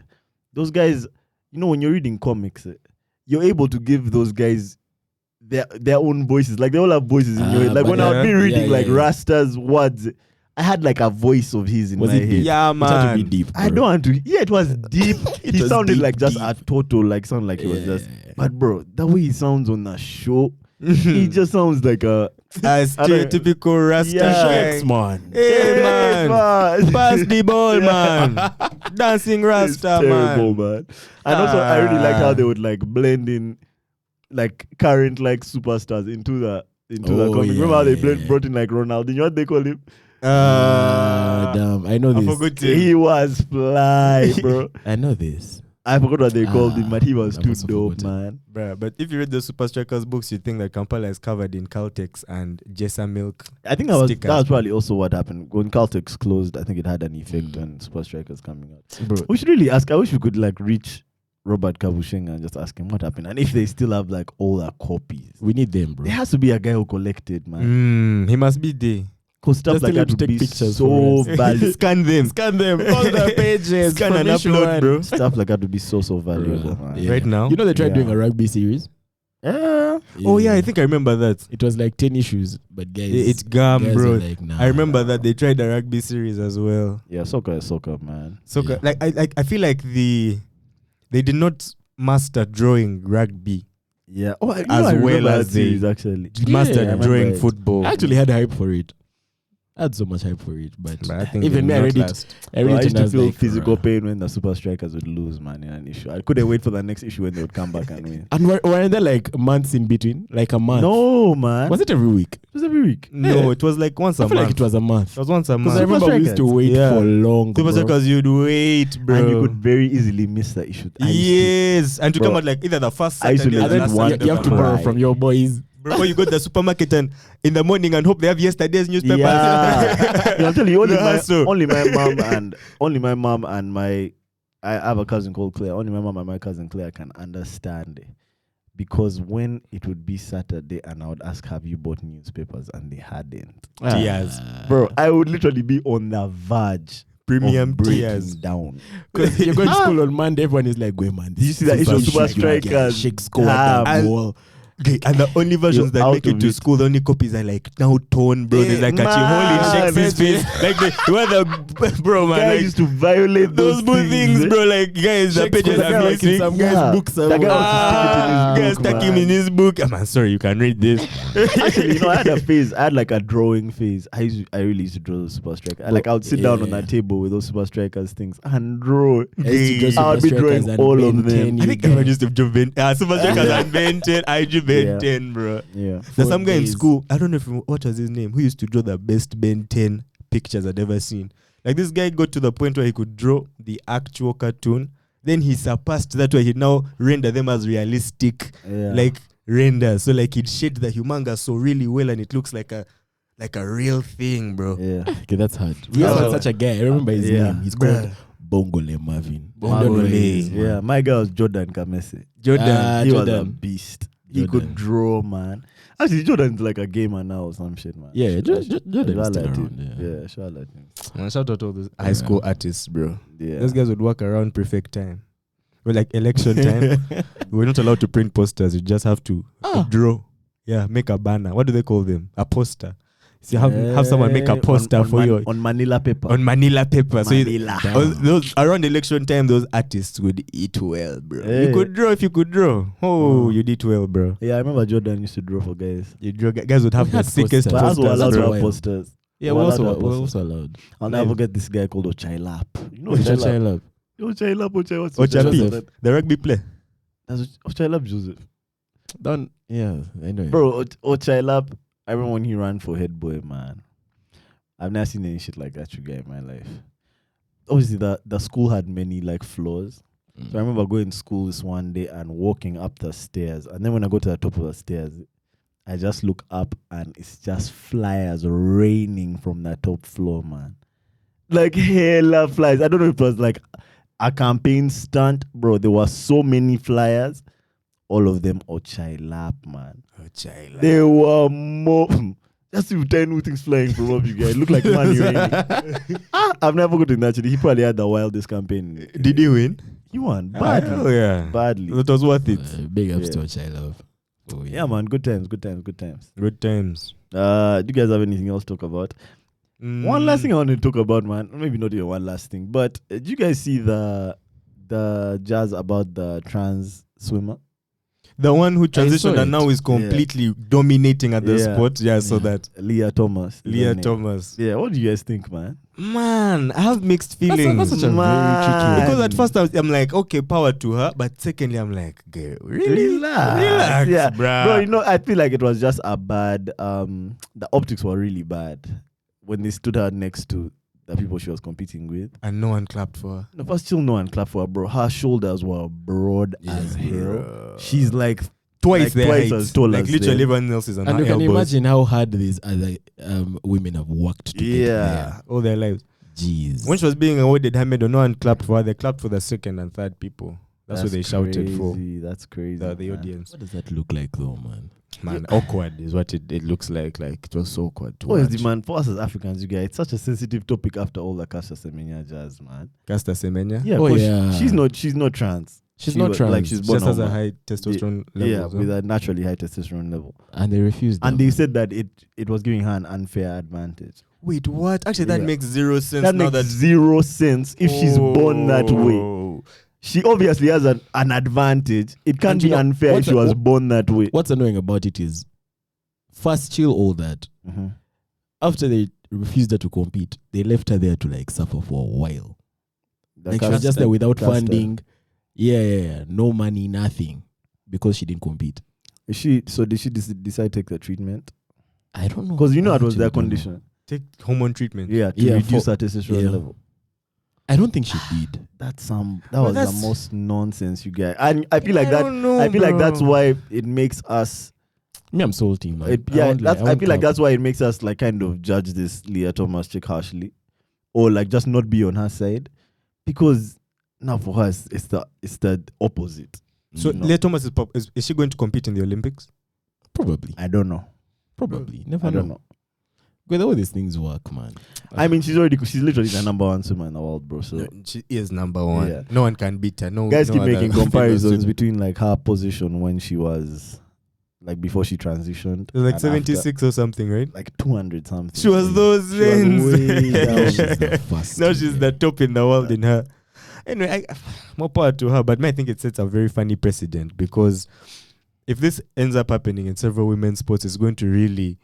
Speaker 2: those guys. You know, when you're reading comics, eh, you're able to give those guys their their own voices. Like they all have voices in your
Speaker 3: Ah,
Speaker 2: head. Like
Speaker 3: but
Speaker 2: when I would be
Speaker 3: yeah,
Speaker 2: reading
Speaker 3: yeah,
Speaker 2: like
Speaker 3: yeah.
Speaker 2: Rasta's words, eh, I had like a voice of his in
Speaker 3: Was
Speaker 2: my
Speaker 3: it
Speaker 2: head.
Speaker 3: deep?
Speaker 1: Yeah,
Speaker 3: It had to be
Speaker 1: man.
Speaker 3: deep.
Speaker 2: I
Speaker 3: bro.
Speaker 2: don't want to. Yeah, it was deep.
Speaker 3: It
Speaker 2: he
Speaker 3: was
Speaker 2: sounded
Speaker 3: deep,
Speaker 2: like just
Speaker 3: deep.
Speaker 2: a total, like sound like he was
Speaker 3: Yeah.
Speaker 2: just. But bro, that way he sounds on that show,
Speaker 3: Hmm.
Speaker 2: he
Speaker 1: a
Speaker 2: just sounds like a
Speaker 1: stereotypical Rasta
Speaker 2: Yeah.
Speaker 1: guy.
Speaker 3: Shucks, man.
Speaker 1: Hey man,
Speaker 2: man.
Speaker 1: pass the ball, man. Dancing
Speaker 2: It's
Speaker 1: Rasta,
Speaker 2: terrible,
Speaker 1: man.
Speaker 2: man. And also, I really like how
Speaker 1: Ah.
Speaker 2: they would like blend in like current like superstars into the into the
Speaker 3: Oh,
Speaker 2: comic.
Speaker 3: yeah,
Speaker 2: Remember how they
Speaker 3: yeah,
Speaker 2: blend,
Speaker 3: yeah.
Speaker 2: brought in like Ronaldinho? What they call him?
Speaker 3: Ah,
Speaker 1: Uh,
Speaker 3: damn. um, I know
Speaker 1: I
Speaker 3: this.
Speaker 1: forgot
Speaker 2: He
Speaker 1: him.
Speaker 2: was fly, bro.
Speaker 3: I know this.
Speaker 2: I forgot what they called him,
Speaker 3: Ah,
Speaker 2: but he was
Speaker 3: I've
Speaker 2: too
Speaker 3: also
Speaker 2: dope,
Speaker 3: forgotten.
Speaker 2: man.
Speaker 1: Bruh, but if you read the Super Strikers books, you think that Kampala is covered in Caltex and Jessa Milk.
Speaker 2: I think that was
Speaker 1: Stickers,
Speaker 2: that was
Speaker 1: bro.
Speaker 2: probably also what happened when Caltex closed. I think it had an effect
Speaker 3: Mm.
Speaker 2: on Super Strikers coming out.
Speaker 3: Bro,
Speaker 2: We should really ask. I wish we could like reach Robert Kabushenga and just ask him what happened, and if they still have like all our copies.
Speaker 3: we need them, bro.
Speaker 2: There has to be a guy who collected, man.
Speaker 1: Mm, he must be there.
Speaker 2: Cause stuff
Speaker 3: Just
Speaker 2: like
Speaker 3: tell him
Speaker 2: that
Speaker 3: to
Speaker 2: would
Speaker 3: take
Speaker 2: be
Speaker 3: pictures
Speaker 2: so
Speaker 3: for us.
Speaker 2: valuable.
Speaker 1: Scan them. Scan them.
Speaker 3: All the pages
Speaker 1: Scan
Speaker 3: from
Speaker 1: and
Speaker 3: issue
Speaker 1: upload,
Speaker 3: one.
Speaker 1: bro.
Speaker 2: stuff like that would be so so valuable,
Speaker 3: Bruh,
Speaker 2: man.
Speaker 3: yeah.
Speaker 1: Right now?
Speaker 3: You know they tried doing
Speaker 2: Yeah.
Speaker 3: a rugby series.
Speaker 2: Yeah.
Speaker 1: Oh, yeah, I think I remember that.
Speaker 3: it was like ten issues, but guys,
Speaker 1: It- It's gum,
Speaker 3: guys
Speaker 1: bro.
Speaker 3: were like, nah.
Speaker 1: I remember that they tried the rugby series as well.
Speaker 2: Yeah, soccer is soccer, man.
Speaker 1: Soccer.
Speaker 3: Yeah.
Speaker 1: Like, I, like, I feel like the they did not master drawing rugby,
Speaker 2: Yeah. Oh, I, you
Speaker 1: As
Speaker 2: know, I
Speaker 1: well
Speaker 2: remember
Speaker 1: as
Speaker 2: that
Speaker 1: the-
Speaker 2: series actually.
Speaker 1: They mastered
Speaker 3: Yeah, I
Speaker 1: drawing
Speaker 2: remember it.
Speaker 1: football.
Speaker 3: I actually had hype for it. I had so much hype for it, but,
Speaker 1: But I think
Speaker 3: even me,
Speaker 1: they
Speaker 3: I
Speaker 1: did
Speaker 3: read
Speaker 1: not
Speaker 3: it.
Speaker 1: last.
Speaker 3: I
Speaker 2: Bro,
Speaker 3: read
Speaker 2: I
Speaker 3: it
Speaker 2: used
Speaker 3: and I
Speaker 2: to
Speaker 3: was
Speaker 2: feel
Speaker 3: like,
Speaker 2: physical
Speaker 3: "Bruh."
Speaker 2: pain when the super strikers would lose, man, in an issue. I couldn't wait for the next issue when they would come back and win.
Speaker 3: And were, were there like months in between, like a month?
Speaker 2: No, man.
Speaker 3: was it every week?
Speaker 2: It was every week.
Speaker 1: No,
Speaker 3: Yeah.
Speaker 1: it was like once
Speaker 3: I
Speaker 1: a
Speaker 3: feel
Speaker 1: month.
Speaker 3: like it was a month.
Speaker 1: It was once a
Speaker 3: Because
Speaker 1: month.
Speaker 3: I remember we used to
Speaker 2: Strikers.
Speaker 3: wait
Speaker 1: Yeah.
Speaker 3: for long.
Speaker 1: Super
Speaker 3: bro.
Speaker 1: Strikers, you'd wait, bro.
Speaker 2: And you could very easily miss the issue. I used to-
Speaker 1: Yes, and to
Speaker 2: Bro.
Speaker 1: come out like either the first
Speaker 2: I used to
Speaker 1: Saturday or
Speaker 3: And
Speaker 1: the
Speaker 2: live
Speaker 3: then
Speaker 1: last
Speaker 2: in
Speaker 3: you,
Speaker 2: one
Speaker 1: Saturday.
Speaker 3: you
Speaker 1: of
Speaker 3: have
Speaker 1: the
Speaker 3: to
Speaker 1: month.
Speaker 3: borrow
Speaker 2: Right.
Speaker 3: from your boys.
Speaker 1: Bro, or you go to the supermarket and in the morning and hope they have yesterday's newspapers.
Speaker 2: Yeah. You know, I'm telling you, only,
Speaker 1: No
Speaker 2: my,
Speaker 1: hassle.
Speaker 2: only my mom and only my mom and my I have a cousin called Claire. Only my mom and my cousin Claire can understand it. Because when it would be Saturday and I would ask, Have you bought newspapers? And they hadn't.
Speaker 1: Tears.
Speaker 2: Bro, I would literally be on the verge.
Speaker 1: Premium
Speaker 2: of breaking
Speaker 1: tears.
Speaker 2: down. Ah,
Speaker 3: Because you're going to school on Monday, everyone is like, wait, man.
Speaker 2: Did you see that issue of Super Strikers?
Speaker 3: Shakes go
Speaker 2: Damn.
Speaker 3: at
Speaker 1: And-
Speaker 3: the wall.
Speaker 1: Okay, and the only versions
Speaker 2: You're
Speaker 1: that
Speaker 2: out
Speaker 1: make it
Speaker 2: of
Speaker 1: to
Speaker 2: it.
Speaker 1: school, the only copies are like now torn, bro. There's like a
Speaker 2: Man,
Speaker 1: chihole in Shakespeare's
Speaker 3: baby.
Speaker 1: face. Like the where the bro man,
Speaker 2: guy
Speaker 1: like,
Speaker 2: used to violate
Speaker 1: those
Speaker 2: those,
Speaker 1: good things, bro. Like guys, the
Speaker 3: Shakespeare
Speaker 1: pages
Speaker 3: was
Speaker 1: are
Speaker 3: like in
Speaker 1: missing.
Speaker 3: some
Speaker 2: Yeah.
Speaker 3: guy's book
Speaker 2: That guy
Speaker 3: somewhere.
Speaker 2: was-
Speaker 1: Ah,
Speaker 2: Stick it in his
Speaker 1: guys,
Speaker 2: book,
Speaker 1: stuck him
Speaker 2: man.
Speaker 1: in his book. I'm sorry, you can read this.
Speaker 2: Actually, you know, I had a phase. I had like a drawing phase. I used, I really used to draw those super strikers. Like I would sit down on
Speaker 3: yeah.
Speaker 2: that table with those super strikers things and draw.
Speaker 3: I used to
Speaker 1: Gay.
Speaker 3: draw
Speaker 2: I'll be
Speaker 3: Super
Speaker 2: drawing
Speaker 3: Strikers and
Speaker 2: all
Speaker 3: Ben
Speaker 2: of them.
Speaker 3: 10,
Speaker 1: I
Speaker 3: you
Speaker 1: think
Speaker 3: guys.
Speaker 1: everyone used to do Ben. Uh, Super Strikers
Speaker 2: Yeah.
Speaker 1: and Ben 10, IG Ben
Speaker 2: Yeah.
Speaker 1: 10, bro.
Speaker 2: Yeah.
Speaker 1: There's
Speaker 3: For
Speaker 1: some guy in
Speaker 3: days.
Speaker 1: school. I don't know if you- what was his name. Who used to draw the best Ben 10 pictures I'd ever seen. Like this guy got to the point where he could draw the actual cartoon. Then he surpassed that way. He now render them as realistic,
Speaker 2: Yeah.
Speaker 1: like renders. So like he'd shade the humongous so really well, and it looks like a like a real thing, bro.
Speaker 2: yeah.
Speaker 3: Okay, that's hard. We also had
Speaker 1: Oh.
Speaker 3: such a guy. I remember his
Speaker 2: Yeah.
Speaker 3: name. He's
Speaker 1: Bruh.
Speaker 3: called Bongole Marvin. I
Speaker 1: Bongole.
Speaker 3: don't know who he is, man.
Speaker 2: Yeah, my guy was Jordan Kamese.
Speaker 1: Jordan.
Speaker 3: Ah,
Speaker 2: he was a
Speaker 3: Jordan.
Speaker 2: beast. He
Speaker 3: Jordan.
Speaker 2: could draw, man. Actually, Jordan's like a gamer now or some shit, man.
Speaker 3: Yeah,
Speaker 2: Should-
Speaker 3: Jo-
Speaker 2: I should-
Speaker 3: Jo- Jordan
Speaker 2: I
Speaker 3: is
Speaker 2: should
Speaker 3: still
Speaker 2: highlight
Speaker 3: around,
Speaker 2: him.
Speaker 3: yeah.
Speaker 2: Yeah, shout out to him.
Speaker 1: Man, shout out to all those
Speaker 3: Yeah.
Speaker 1: high school artists, bro.
Speaker 2: Yeah.
Speaker 1: Those guys would walk around prefect time. Well, like election time, we're not allowed to print posters. You just have to
Speaker 3: Ah.
Speaker 1: draw. Yeah, make a banner. What do they call them? A poster. So have, have someone make
Speaker 2: Eh,
Speaker 1: a
Speaker 2: on-
Speaker 1: poster
Speaker 2: on
Speaker 1: for
Speaker 2: man-
Speaker 1: you
Speaker 2: on Manila paper.
Speaker 1: on Manila paper. oh, So you,
Speaker 2: Manila.
Speaker 3: Damn.
Speaker 1: on those around election time, those artists would eat well, bro.
Speaker 2: Eh.
Speaker 1: You could draw if you could draw. Oh,
Speaker 2: Mm.
Speaker 1: you did well, bro.
Speaker 2: Yeah, I remember Jordan used to draw for guys.
Speaker 1: You draw. gu- Guys would have
Speaker 3: We
Speaker 1: the
Speaker 3: had
Speaker 1: sickest
Speaker 3: posters.
Speaker 2: But us
Speaker 1: posters.
Speaker 2: were allowed
Speaker 1: bro.
Speaker 2: to
Speaker 3: bro.
Speaker 2: have posters.
Speaker 3: Yeah,
Speaker 2: We're
Speaker 3: we're
Speaker 2: allowed
Speaker 3: also,
Speaker 2: to have
Speaker 3: we're
Speaker 2: posters.
Speaker 3: also allowed.
Speaker 2: I'll never
Speaker 1: Nice.
Speaker 2: forget this guy called Ochailap. You know
Speaker 3: Which I
Speaker 2: Ochailap?
Speaker 3: love.
Speaker 2: Ochailap, Ochailap.
Speaker 1: Ochapi, Oh, the rugby player.
Speaker 2: That's Ochailap Joseph.
Speaker 3: Don't, yeah, I know. him.
Speaker 2: Bro, Och- Ochailap, I remember when he ran for head boy, man. I've never seen any shit like that, you guy, in my life. Obviously, the, the school had many like floors. So I remember going to school this one day and walking up the stairs. And then when I go to the top of the stairs, I just look up and it's just flyers raining from the top floor, man. Like hella flies. I don't know if it was like a campaign stunt, bro. There were so many flyers. All of them Ochai Lap, man. They were more. That's the tiny things flying from up you guys. Look like man Ueni. ah, I've never got in actually. He probably had the wildest campaign.
Speaker 1: Did he win?
Speaker 2: He won
Speaker 1: Oh,
Speaker 2: badly.
Speaker 1: yeah.
Speaker 2: Badly.
Speaker 1: It was worth it.
Speaker 3: Uh, big ups
Speaker 2: Yeah.
Speaker 3: to which I love. Oh,
Speaker 2: Yeah, man. Good times. Good times. Good times.
Speaker 1: Good times.
Speaker 2: Uh, do you guys have anything else to talk about?
Speaker 1: Mm.
Speaker 2: One last thing I want to talk about, man. Maybe not even one last thing, but uh, do you guys see the the jazz about the trans swimmer?
Speaker 1: The one who
Speaker 3: saw
Speaker 1: transitioned
Speaker 3: it.
Speaker 1: and now is completely dominating at the
Speaker 2: Yeah.
Speaker 1: spot. Yeah, so
Speaker 3: Yeah.
Speaker 1: that
Speaker 2: Leah Thomas. is her
Speaker 1: Leah
Speaker 2: name.
Speaker 1: Thomas.
Speaker 2: Yeah. What do you guys think, man?
Speaker 1: Man, I have mixed
Speaker 3: That's, a-
Speaker 1: feelings.
Speaker 3: that's such a
Speaker 2: Man.
Speaker 3: very tricky
Speaker 1: because
Speaker 3: one.
Speaker 1: at first I was, I'm like, okay, power to her, but secondly I'm like, girl, really?
Speaker 2: Relax.
Speaker 1: Relax,
Speaker 2: Yeah.
Speaker 1: bruh.
Speaker 2: Bro, you know, I feel like it was just a bad. Um, the optics were really bad when they stood her next to the people she was competing with.
Speaker 1: and no one clapped for her.
Speaker 2: No, but still, no one clapped for her, bro. Her shoulders were broad
Speaker 3: Yeah,
Speaker 2: as hell.
Speaker 1: Bruh.
Speaker 2: She's like,
Speaker 1: twice
Speaker 2: like
Speaker 1: their
Speaker 2: twice
Speaker 1: height.
Speaker 2: as tall
Speaker 1: like
Speaker 2: as
Speaker 1: literally
Speaker 2: them.
Speaker 1: everyone else is on
Speaker 3: And
Speaker 1: her
Speaker 3: you can
Speaker 1: elbows
Speaker 3: imagine how hard these other um, women have worked to get
Speaker 2: yeah,
Speaker 3: there.
Speaker 1: all their lives.
Speaker 3: Jeez.
Speaker 1: When she was being awarded her medal, no one clapped for her. They clapped for the second and third people. That's, what they shouted for.
Speaker 2: crazy, That's crazy.
Speaker 1: The, the
Speaker 2: man.
Speaker 1: audience.
Speaker 3: what does that look like though, man?
Speaker 1: Man, awkward is what it, it looks like. Like it was so awkward. To
Speaker 2: What is
Speaker 1: watch.
Speaker 2: the man for us as Africans, you guys? It's such a sensitive topic after all the Kasha Semenya jazz, man.
Speaker 1: Caster Semenya.
Speaker 2: Yeah,
Speaker 3: Oh,
Speaker 2: 'cause
Speaker 3: yeah.
Speaker 2: she's not. She's not trans.
Speaker 3: She's
Speaker 2: She
Speaker 3: not
Speaker 2: was-
Speaker 3: trans.
Speaker 2: Like she's
Speaker 1: She
Speaker 2: born
Speaker 1: just has a
Speaker 2: normal.
Speaker 1: high testosterone level.
Speaker 2: Yeah, with a naturally high testosterone level.
Speaker 3: and they refused.
Speaker 2: and
Speaker 3: them.
Speaker 2: they said that it it was giving her an unfair advantage.
Speaker 1: Wait, what? Actually, that
Speaker 2: Yeah.
Speaker 1: makes zero sense
Speaker 2: That
Speaker 1: now
Speaker 2: makes
Speaker 1: that
Speaker 2: zero sense if she's born that way.
Speaker 1: Oh.
Speaker 2: She obviously has an, an advantage. It can't
Speaker 3: And you
Speaker 2: be
Speaker 3: know,
Speaker 2: unfair if
Speaker 3: what's
Speaker 2: she
Speaker 3: a-
Speaker 2: was
Speaker 3: what-
Speaker 2: born that way.
Speaker 3: What's annoying about it is, first chill all that.
Speaker 2: Mhm.
Speaker 3: After they refused her to compete, they left her there to like suffer for a while.
Speaker 2: The
Speaker 3: like she
Speaker 2: cast-
Speaker 3: was just there without
Speaker 2: caster.
Speaker 3: funding. Yeah, yeah, yeah. No money, nothing, because she didn't compete.
Speaker 2: Is She so did she dec- decide to take the treatment?
Speaker 3: I don't know.
Speaker 2: Because you know
Speaker 3: I
Speaker 2: it was
Speaker 3: Oh. actually
Speaker 2: their
Speaker 3: don't know.
Speaker 2: condition.
Speaker 1: Take hormone treatment.
Speaker 2: Yeah, to
Speaker 3: Yeah,
Speaker 2: reduce
Speaker 3: for-
Speaker 2: her testosterone
Speaker 3: yeah.
Speaker 2: level.
Speaker 3: I don't think she did.
Speaker 2: That's some that
Speaker 1: Well,
Speaker 2: was the
Speaker 1: that's-
Speaker 2: most nonsense you guys. And I feel like that.
Speaker 1: don't know,
Speaker 2: I feel like that's
Speaker 1: bro.
Speaker 2: why it makes us
Speaker 3: Me, I'm salty, man.
Speaker 2: it,
Speaker 3: I
Speaker 2: yeah,
Speaker 3: won't lie,
Speaker 2: that's, I,
Speaker 3: won't
Speaker 2: feel like
Speaker 3: clap.
Speaker 2: that's why it makes us like kind of judge this Leah Thomas chick harshly, or like just not be on her side, because now for her it's, it's the it's the opposite.
Speaker 1: So
Speaker 2: No.
Speaker 1: Leah Thomas is, pop, is is she going to compete in the Olympics?
Speaker 3: probably,
Speaker 2: I don't know.
Speaker 3: probably.
Speaker 2: I
Speaker 3: Never
Speaker 2: don't
Speaker 3: know.
Speaker 2: know.
Speaker 3: With all these things work, man.
Speaker 2: I mean, she's already she's literally the number one swimmer in the world, bro. So
Speaker 1: No, she is number one.
Speaker 2: Yeah.
Speaker 1: No one can beat her. No
Speaker 2: guys
Speaker 1: no
Speaker 2: keep
Speaker 1: other
Speaker 2: making
Speaker 1: female
Speaker 2: comparisons
Speaker 1: swimmer.
Speaker 2: between like her position when she was like before she transitioned.
Speaker 1: It was like
Speaker 2: and
Speaker 1: seventy
Speaker 2: after,
Speaker 1: six or something, right?
Speaker 2: like two hundred something.
Speaker 1: She was those
Speaker 2: She was
Speaker 1: things.
Speaker 2: way
Speaker 3: Now
Speaker 2: down.
Speaker 3: she's the first.
Speaker 1: now she's the top in the world in her. Anyway, I, more power to her. But me, I think it sets a very funny precedent because if this ends up happening in several women's sports, it's going to really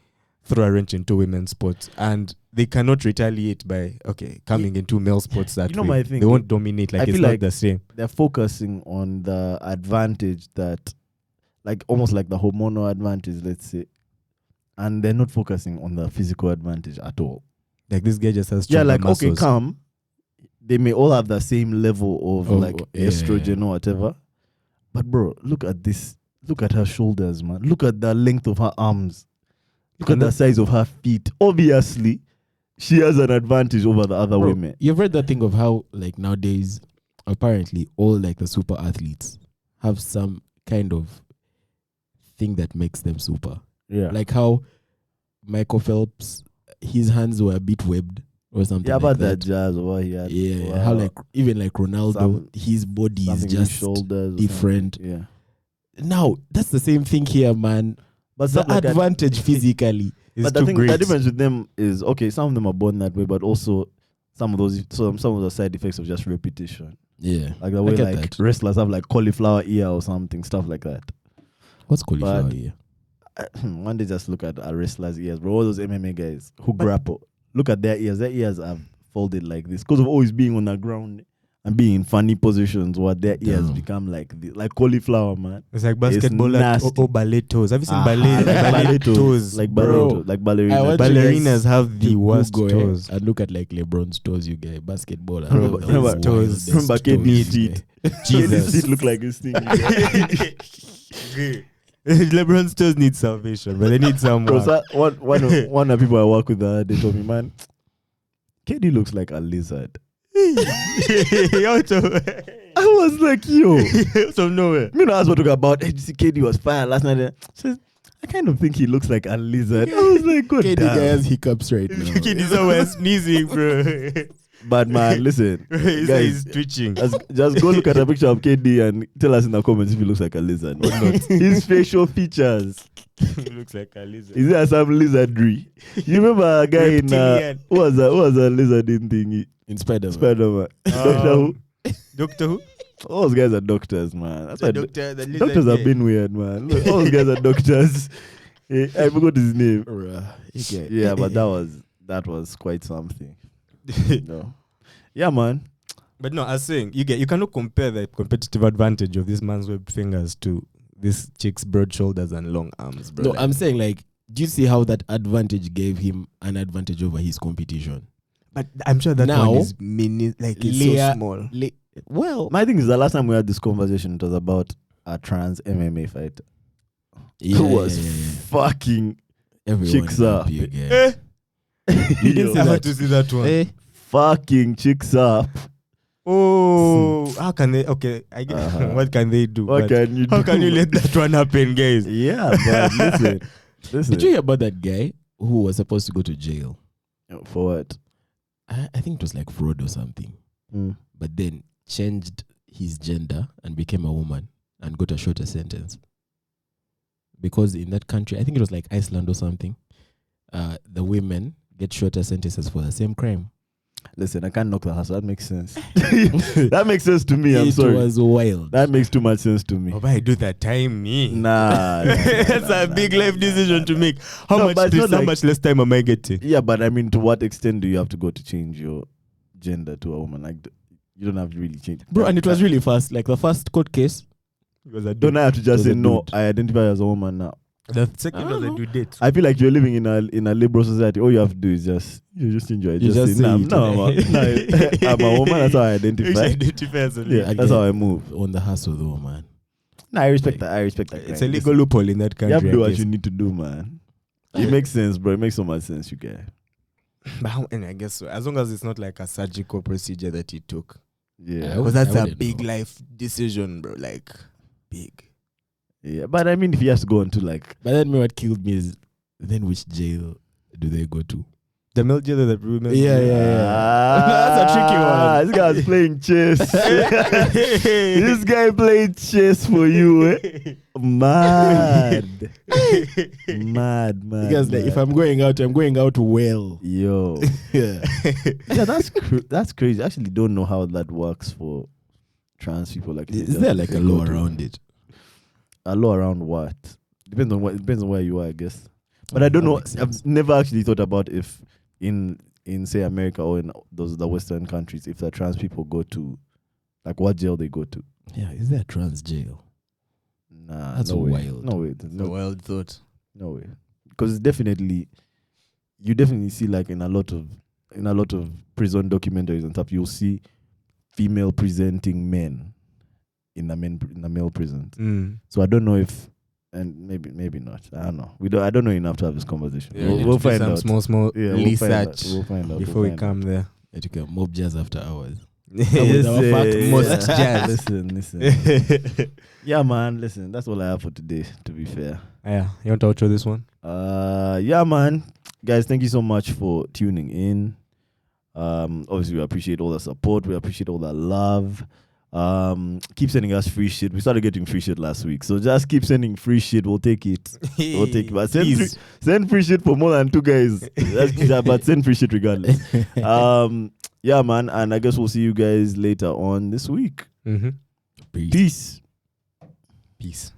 Speaker 1: throw a wrench into women's sports, and they cannot retaliate by okay coming into male sports that
Speaker 2: You know
Speaker 1: way.
Speaker 2: my thing,
Speaker 1: they won't dominate. Like
Speaker 2: I
Speaker 1: it's
Speaker 2: feel
Speaker 1: not
Speaker 2: like-
Speaker 1: the same.
Speaker 2: They're focusing on the advantage that, like almost like the hormonal advantage, let's say, and they're not focusing on the physical advantage at all.
Speaker 1: Like this guy just has
Speaker 2: yeah,
Speaker 1: stronger
Speaker 2: like okay,
Speaker 1: muscles.
Speaker 2: come. They may all have the same level of
Speaker 3: Oh,
Speaker 2: like
Speaker 3: yeah, yeah,
Speaker 2: estrogen
Speaker 3: yeah.
Speaker 2: or whatever, but bro, look at this. Look at her shoulders, man. Look at the length of her arms. Look
Speaker 1: And
Speaker 2: at the size of her feet. Obviously, she has an advantage over the other
Speaker 3: Bro,
Speaker 2: women.
Speaker 3: You've read that thing of how like nowadays, apparently all like the super athletes have some kind of thing that makes them super.
Speaker 2: Yeah,
Speaker 3: Like how Michael Phelps, his hands were a bit webbed or something.
Speaker 2: yeah,
Speaker 3: like
Speaker 2: about
Speaker 3: that.
Speaker 2: that jazz over here.
Speaker 3: Yeah, how like even like Ronaldo,
Speaker 2: Some-
Speaker 3: his body is
Speaker 2: something in
Speaker 3: just
Speaker 2: shoulders or
Speaker 3: different.
Speaker 2: something. Yeah,
Speaker 3: now. That's the same thing here, man.
Speaker 2: but
Speaker 3: The
Speaker 2: stuff like that-
Speaker 3: advantage physically.
Speaker 1: It's
Speaker 2: but the
Speaker 1: too
Speaker 2: thing,
Speaker 1: great.
Speaker 2: the difference with them is okay. Some of them are born that way, but also some of those some some of the side effects of just repetition,
Speaker 3: Yeah,
Speaker 2: like the
Speaker 3: I
Speaker 2: way
Speaker 3: get
Speaker 2: like
Speaker 3: that.
Speaker 2: wrestlers have like cauliflower ear or something, stuff like that.
Speaker 3: what's cauliflower
Speaker 2: But-
Speaker 3: here?
Speaker 2: One day, just look at a wrestler's ears, bro. All those MMA guys who grapple, look at their ears. Their ears are folded like this because of always being on the ground and being in funny positions where their ears
Speaker 3: Damn.
Speaker 2: become like this, like cauliflower, man.
Speaker 1: It's like basketball at
Speaker 2: nasty.
Speaker 1: oh, ballet toes. Have you seen
Speaker 2: Ah,
Speaker 1: ballet,
Speaker 2: like
Speaker 1: ballet
Speaker 2: ballet toes,
Speaker 1: toes?
Speaker 2: Like
Speaker 3: Bro.
Speaker 2: ballerina, like ballerina.
Speaker 3: I want you guys
Speaker 1: ballerinas have the
Speaker 3: to
Speaker 1: worst
Speaker 3: Google, eh,
Speaker 1: toes.
Speaker 3: and look at like LeBron's toes, you guy, basketball. and
Speaker 1: Remember-
Speaker 3: the
Speaker 1: remember-
Speaker 3: wildest
Speaker 1: toes.
Speaker 2: Remember
Speaker 3: toes,
Speaker 2: KD's
Speaker 3: guy.
Speaker 2: feet.
Speaker 1: Jesus.
Speaker 2: This look like this thing.
Speaker 1: LeBron still needs salvation, but they need
Speaker 2: Because
Speaker 1: someone.
Speaker 2: one, one, of, one of the people I work with, uh, they told me, man, KD looks like a lizard. I was like, yo. Me
Speaker 1: From nowhere.
Speaker 2: and I was talking about, hey, you see, KD was fire last night. eh?" She says, I kind of think he looks like a lizard. I was like, good
Speaker 3: KD guy
Speaker 2: damn.
Speaker 3: has hiccups right
Speaker 1: Kid
Speaker 3: now.
Speaker 1: is always sneezing, bro.
Speaker 2: But man, listen,
Speaker 1: He's,
Speaker 2: Guys.
Speaker 1: he's twitching.
Speaker 2: just, just go look at a picture of KD and tell us in the comments if he looks like a lizard or not. His facial features.
Speaker 1: He looks like a lizard.
Speaker 2: Is there some lizardry? You remember a guy in uh,
Speaker 1: Reptilian.
Speaker 2: who was a who was a lizard in thingy?
Speaker 3: In Spider Man,
Speaker 2: Spider Man. Doctor Who.
Speaker 1: Um, Doctor Who?
Speaker 2: All those guys are doctors, man. That's why
Speaker 1: The doctor, the lizard
Speaker 2: doctors have
Speaker 1: guy.
Speaker 2: been weird, man. Look, all those guys are doctors. Eh, I forgot his name. Yeah, but that was that was quite something. no. Yeah, man.
Speaker 1: But no, I was saying you get you cannot compare the competitive advantage of this man's webbed fingers to this chick's broad shoulders and long arms, bro.
Speaker 3: No,
Speaker 1: Like,
Speaker 3: I'm saying like, do you see how that advantage gave him an advantage over his competition?
Speaker 1: but I'm sure that
Speaker 3: Now,
Speaker 1: one is mini, like it's
Speaker 3: Leah-
Speaker 1: so small.
Speaker 3: Li- Well,
Speaker 2: My thing is the last time we had this conversation, it was about a trans MMA fighter
Speaker 3: yeah,
Speaker 2: who was
Speaker 3: yeah, yeah, yeah.
Speaker 2: fucking
Speaker 3: Everyone
Speaker 2: chicks
Speaker 3: is
Speaker 2: up.
Speaker 3: happy again.
Speaker 1: Eh,
Speaker 3: You didn't
Speaker 2: yo,
Speaker 3: see
Speaker 1: I
Speaker 3: that.
Speaker 1: want to see that one.
Speaker 3: Eh,
Speaker 2: fucking chicks up.
Speaker 1: Oh, how can they? Okay, I get,
Speaker 2: Uh-huh.
Speaker 1: what can they do?
Speaker 2: What
Speaker 1: But
Speaker 2: can you
Speaker 1: how
Speaker 2: do?
Speaker 1: can you let that one happen, guys?
Speaker 2: Yeah, but listen. listen.
Speaker 3: Did you hear about that guy who was supposed to go to jail?
Speaker 2: For what?
Speaker 3: I, I think it was like fraud or something.
Speaker 2: Mm.
Speaker 3: but then changed his gender and became a woman and got a shorter sentence. Because in that country, I think it was like Iceland or something, uh, the women get shorter sentences for the same crime.
Speaker 2: Listen, I can't knock the hustle. That makes sense. that makes sense to me. I'm
Speaker 3: it
Speaker 2: sorry.
Speaker 3: was wild.
Speaker 2: That makes too much sense to me.
Speaker 1: Oh, but I do that time, me.
Speaker 2: Nah, nah, nah,
Speaker 1: That's
Speaker 2: nah,
Speaker 1: a
Speaker 2: nah,
Speaker 1: big
Speaker 2: nah,
Speaker 1: life
Speaker 2: nah,
Speaker 1: decision
Speaker 2: nah,
Speaker 1: to
Speaker 2: nah.
Speaker 1: make. How
Speaker 2: No,
Speaker 1: much?
Speaker 2: but it's
Speaker 1: This,
Speaker 2: not
Speaker 1: how
Speaker 2: like-
Speaker 1: much less time am I getting?
Speaker 2: Yeah, but I mean, to what extent do you have to go to change your gender to a woman? Like, d- you don't have to really change.
Speaker 3: Bro, and it was really fast. Like the first court case,
Speaker 1: It was a
Speaker 2: Don't I have to just say
Speaker 3: To the
Speaker 2: no?
Speaker 3: dude.
Speaker 2: I identify as a woman now.
Speaker 1: The second
Speaker 3: I
Speaker 1: was a
Speaker 3: don't
Speaker 1: due date.
Speaker 2: I feel like you're living in a in a liberal society. All you have to do is just you just enjoy. it.
Speaker 3: You
Speaker 2: Just,
Speaker 3: just
Speaker 2: say,
Speaker 3: say
Speaker 2: nah,
Speaker 3: it.
Speaker 2: no, I'm a, nah, I'm a woman. That's how I identify.
Speaker 1: identify as a
Speaker 2: yeah,
Speaker 1: lady.
Speaker 2: that's how I move.
Speaker 3: on the hustle though, man.
Speaker 2: Nah, I respect that. I respect that.
Speaker 1: It's a
Speaker 2: grind.
Speaker 1: legal loophole in that
Speaker 2: You have
Speaker 1: country.
Speaker 2: to do
Speaker 1: I
Speaker 2: what
Speaker 1: guess.
Speaker 2: you need to do, man. It makes sense, bro. It makes so much sense, you guys.
Speaker 1: But how- and I guess so. As long as it's not like a surgical procedure that he took,
Speaker 3: I
Speaker 2: Yeah.
Speaker 3: would-
Speaker 1: because that's a
Speaker 3: wouldn't
Speaker 1: big
Speaker 3: know.
Speaker 1: life decision, bro. Like big.
Speaker 2: Yeah. But I mean, if he has to go into like,
Speaker 3: But then me what killed me is then which jail do they go to?
Speaker 1: Jamil Jada, the blue male.
Speaker 3: Yeah, yeah, yeah. That's a tricky one.
Speaker 2: Ah, This guy was playing chess. this guy played chess for you. Eh? Mad. mad, mad.
Speaker 3: Because like,
Speaker 2: mad.
Speaker 3: if I'm going out, I'm going out well.
Speaker 2: Yo.
Speaker 3: Yeah.
Speaker 2: yeah, that's cr- that's crazy. I actually don't know how that works for trans people. Like, if they
Speaker 3: Is
Speaker 2: just-
Speaker 3: there like
Speaker 2: they
Speaker 3: a
Speaker 2: go
Speaker 3: law
Speaker 2: to-
Speaker 3: around it?
Speaker 2: A law around what? Depends on what. Depends on where you are, I guess. But I don't
Speaker 3: Mm, That
Speaker 2: know.
Speaker 3: makes sense.
Speaker 2: I've never actually thought about if in in say America or in those the Western countries, if the trans people go to, like, what jail they go to.
Speaker 3: Yeah, is there a trans jail?
Speaker 2: Nah,
Speaker 3: That's
Speaker 2: no way.
Speaker 3: wild.
Speaker 2: No way. There's No,
Speaker 1: wild thought.
Speaker 2: no way. Because definitely, you definitely see like in a lot of in a lot of prison documentaries and stuff, you'll see female presenting men in a men in a male prison.
Speaker 1: Mm.
Speaker 2: So I don't know if and maybe maybe not. I don't know. We don't. I don't know enough to have this conversation.
Speaker 1: Yeah,
Speaker 2: we'll,
Speaker 1: need
Speaker 2: we'll
Speaker 1: to do
Speaker 2: find
Speaker 1: some
Speaker 2: out.
Speaker 1: small, small
Speaker 2: Yeah, we'll find out.
Speaker 1: research
Speaker 2: We'll find out. We'll
Speaker 1: before we
Speaker 2: find out.
Speaker 1: come there.
Speaker 3: That you can mob jazz after hours.
Speaker 1: Yes,
Speaker 3: our
Speaker 1: eh,
Speaker 3: fact,
Speaker 1: most jazz.
Speaker 2: Listen, listen. yeah, man. Listen, that's all I have for today. To be fair.
Speaker 1: Ah, Yeah, you want to outro this one?
Speaker 2: Uh, yeah, man, guys, thank you so much for tuning in. Um, obviously, we appreciate all the support. We appreciate all the love. Um, keep sending us free shit. We started getting free shit last week, so just keep sending free shit. We'll take it. We'll take it. But send free,
Speaker 1: Please.
Speaker 2: send free shit for more than two guys. That's, yeah, but send free shit regardless. Um, yeah, man, and I guess we'll see you guys later on this week.
Speaker 1: Mm-hmm.
Speaker 3: Peace.
Speaker 2: Peace.
Speaker 1: Peace.